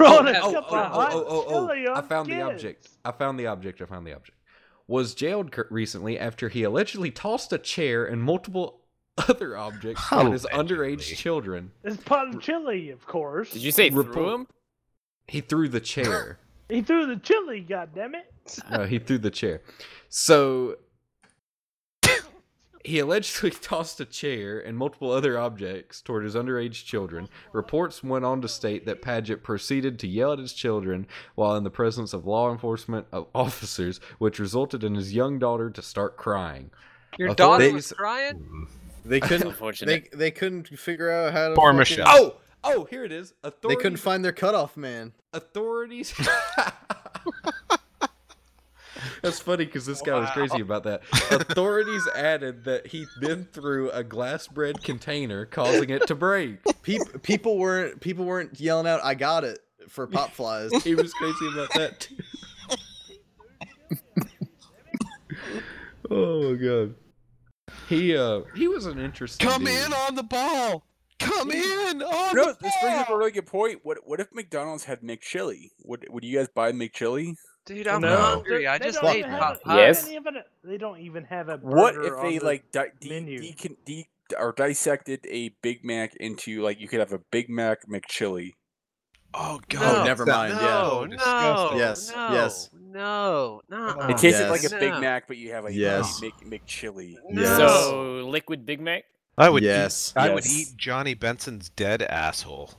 [SPEAKER 2] Oh,
[SPEAKER 6] that's
[SPEAKER 2] oh,
[SPEAKER 6] up
[SPEAKER 2] oh,
[SPEAKER 6] a
[SPEAKER 2] oh,
[SPEAKER 6] hot
[SPEAKER 2] oh, oh,
[SPEAKER 6] chili
[SPEAKER 2] oh. I
[SPEAKER 6] on
[SPEAKER 2] found the
[SPEAKER 6] kids.
[SPEAKER 2] object. I found the object. I found the object. Was jailed cur- recently after he allegedly tossed a chair and multiple [laughs] other objects at his underage children.
[SPEAKER 6] It's pot of chili, of course.
[SPEAKER 7] Did you say
[SPEAKER 2] Report-
[SPEAKER 7] threw him?
[SPEAKER 2] He threw the chair.
[SPEAKER 6] He threw the chili. God damn it!
[SPEAKER 2] No, he threw the chair. So he allegedly [laughs] tossed a chair and multiple other objects toward his underage children. Reports went on to state that Paget proceeded to yell at his children while in the presence of law enforcement of [laughs] officers, which resulted in his young daughter to start crying.
[SPEAKER 8] your daughter was
[SPEAKER 2] Authorities-
[SPEAKER 8] crying?
[SPEAKER 4] They couldn't they,
[SPEAKER 7] Unfortunate.
[SPEAKER 4] they couldn't figure out how to
[SPEAKER 3] Poor
[SPEAKER 4] fucking-
[SPEAKER 3] Michelle.
[SPEAKER 2] Oh, oh, here it is.
[SPEAKER 4] They
[SPEAKER 2] Authorities.
[SPEAKER 4] couldn't find their cutoff man.
[SPEAKER 2] authorities. That's funny because this guy was crazy about that. Authorities [laughs] added that he then threw a glass bread container, causing it to break.
[SPEAKER 7] [laughs]
[SPEAKER 4] Peop people weren't people weren't yelling out I got it for pop
[SPEAKER 7] [laughs]
[SPEAKER 4] flies. Oh,
[SPEAKER 2] He was crazy about that too. oh my god. He uh he was an interesting.
[SPEAKER 3] Come
[SPEAKER 2] dude.
[SPEAKER 3] in on the ball. Come in on
[SPEAKER 1] No,
[SPEAKER 3] the
[SPEAKER 1] this brings up a
[SPEAKER 3] ball.
[SPEAKER 1] really good point. What what if McDonald's had McChili? Would would you guys buy McChili?
[SPEAKER 8] Dude, I'm
[SPEAKER 6] No.
[SPEAKER 8] hungry. I
[SPEAKER 6] They
[SPEAKER 8] just
[SPEAKER 6] don't
[SPEAKER 8] ate
[SPEAKER 6] even
[SPEAKER 8] pop
[SPEAKER 6] have a-
[SPEAKER 8] pie.
[SPEAKER 7] Yes.
[SPEAKER 6] They don't even, they don't even have a.
[SPEAKER 1] What
[SPEAKER 6] burger
[SPEAKER 1] if
[SPEAKER 6] on
[SPEAKER 1] they
[SPEAKER 6] the-
[SPEAKER 1] like di- de-
[SPEAKER 6] menu.
[SPEAKER 1] decon- de- or dissected a Big Mac into like you could have a Big Mac McChili?
[SPEAKER 3] Oh god.
[SPEAKER 4] Oh, never mind, yeah.
[SPEAKER 3] No,
[SPEAKER 8] No,
[SPEAKER 3] disgusting.
[SPEAKER 4] Yes,
[SPEAKER 8] no,
[SPEAKER 4] yes.
[SPEAKER 8] No, no.
[SPEAKER 6] Oh,
[SPEAKER 1] It tasted like
[SPEAKER 4] yes.
[SPEAKER 1] a Big Mac, but you have a
[SPEAKER 4] Yes.
[SPEAKER 1] Mc, McChili.
[SPEAKER 8] No.
[SPEAKER 7] So liquid Big Mac.
[SPEAKER 3] I would
[SPEAKER 4] Yes.
[SPEAKER 3] eat, I would
[SPEAKER 1] Yes.
[SPEAKER 3] eat Johnny Benson's dead asshole.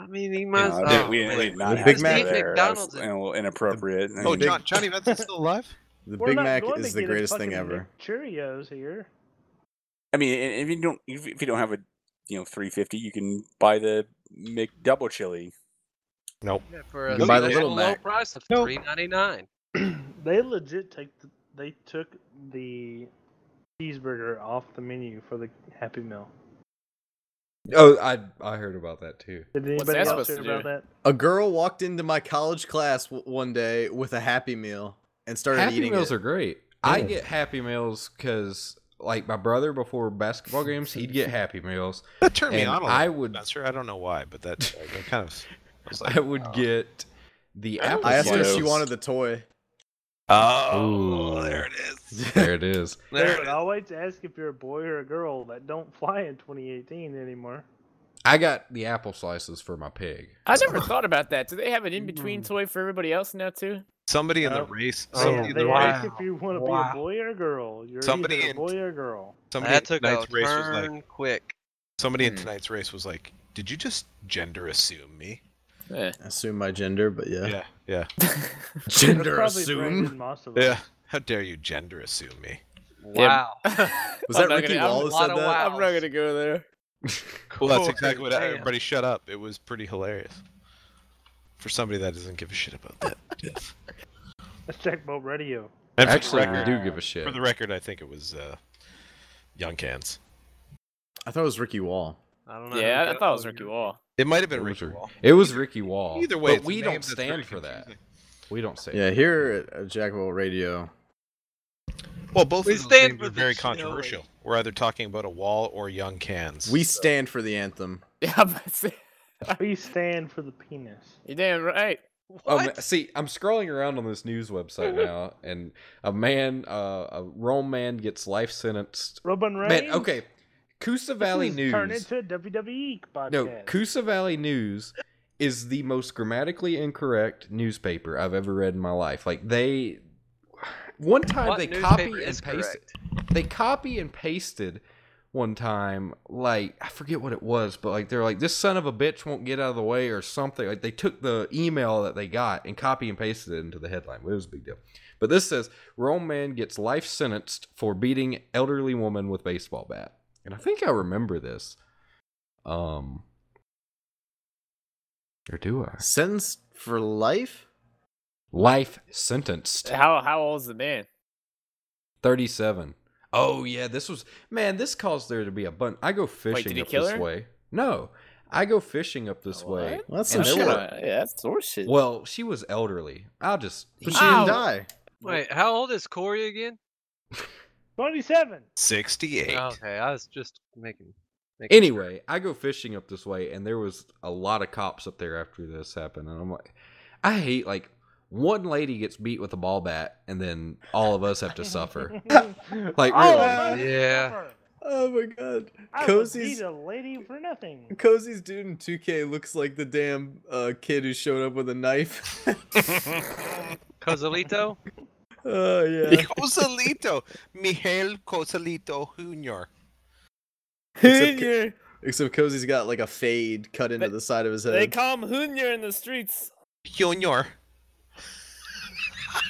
[SPEAKER 8] I mean, he
[SPEAKER 1] You
[SPEAKER 8] must.
[SPEAKER 1] know,
[SPEAKER 8] oh,
[SPEAKER 1] we, we
[SPEAKER 8] man.
[SPEAKER 1] did not
[SPEAKER 4] The
[SPEAKER 1] have
[SPEAKER 4] Big
[SPEAKER 1] to
[SPEAKER 4] Mac-
[SPEAKER 1] go there. That was
[SPEAKER 8] McDonald's
[SPEAKER 1] a little inappropriate. I
[SPEAKER 3] Oh,
[SPEAKER 1] mean,
[SPEAKER 3] John, Johnny Benson's still alive?
[SPEAKER 4] The
[SPEAKER 6] We're
[SPEAKER 4] Big
[SPEAKER 6] not
[SPEAKER 4] Mac
[SPEAKER 6] going to
[SPEAKER 4] is the
[SPEAKER 6] get a
[SPEAKER 4] greatest thing
[SPEAKER 6] fucking
[SPEAKER 4] ever.
[SPEAKER 6] Cheerios here. [clears throat]
[SPEAKER 1] I mean, and if you don't, if if you don't have a, you know, three fifty, you can buy the Mc Double Chili.
[SPEAKER 3] Nope.
[SPEAKER 8] Yeah, for a
[SPEAKER 4] You buy the
[SPEAKER 8] simple
[SPEAKER 4] Little
[SPEAKER 8] low
[SPEAKER 4] Mac.
[SPEAKER 8] price of
[SPEAKER 3] Nope.
[SPEAKER 8] three ninety nine.
[SPEAKER 6] they legit take the, they took the cheeseburger off the menu for the Happy Meal.
[SPEAKER 2] Oh, I I heard about that too.
[SPEAKER 6] Did
[SPEAKER 7] What's
[SPEAKER 6] anybody
[SPEAKER 7] that
[SPEAKER 6] else hear
[SPEAKER 7] supposed to
[SPEAKER 6] about
[SPEAKER 7] do?
[SPEAKER 6] that?
[SPEAKER 4] A girl walked into my college class w- one day with a Happy Meal and started
[SPEAKER 2] Happy
[SPEAKER 4] eating
[SPEAKER 2] meals
[SPEAKER 4] it.
[SPEAKER 2] are great. I get Happy Meals because like my brother before basketball games, he'd get Happy Meals.
[SPEAKER 3] [laughs] That turned me
[SPEAKER 2] And
[SPEAKER 3] on a
[SPEAKER 2] I
[SPEAKER 3] little bit,
[SPEAKER 2] would-
[SPEAKER 3] Spencer. I don't know why, but that I I kind of
[SPEAKER 2] [laughs]
[SPEAKER 3] I was like,
[SPEAKER 2] I would get the apple.
[SPEAKER 4] I asked her if she
[SPEAKER 2] Cheetos.
[SPEAKER 4] wanted the toy.
[SPEAKER 3] Oh,
[SPEAKER 2] Ooh.
[SPEAKER 3] there it is.
[SPEAKER 2] [laughs] There it is.
[SPEAKER 6] They
[SPEAKER 3] There
[SPEAKER 6] would
[SPEAKER 3] it is.
[SPEAKER 6] always ask if you're a boy or a girl. That don't fly in 2018 anymore.
[SPEAKER 2] I got the apple slices for my pig.
[SPEAKER 7] I never thought about that. Do they have an in
[SPEAKER 10] Mm.
[SPEAKER 7] between toy for everybody else now too?
[SPEAKER 3] Somebody in the
[SPEAKER 6] Oh.
[SPEAKER 3] race.
[SPEAKER 6] Yeah,
[SPEAKER 3] Somebody in
[SPEAKER 6] they
[SPEAKER 3] the
[SPEAKER 6] ask
[SPEAKER 3] race.
[SPEAKER 6] if you want to
[SPEAKER 3] Wow.
[SPEAKER 6] be a boy or a girl. You're
[SPEAKER 3] Somebody
[SPEAKER 6] either a
[SPEAKER 3] in-
[SPEAKER 6] boy or a girl.
[SPEAKER 3] Somebody
[SPEAKER 8] That
[SPEAKER 3] in
[SPEAKER 8] took a
[SPEAKER 3] tonight's race was
[SPEAKER 8] turn
[SPEAKER 3] like.
[SPEAKER 8] quick.
[SPEAKER 3] Somebody in
[SPEAKER 2] Hmm.
[SPEAKER 3] tonight's race was like, "Did you just gender assume me?"
[SPEAKER 7] [laughs] Eh.
[SPEAKER 4] Assume my gender, but yeah.
[SPEAKER 3] yeah,
[SPEAKER 6] That's
[SPEAKER 4] Gender
[SPEAKER 6] probably
[SPEAKER 4] assume.
[SPEAKER 6] Brandon Mossel.
[SPEAKER 3] yeah. How dare you gender assume me?
[SPEAKER 8] Wow.
[SPEAKER 4] Was
[SPEAKER 7] I'm
[SPEAKER 4] that
[SPEAKER 7] not
[SPEAKER 4] Ricky
[SPEAKER 7] gonna- I'm-
[SPEAKER 4] Wall who
[SPEAKER 8] lot
[SPEAKER 4] said
[SPEAKER 8] of
[SPEAKER 4] that?
[SPEAKER 8] wow.
[SPEAKER 7] I'm not gonna go there.
[SPEAKER 3] Well, that's
[SPEAKER 5] Cool.
[SPEAKER 3] exactly what I-
[SPEAKER 5] Damn.
[SPEAKER 3] everybody shut up. It was pretty hilarious. For somebody that doesn't give a shit about that.
[SPEAKER 6] Let's check boat radio.
[SPEAKER 3] And for the
[SPEAKER 2] [laughs] Actually, I
[SPEAKER 3] record-
[SPEAKER 2] do give a shit.
[SPEAKER 3] For the record, I think it was uh, Young Cans.
[SPEAKER 4] I thought it was Ricky Wall.
[SPEAKER 8] I don't
[SPEAKER 3] know
[SPEAKER 7] Yeah,
[SPEAKER 3] who
[SPEAKER 7] I thought it was Ricky Wall.
[SPEAKER 3] It might have been
[SPEAKER 2] Ricky
[SPEAKER 3] Wall.
[SPEAKER 2] It was Ricky Wall.
[SPEAKER 3] Either way,
[SPEAKER 2] but
[SPEAKER 3] it's a
[SPEAKER 2] we
[SPEAKER 3] name
[SPEAKER 2] don't
[SPEAKER 3] that's
[SPEAKER 2] stand
[SPEAKER 3] very
[SPEAKER 2] for that. We don't say.
[SPEAKER 4] Yeah,
[SPEAKER 2] that.
[SPEAKER 4] here at uh, Jack of All Radio.
[SPEAKER 3] Well, both
[SPEAKER 8] We
[SPEAKER 3] of those
[SPEAKER 8] stand
[SPEAKER 3] names
[SPEAKER 8] for
[SPEAKER 3] are
[SPEAKER 8] the
[SPEAKER 3] very
[SPEAKER 8] snowy.
[SPEAKER 3] controversial. We're either talking about a wall or Young Cans.
[SPEAKER 4] We stand for the anthem.
[SPEAKER 7] [laughs] Yeah, I'm about to say.
[SPEAKER 6] We stand for the penis.
[SPEAKER 7] You damn right.
[SPEAKER 2] Oh, ma- see, I'm scrolling around on this news
[SPEAKER 3] [laughs]
[SPEAKER 2] website now, and a man, uh, a Rome man, gets life sentenced.
[SPEAKER 6] Robin Reigns.
[SPEAKER 2] Man, okay, Coosa Valley
[SPEAKER 6] this is Turn
[SPEAKER 2] News.
[SPEAKER 6] into a WWE podcast.
[SPEAKER 2] No, Coosa Valley News is the most grammatically incorrect newspaper I've ever read in my life. Like they, one time
[SPEAKER 8] What
[SPEAKER 2] they
[SPEAKER 8] newspaper
[SPEAKER 2] copy and
[SPEAKER 8] is
[SPEAKER 2] pasted. They copy and pasted one time. Like I forget what it was, but like they're like this son of a bitch won't get out of the way or something. Like they took the email that they got and copy and pasted it into the headline. It was a big deal. But this says Rome man gets life sentenced for beating elderly woman with baseball bat. And I think I remember this. Um, or do I?
[SPEAKER 4] Sentenced for life?
[SPEAKER 2] Life sentenced.
[SPEAKER 7] How how old's the man?
[SPEAKER 2] 37. Oh, yeah, this was. Man, this caused there to be a bunch. I go fishing
[SPEAKER 7] he
[SPEAKER 2] up
[SPEAKER 7] kill
[SPEAKER 2] this
[SPEAKER 7] her?
[SPEAKER 2] way. No, I go fishing up this way.
[SPEAKER 4] Well, that's
[SPEAKER 2] and
[SPEAKER 4] some
[SPEAKER 2] there
[SPEAKER 4] shit.
[SPEAKER 2] were-
[SPEAKER 7] Yeah, that's horseshit.
[SPEAKER 2] Well, she was elderly. I'll just.
[SPEAKER 4] But she
[SPEAKER 6] Oh.
[SPEAKER 4] didn't
[SPEAKER 7] Ow.
[SPEAKER 4] die.
[SPEAKER 8] Wait, how old is Corey again?
[SPEAKER 6] 27.
[SPEAKER 3] 68.
[SPEAKER 8] Okay, I was just making. making
[SPEAKER 2] Anyway, I go fishing up this way, and there was a lot of cops up there after this happened, and I'm like, I hate like one lady gets beat with a ball bat, and then all of us have to [laughs]
[SPEAKER 6] [laughs]
[SPEAKER 2] suffer. like,
[SPEAKER 6] All
[SPEAKER 2] really?
[SPEAKER 6] of us
[SPEAKER 8] Yeah.
[SPEAKER 6] suffer.
[SPEAKER 4] Oh my god.
[SPEAKER 6] I would
[SPEAKER 4] Cozy's
[SPEAKER 6] beat a lady for nothing.
[SPEAKER 4] Cozy's dude in 2K looks like the damn uh, kid who showed up with a knife. [laughs]
[SPEAKER 8] Cozolito?
[SPEAKER 3] [laughs]
[SPEAKER 4] Oh yeah.
[SPEAKER 5] Cosalito, Miguel Cosalito Jr.
[SPEAKER 4] Except, Co- except Cozy's got like a fade cut into the side of his
[SPEAKER 9] They
[SPEAKER 4] head.
[SPEAKER 9] call him Junior in the streets.
[SPEAKER 5] Junior.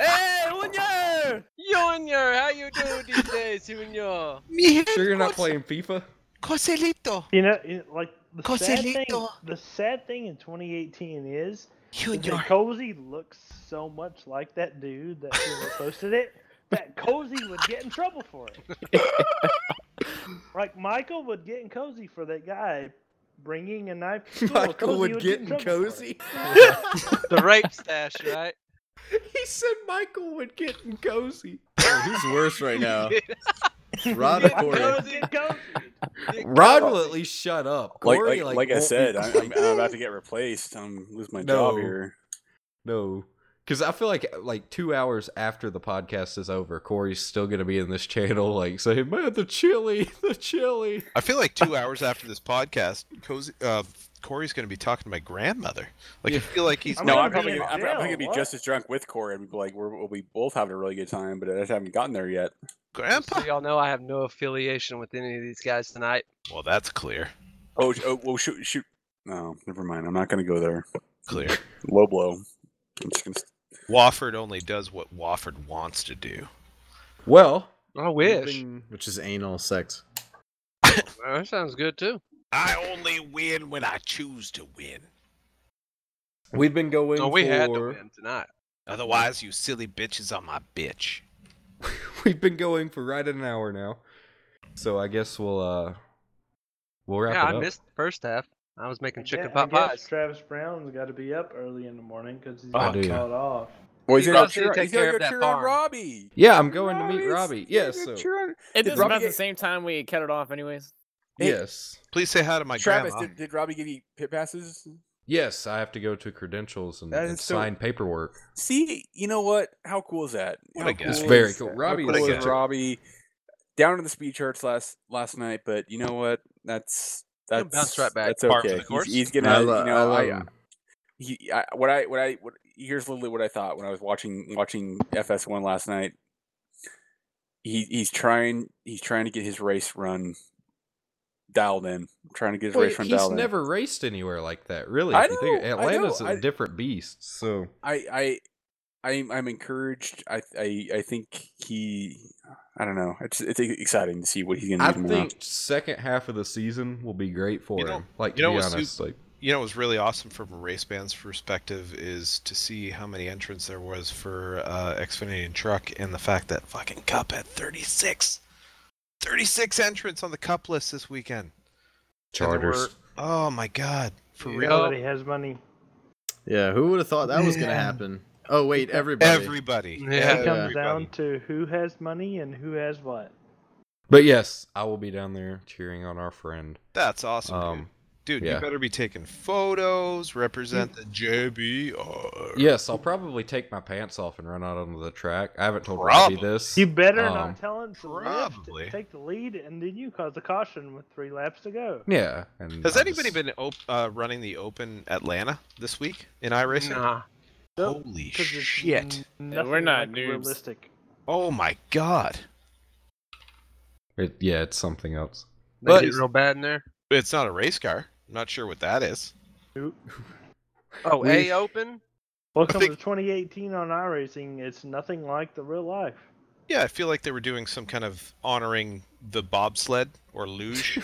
[SPEAKER 9] Hey, Junior!
[SPEAKER 8] [laughs] Junior, how you doing these days, Junior?
[SPEAKER 5] Miguel
[SPEAKER 2] Sure, you're not playing FIFA?
[SPEAKER 5] Cosalito.
[SPEAKER 6] You know, you- like the sad, thing,
[SPEAKER 5] Coselito.
[SPEAKER 6] the sad thing in 2018 is, is
[SPEAKER 5] Junior.
[SPEAKER 6] that Cozy looks so much like that dude that whoever posted it that Cozy would get in trouble for it.
[SPEAKER 2] [laughs]
[SPEAKER 6] like Michael would get in Cozy for that guy bringing a knife. To school.
[SPEAKER 2] Michael
[SPEAKER 6] Cozy
[SPEAKER 2] would get in
[SPEAKER 6] trouble for
[SPEAKER 2] cozy.
[SPEAKER 6] it. [laughs]
[SPEAKER 2] [laughs]
[SPEAKER 8] The rape stash, right?
[SPEAKER 2] he said Michael would get
[SPEAKER 1] [laughs]
[SPEAKER 2] in cozy.
[SPEAKER 4] Oh, he's worse right
[SPEAKER 2] [laughs]
[SPEAKER 4] now. Rod or Corey?
[SPEAKER 8] Cozy.
[SPEAKER 6] Get Cozy.
[SPEAKER 2] Rod will at least shut up.
[SPEAKER 1] Like,
[SPEAKER 2] Corey,
[SPEAKER 1] like, like,
[SPEAKER 2] like,
[SPEAKER 1] I
[SPEAKER 2] won't be
[SPEAKER 1] said, I'm, I'm,
[SPEAKER 2] quiet.
[SPEAKER 1] I'm
[SPEAKER 2] [laughs]
[SPEAKER 1] about to get replaced. I'm lose my
[SPEAKER 2] No.
[SPEAKER 1] job here.
[SPEAKER 2] No, because I feel like like two hours after the podcast is over, Corey's still gonna be in this channel, like saying, "Man, the chili, [laughs] the chili."
[SPEAKER 3] I feel like two hours after this podcast, Cozy, uh, Corey's going to be talking to my grandmother. Like, I feel like he's
[SPEAKER 6] I'm
[SPEAKER 1] no,
[SPEAKER 6] gonna
[SPEAKER 1] I'm
[SPEAKER 6] be
[SPEAKER 1] probably
[SPEAKER 6] in
[SPEAKER 1] gonna, I'm, I'm
[SPEAKER 6] jail,
[SPEAKER 1] gonna be
[SPEAKER 6] what?
[SPEAKER 1] just as drunk with Corey and be like, we're, we'll be both having a really good time, but I just haven't gotten there yet.
[SPEAKER 3] grandpa.
[SPEAKER 8] So y'all know I have no affiliation with any of these guys tonight.
[SPEAKER 3] Well, that's clear.
[SPEAKER 1] Oh, sh- oh, well, shoot, shoot. No, never mind. I'm not gonna go there.
[SPEAKER 3] Clear.
[SPEAKER 1] Low blow. I'm just gonna. st-
[SPEAKER 3] Wofford only does what Wofford wants to do.
[SPEAKER 2] Well,
[SPEAKER 8] I wish.
[SPEAKER 4] Which is anal sex.
[SPEAKER 8] Well, that sounds good too.
[SPEAKER 5] I only win when I choose to win.
[SPEAKER 2] we've been going.
[SPEAKER 8] No, Oh, we
[SPEAKER 2] for,
[SPEAKER 8] had to win tonight.
[SPEAKER 5] Otherwise, you silly bitches are my bitch.
[SPEAKER 2] [laughs] We've been going for right at an hour now, so I guess we'll uh we'll wrap
[SPEAKER 8] Yeah,
[SPEAKER 2] it
[SPEAKER 8] I
[SPEAKER 2] up.
[SPEAKER 8] missed the first half. I was making chicken
[SPEAKER 6] I
[SPEAKER 8] pot
[SPEAKER 6] guess
[SPEAKER 8] pies.
[SPEAKER 6] Travis Brown's got to be up early in the morning because he's
[SPEAKER 2] Oh,
[SPEAKER 6] got
[SPEAKER 2] dude.
[SPEAKER 6] to call it off.
[SPEAKER 1] Well, he's
[SPEAKER 8] You
[SPEAKER 1] gonna go
[SPEAKER 8] guys need to
[SPEAKER 1] cheer,
[SPEAKER 8] take
[SPEAKER 1] he's gonna
[SPEAKER 8] care
[SPEAKER 1] go
[SPEAKER 8] of that
[SPEAKER 1] cheer on
[SPEAKER 8] farm.
[SPEAKER 1] Robbie.
[SPEAKER 2] yeah, I'm going to meet
[SPEAKER 1] Robbie's-
[SPEAKER 2] Robbie.
[SPEAKER 1] yeah,
[SPEAKER 2] Yes.
[SPEAKER 1] go
[SPEAKER 2] so,
[SPEAKER 1] cheer on-
[SPEAKER 7] It
[SPEAKER 1] Did
[SPEAKER 7] was about
[SPEAKER 1] Robbie
[SPEAKER 7] the
[SPEAKER 1] get-
[SPEAKER 7] same time we cut it off, anyways.
[SPEAKER 2] yes.
[SPEAKER 3] Please say hi to my
[SPEAKER 1] Travis,
[SPEAKER 3] grandma.
[SPEAKER 1] did, did Robbie give you pit passes?
[SPEAKER 2] Yes, I have to go to credentials and,
[SPEAKER 1] That
[SPEAKER 2] and
[SPEAKER 1] is so-
[SPEAKER 2] sign paperwork.
[SPEAKER 1] See, you know what? How cool is that?
[SPEAKER 3] What
[SPEAKER 1] How
[SPEAKER 3] a guy.
[SPEAKER 2] It's
[SPEAKER 1] cool
[SPEAKER 2] very
[SPEAKER 1] is
[SPEAKER 2] cool.
[SPEAKER 1] that?
[SPEAKER 2] Robbie
[SPEAKER 1] How
[SPEAKER 3] is
[SPEAKER 1] cool
[SPEAKER 3] such
[SPEAKER 1] is
[SPEAKER 3] a-
[SPEAKER 1] Robbie down in the speed charts last last night, but you know what? That's
[SPEAKER 8] He'll
[SPEAKER 1] that's
[SPEAKER 8] bounce right back.
[SPEAKER 1] That's
[SPEAKER 3] Par for
[SPEAKER 1] okay.
[SPEAKER 3] the
[SPEAKER 1] He's,
[SPEAKER 3] course.
[SPEAKER 1] he's
[SPEAKER 4] I
[SPEAKER 1] gonna,
[SPEAKER 4] lo-
[SPEAKER 1] you
[SPEAKER 4] I
[SPEAKER 1] know,
[SPEAKER 4] love
[SPEAKER 1] I, uh,
[SPEAKER 4] him.
[SPEAKER 1] he, I, what I, what I, what, here's literally what I thought when I was watching watching FS1 last night. He he's trying he's trying to get his race run dialed in. Trying to get his
[SPEAKER 2] Well,
[SPEAKER 1] race run
[SPEAKER 2] he's
[SPEAKER 1] dialed in.
[SPEAKER 2] never raced anywhere like that, really.
[SPEAKER 1] I
[SPEAKER 2] If you think-
[SPEAKER 1] know, I know,
[SPEAKER 2] Atlanta's a
[SPEAKER 1] I-
[SPEAKER 2] different beast. So
[SPEAKER 1] I I I'm, I'm encouraged. I I I think he. I don't know. It's it's exciting to see what he's
[SPEAKER 2] I
[SPEAKER 1] gonna do. tomorrow.
[SPEAKER 2] think second half of the season will be great for him. Like
[SPEAKER 3] you know,
[SPEAKER 2] to be
[SPEAKER 3] what's
[SPEAKER 2] honest,
[SPEAKER 3] su-
[SPEAKER 2] like
[SPEAKER 3] you know, what's really awesome from a race band's perspective is to see how many entrants there was for uh, Xfinity and Truck, and the fact that fucking Cup had 36, 36 entrants on the Cup list this weekend. And there
[SPEAKER 2] Chargers.
[SPEAKER 3] were- oh my god, for
[SPEAKER 6] Everybody
[SPEAKER 3] real.
[SPEAKER 6] has money.
[SPEAKER 4] Yeah, who would have thought that was gonna
[SPEAKER 6] Yeah.
[SPEAKER 4] happen? Oh wait, everybody.
[SPEAKER 3] Everybody.
[SPEAKER 6] It comes down to who has money and who has what.
[SPEAKER 2] But yes, I will be down there cheering on our friend.
[SPEAKER 3] That's awesome,
[SPEAKER 2] Um,
[SPEAKER 3] dude.
[SPEAKER 2] yeah.
[SPEAKER 3] You better be taking photos. Represent the JBR.
[SPEAKER 2] Yes, I'll probably take my pants off and run out onto the track. I haven't told Robbie this.
[SPEAKER 6] You better
[SPEAKER 2] Um,
[SPEAKER 6] not tell him to
[SPEAKER 3] probably.
[SPEAKER 6] lift, take the lead, and then you cause a caution with three laps to go.
[SPEAKER 2] Yeah. And
[SPEAKER 3] Has
[SPEAKER 2] I
[SPEAKER 3] anybody been op- uh, running the Open Atlanta this week in iRacing?
[SPEAKER 6] Nah.
[SPEAKER 3] Holy shit!
[SPEAKER 6] Nothing
[SPEAKER 9] not
[SPEAKER 6] like
[SPEAKER 9] noobs.
[SPEAKER 6] realistic.
[SPEAKER 3] Oh my god!
[SPEAKER 2] It, yeah, it's something [laughs] else.
[SPEAKER 8] They
[SPEAKER 3] But-
[SPEAKER 8] get real bad in there.
[SPEAKER 3] It's not a race car. I'm not sure what that is.
[SPEAKER 8] Oh,
[SPEAKER 3] We-
[SPEAKER 8] A open.
[SPEAKER 6] Welcome
[SPEAKER 3] I think-
[SPEAKER 6] to 2018 on iRacing. It's nothing like the real life.
[SPEAKER 3] Yeah, I feel like they were doing some kind of honoring the bobsled or
[SPEAKER 4] [laughs]
[SPEAKER 3] luge.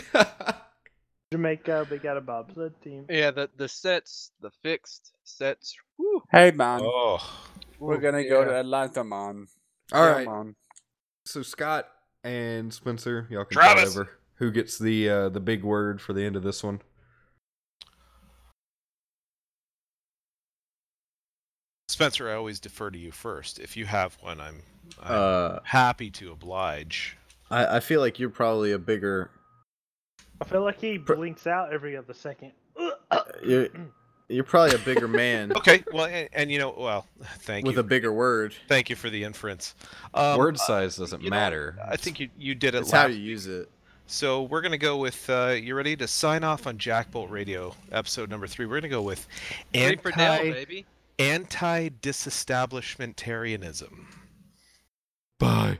[SPEAKER 6] Jamaica, they got a bobsled team.
[SPEAKER 8] Yeah, the the sets, the fixed sets.
[SPEAKER 1] Hey man,
[SPEAKER 3] oh,
[SPEAKER 1] we're
[SPEAKER 8] Oh,
[SPEAKER 1] gonna go to
[SPEAKER 8] yeah.
[SPEAKER 1] Atlanta, man.
[SPEAKER 2] All
[SPEAKER 1] Yeah,
[SPEAKER 2] right.
[SPEAKER 1] man.
[SPEAKER 2] So Scott and Spencer, y'all can
[SPEAKER 3] Travis!
[SPEAKER 2] fight over who gets the uh, the big word for the end of this one.
[SPEAKER 3] Spencer, I always defer to you first. If you have one, I'm, I'm
[SPEAKER 4] Uh,
[SPEAKER 3] happy to oblige.
[SPEAKER 4] I, I feel like you're probably a bigger.
[SPEAKER 6] I feel like he blinks out every other second.
[SPEAKER 4] You're, you're probably a
[SPEAKER 3] [laughs]
[SPEAKER 4] bigger man
[SPEAKER 3] Okay. Well, and, and you know, well, [laughs] thank
[SPEAKER 4] with
[SPEAKER 3] you.
[SPEAKER 4] a bigger word.
[SPEAKER 3] Thank you for the inference. Um,
[SPEAKER 2] word size doesn't
[SPEAKER 3] you know,
[SPEAKER 2] matter.
[SPEAKER 3] I think you, you did it
[SPEAKER 4] It's
[SPEAKER 3] last
[SPEAKER 4] how you use it.
[SPEAKER 3] So we're gonna go with uh, you ready to sign off on Jackbolt Radio episode number three. We're gonna go with
[SPEAKER 8] Three for Dell,
[SPEAKER 3] anti
[SPEAKER 8] baby.
[SPEAKER 3] anti disestablishmentarianism.
[SPEAKER 2] Bye.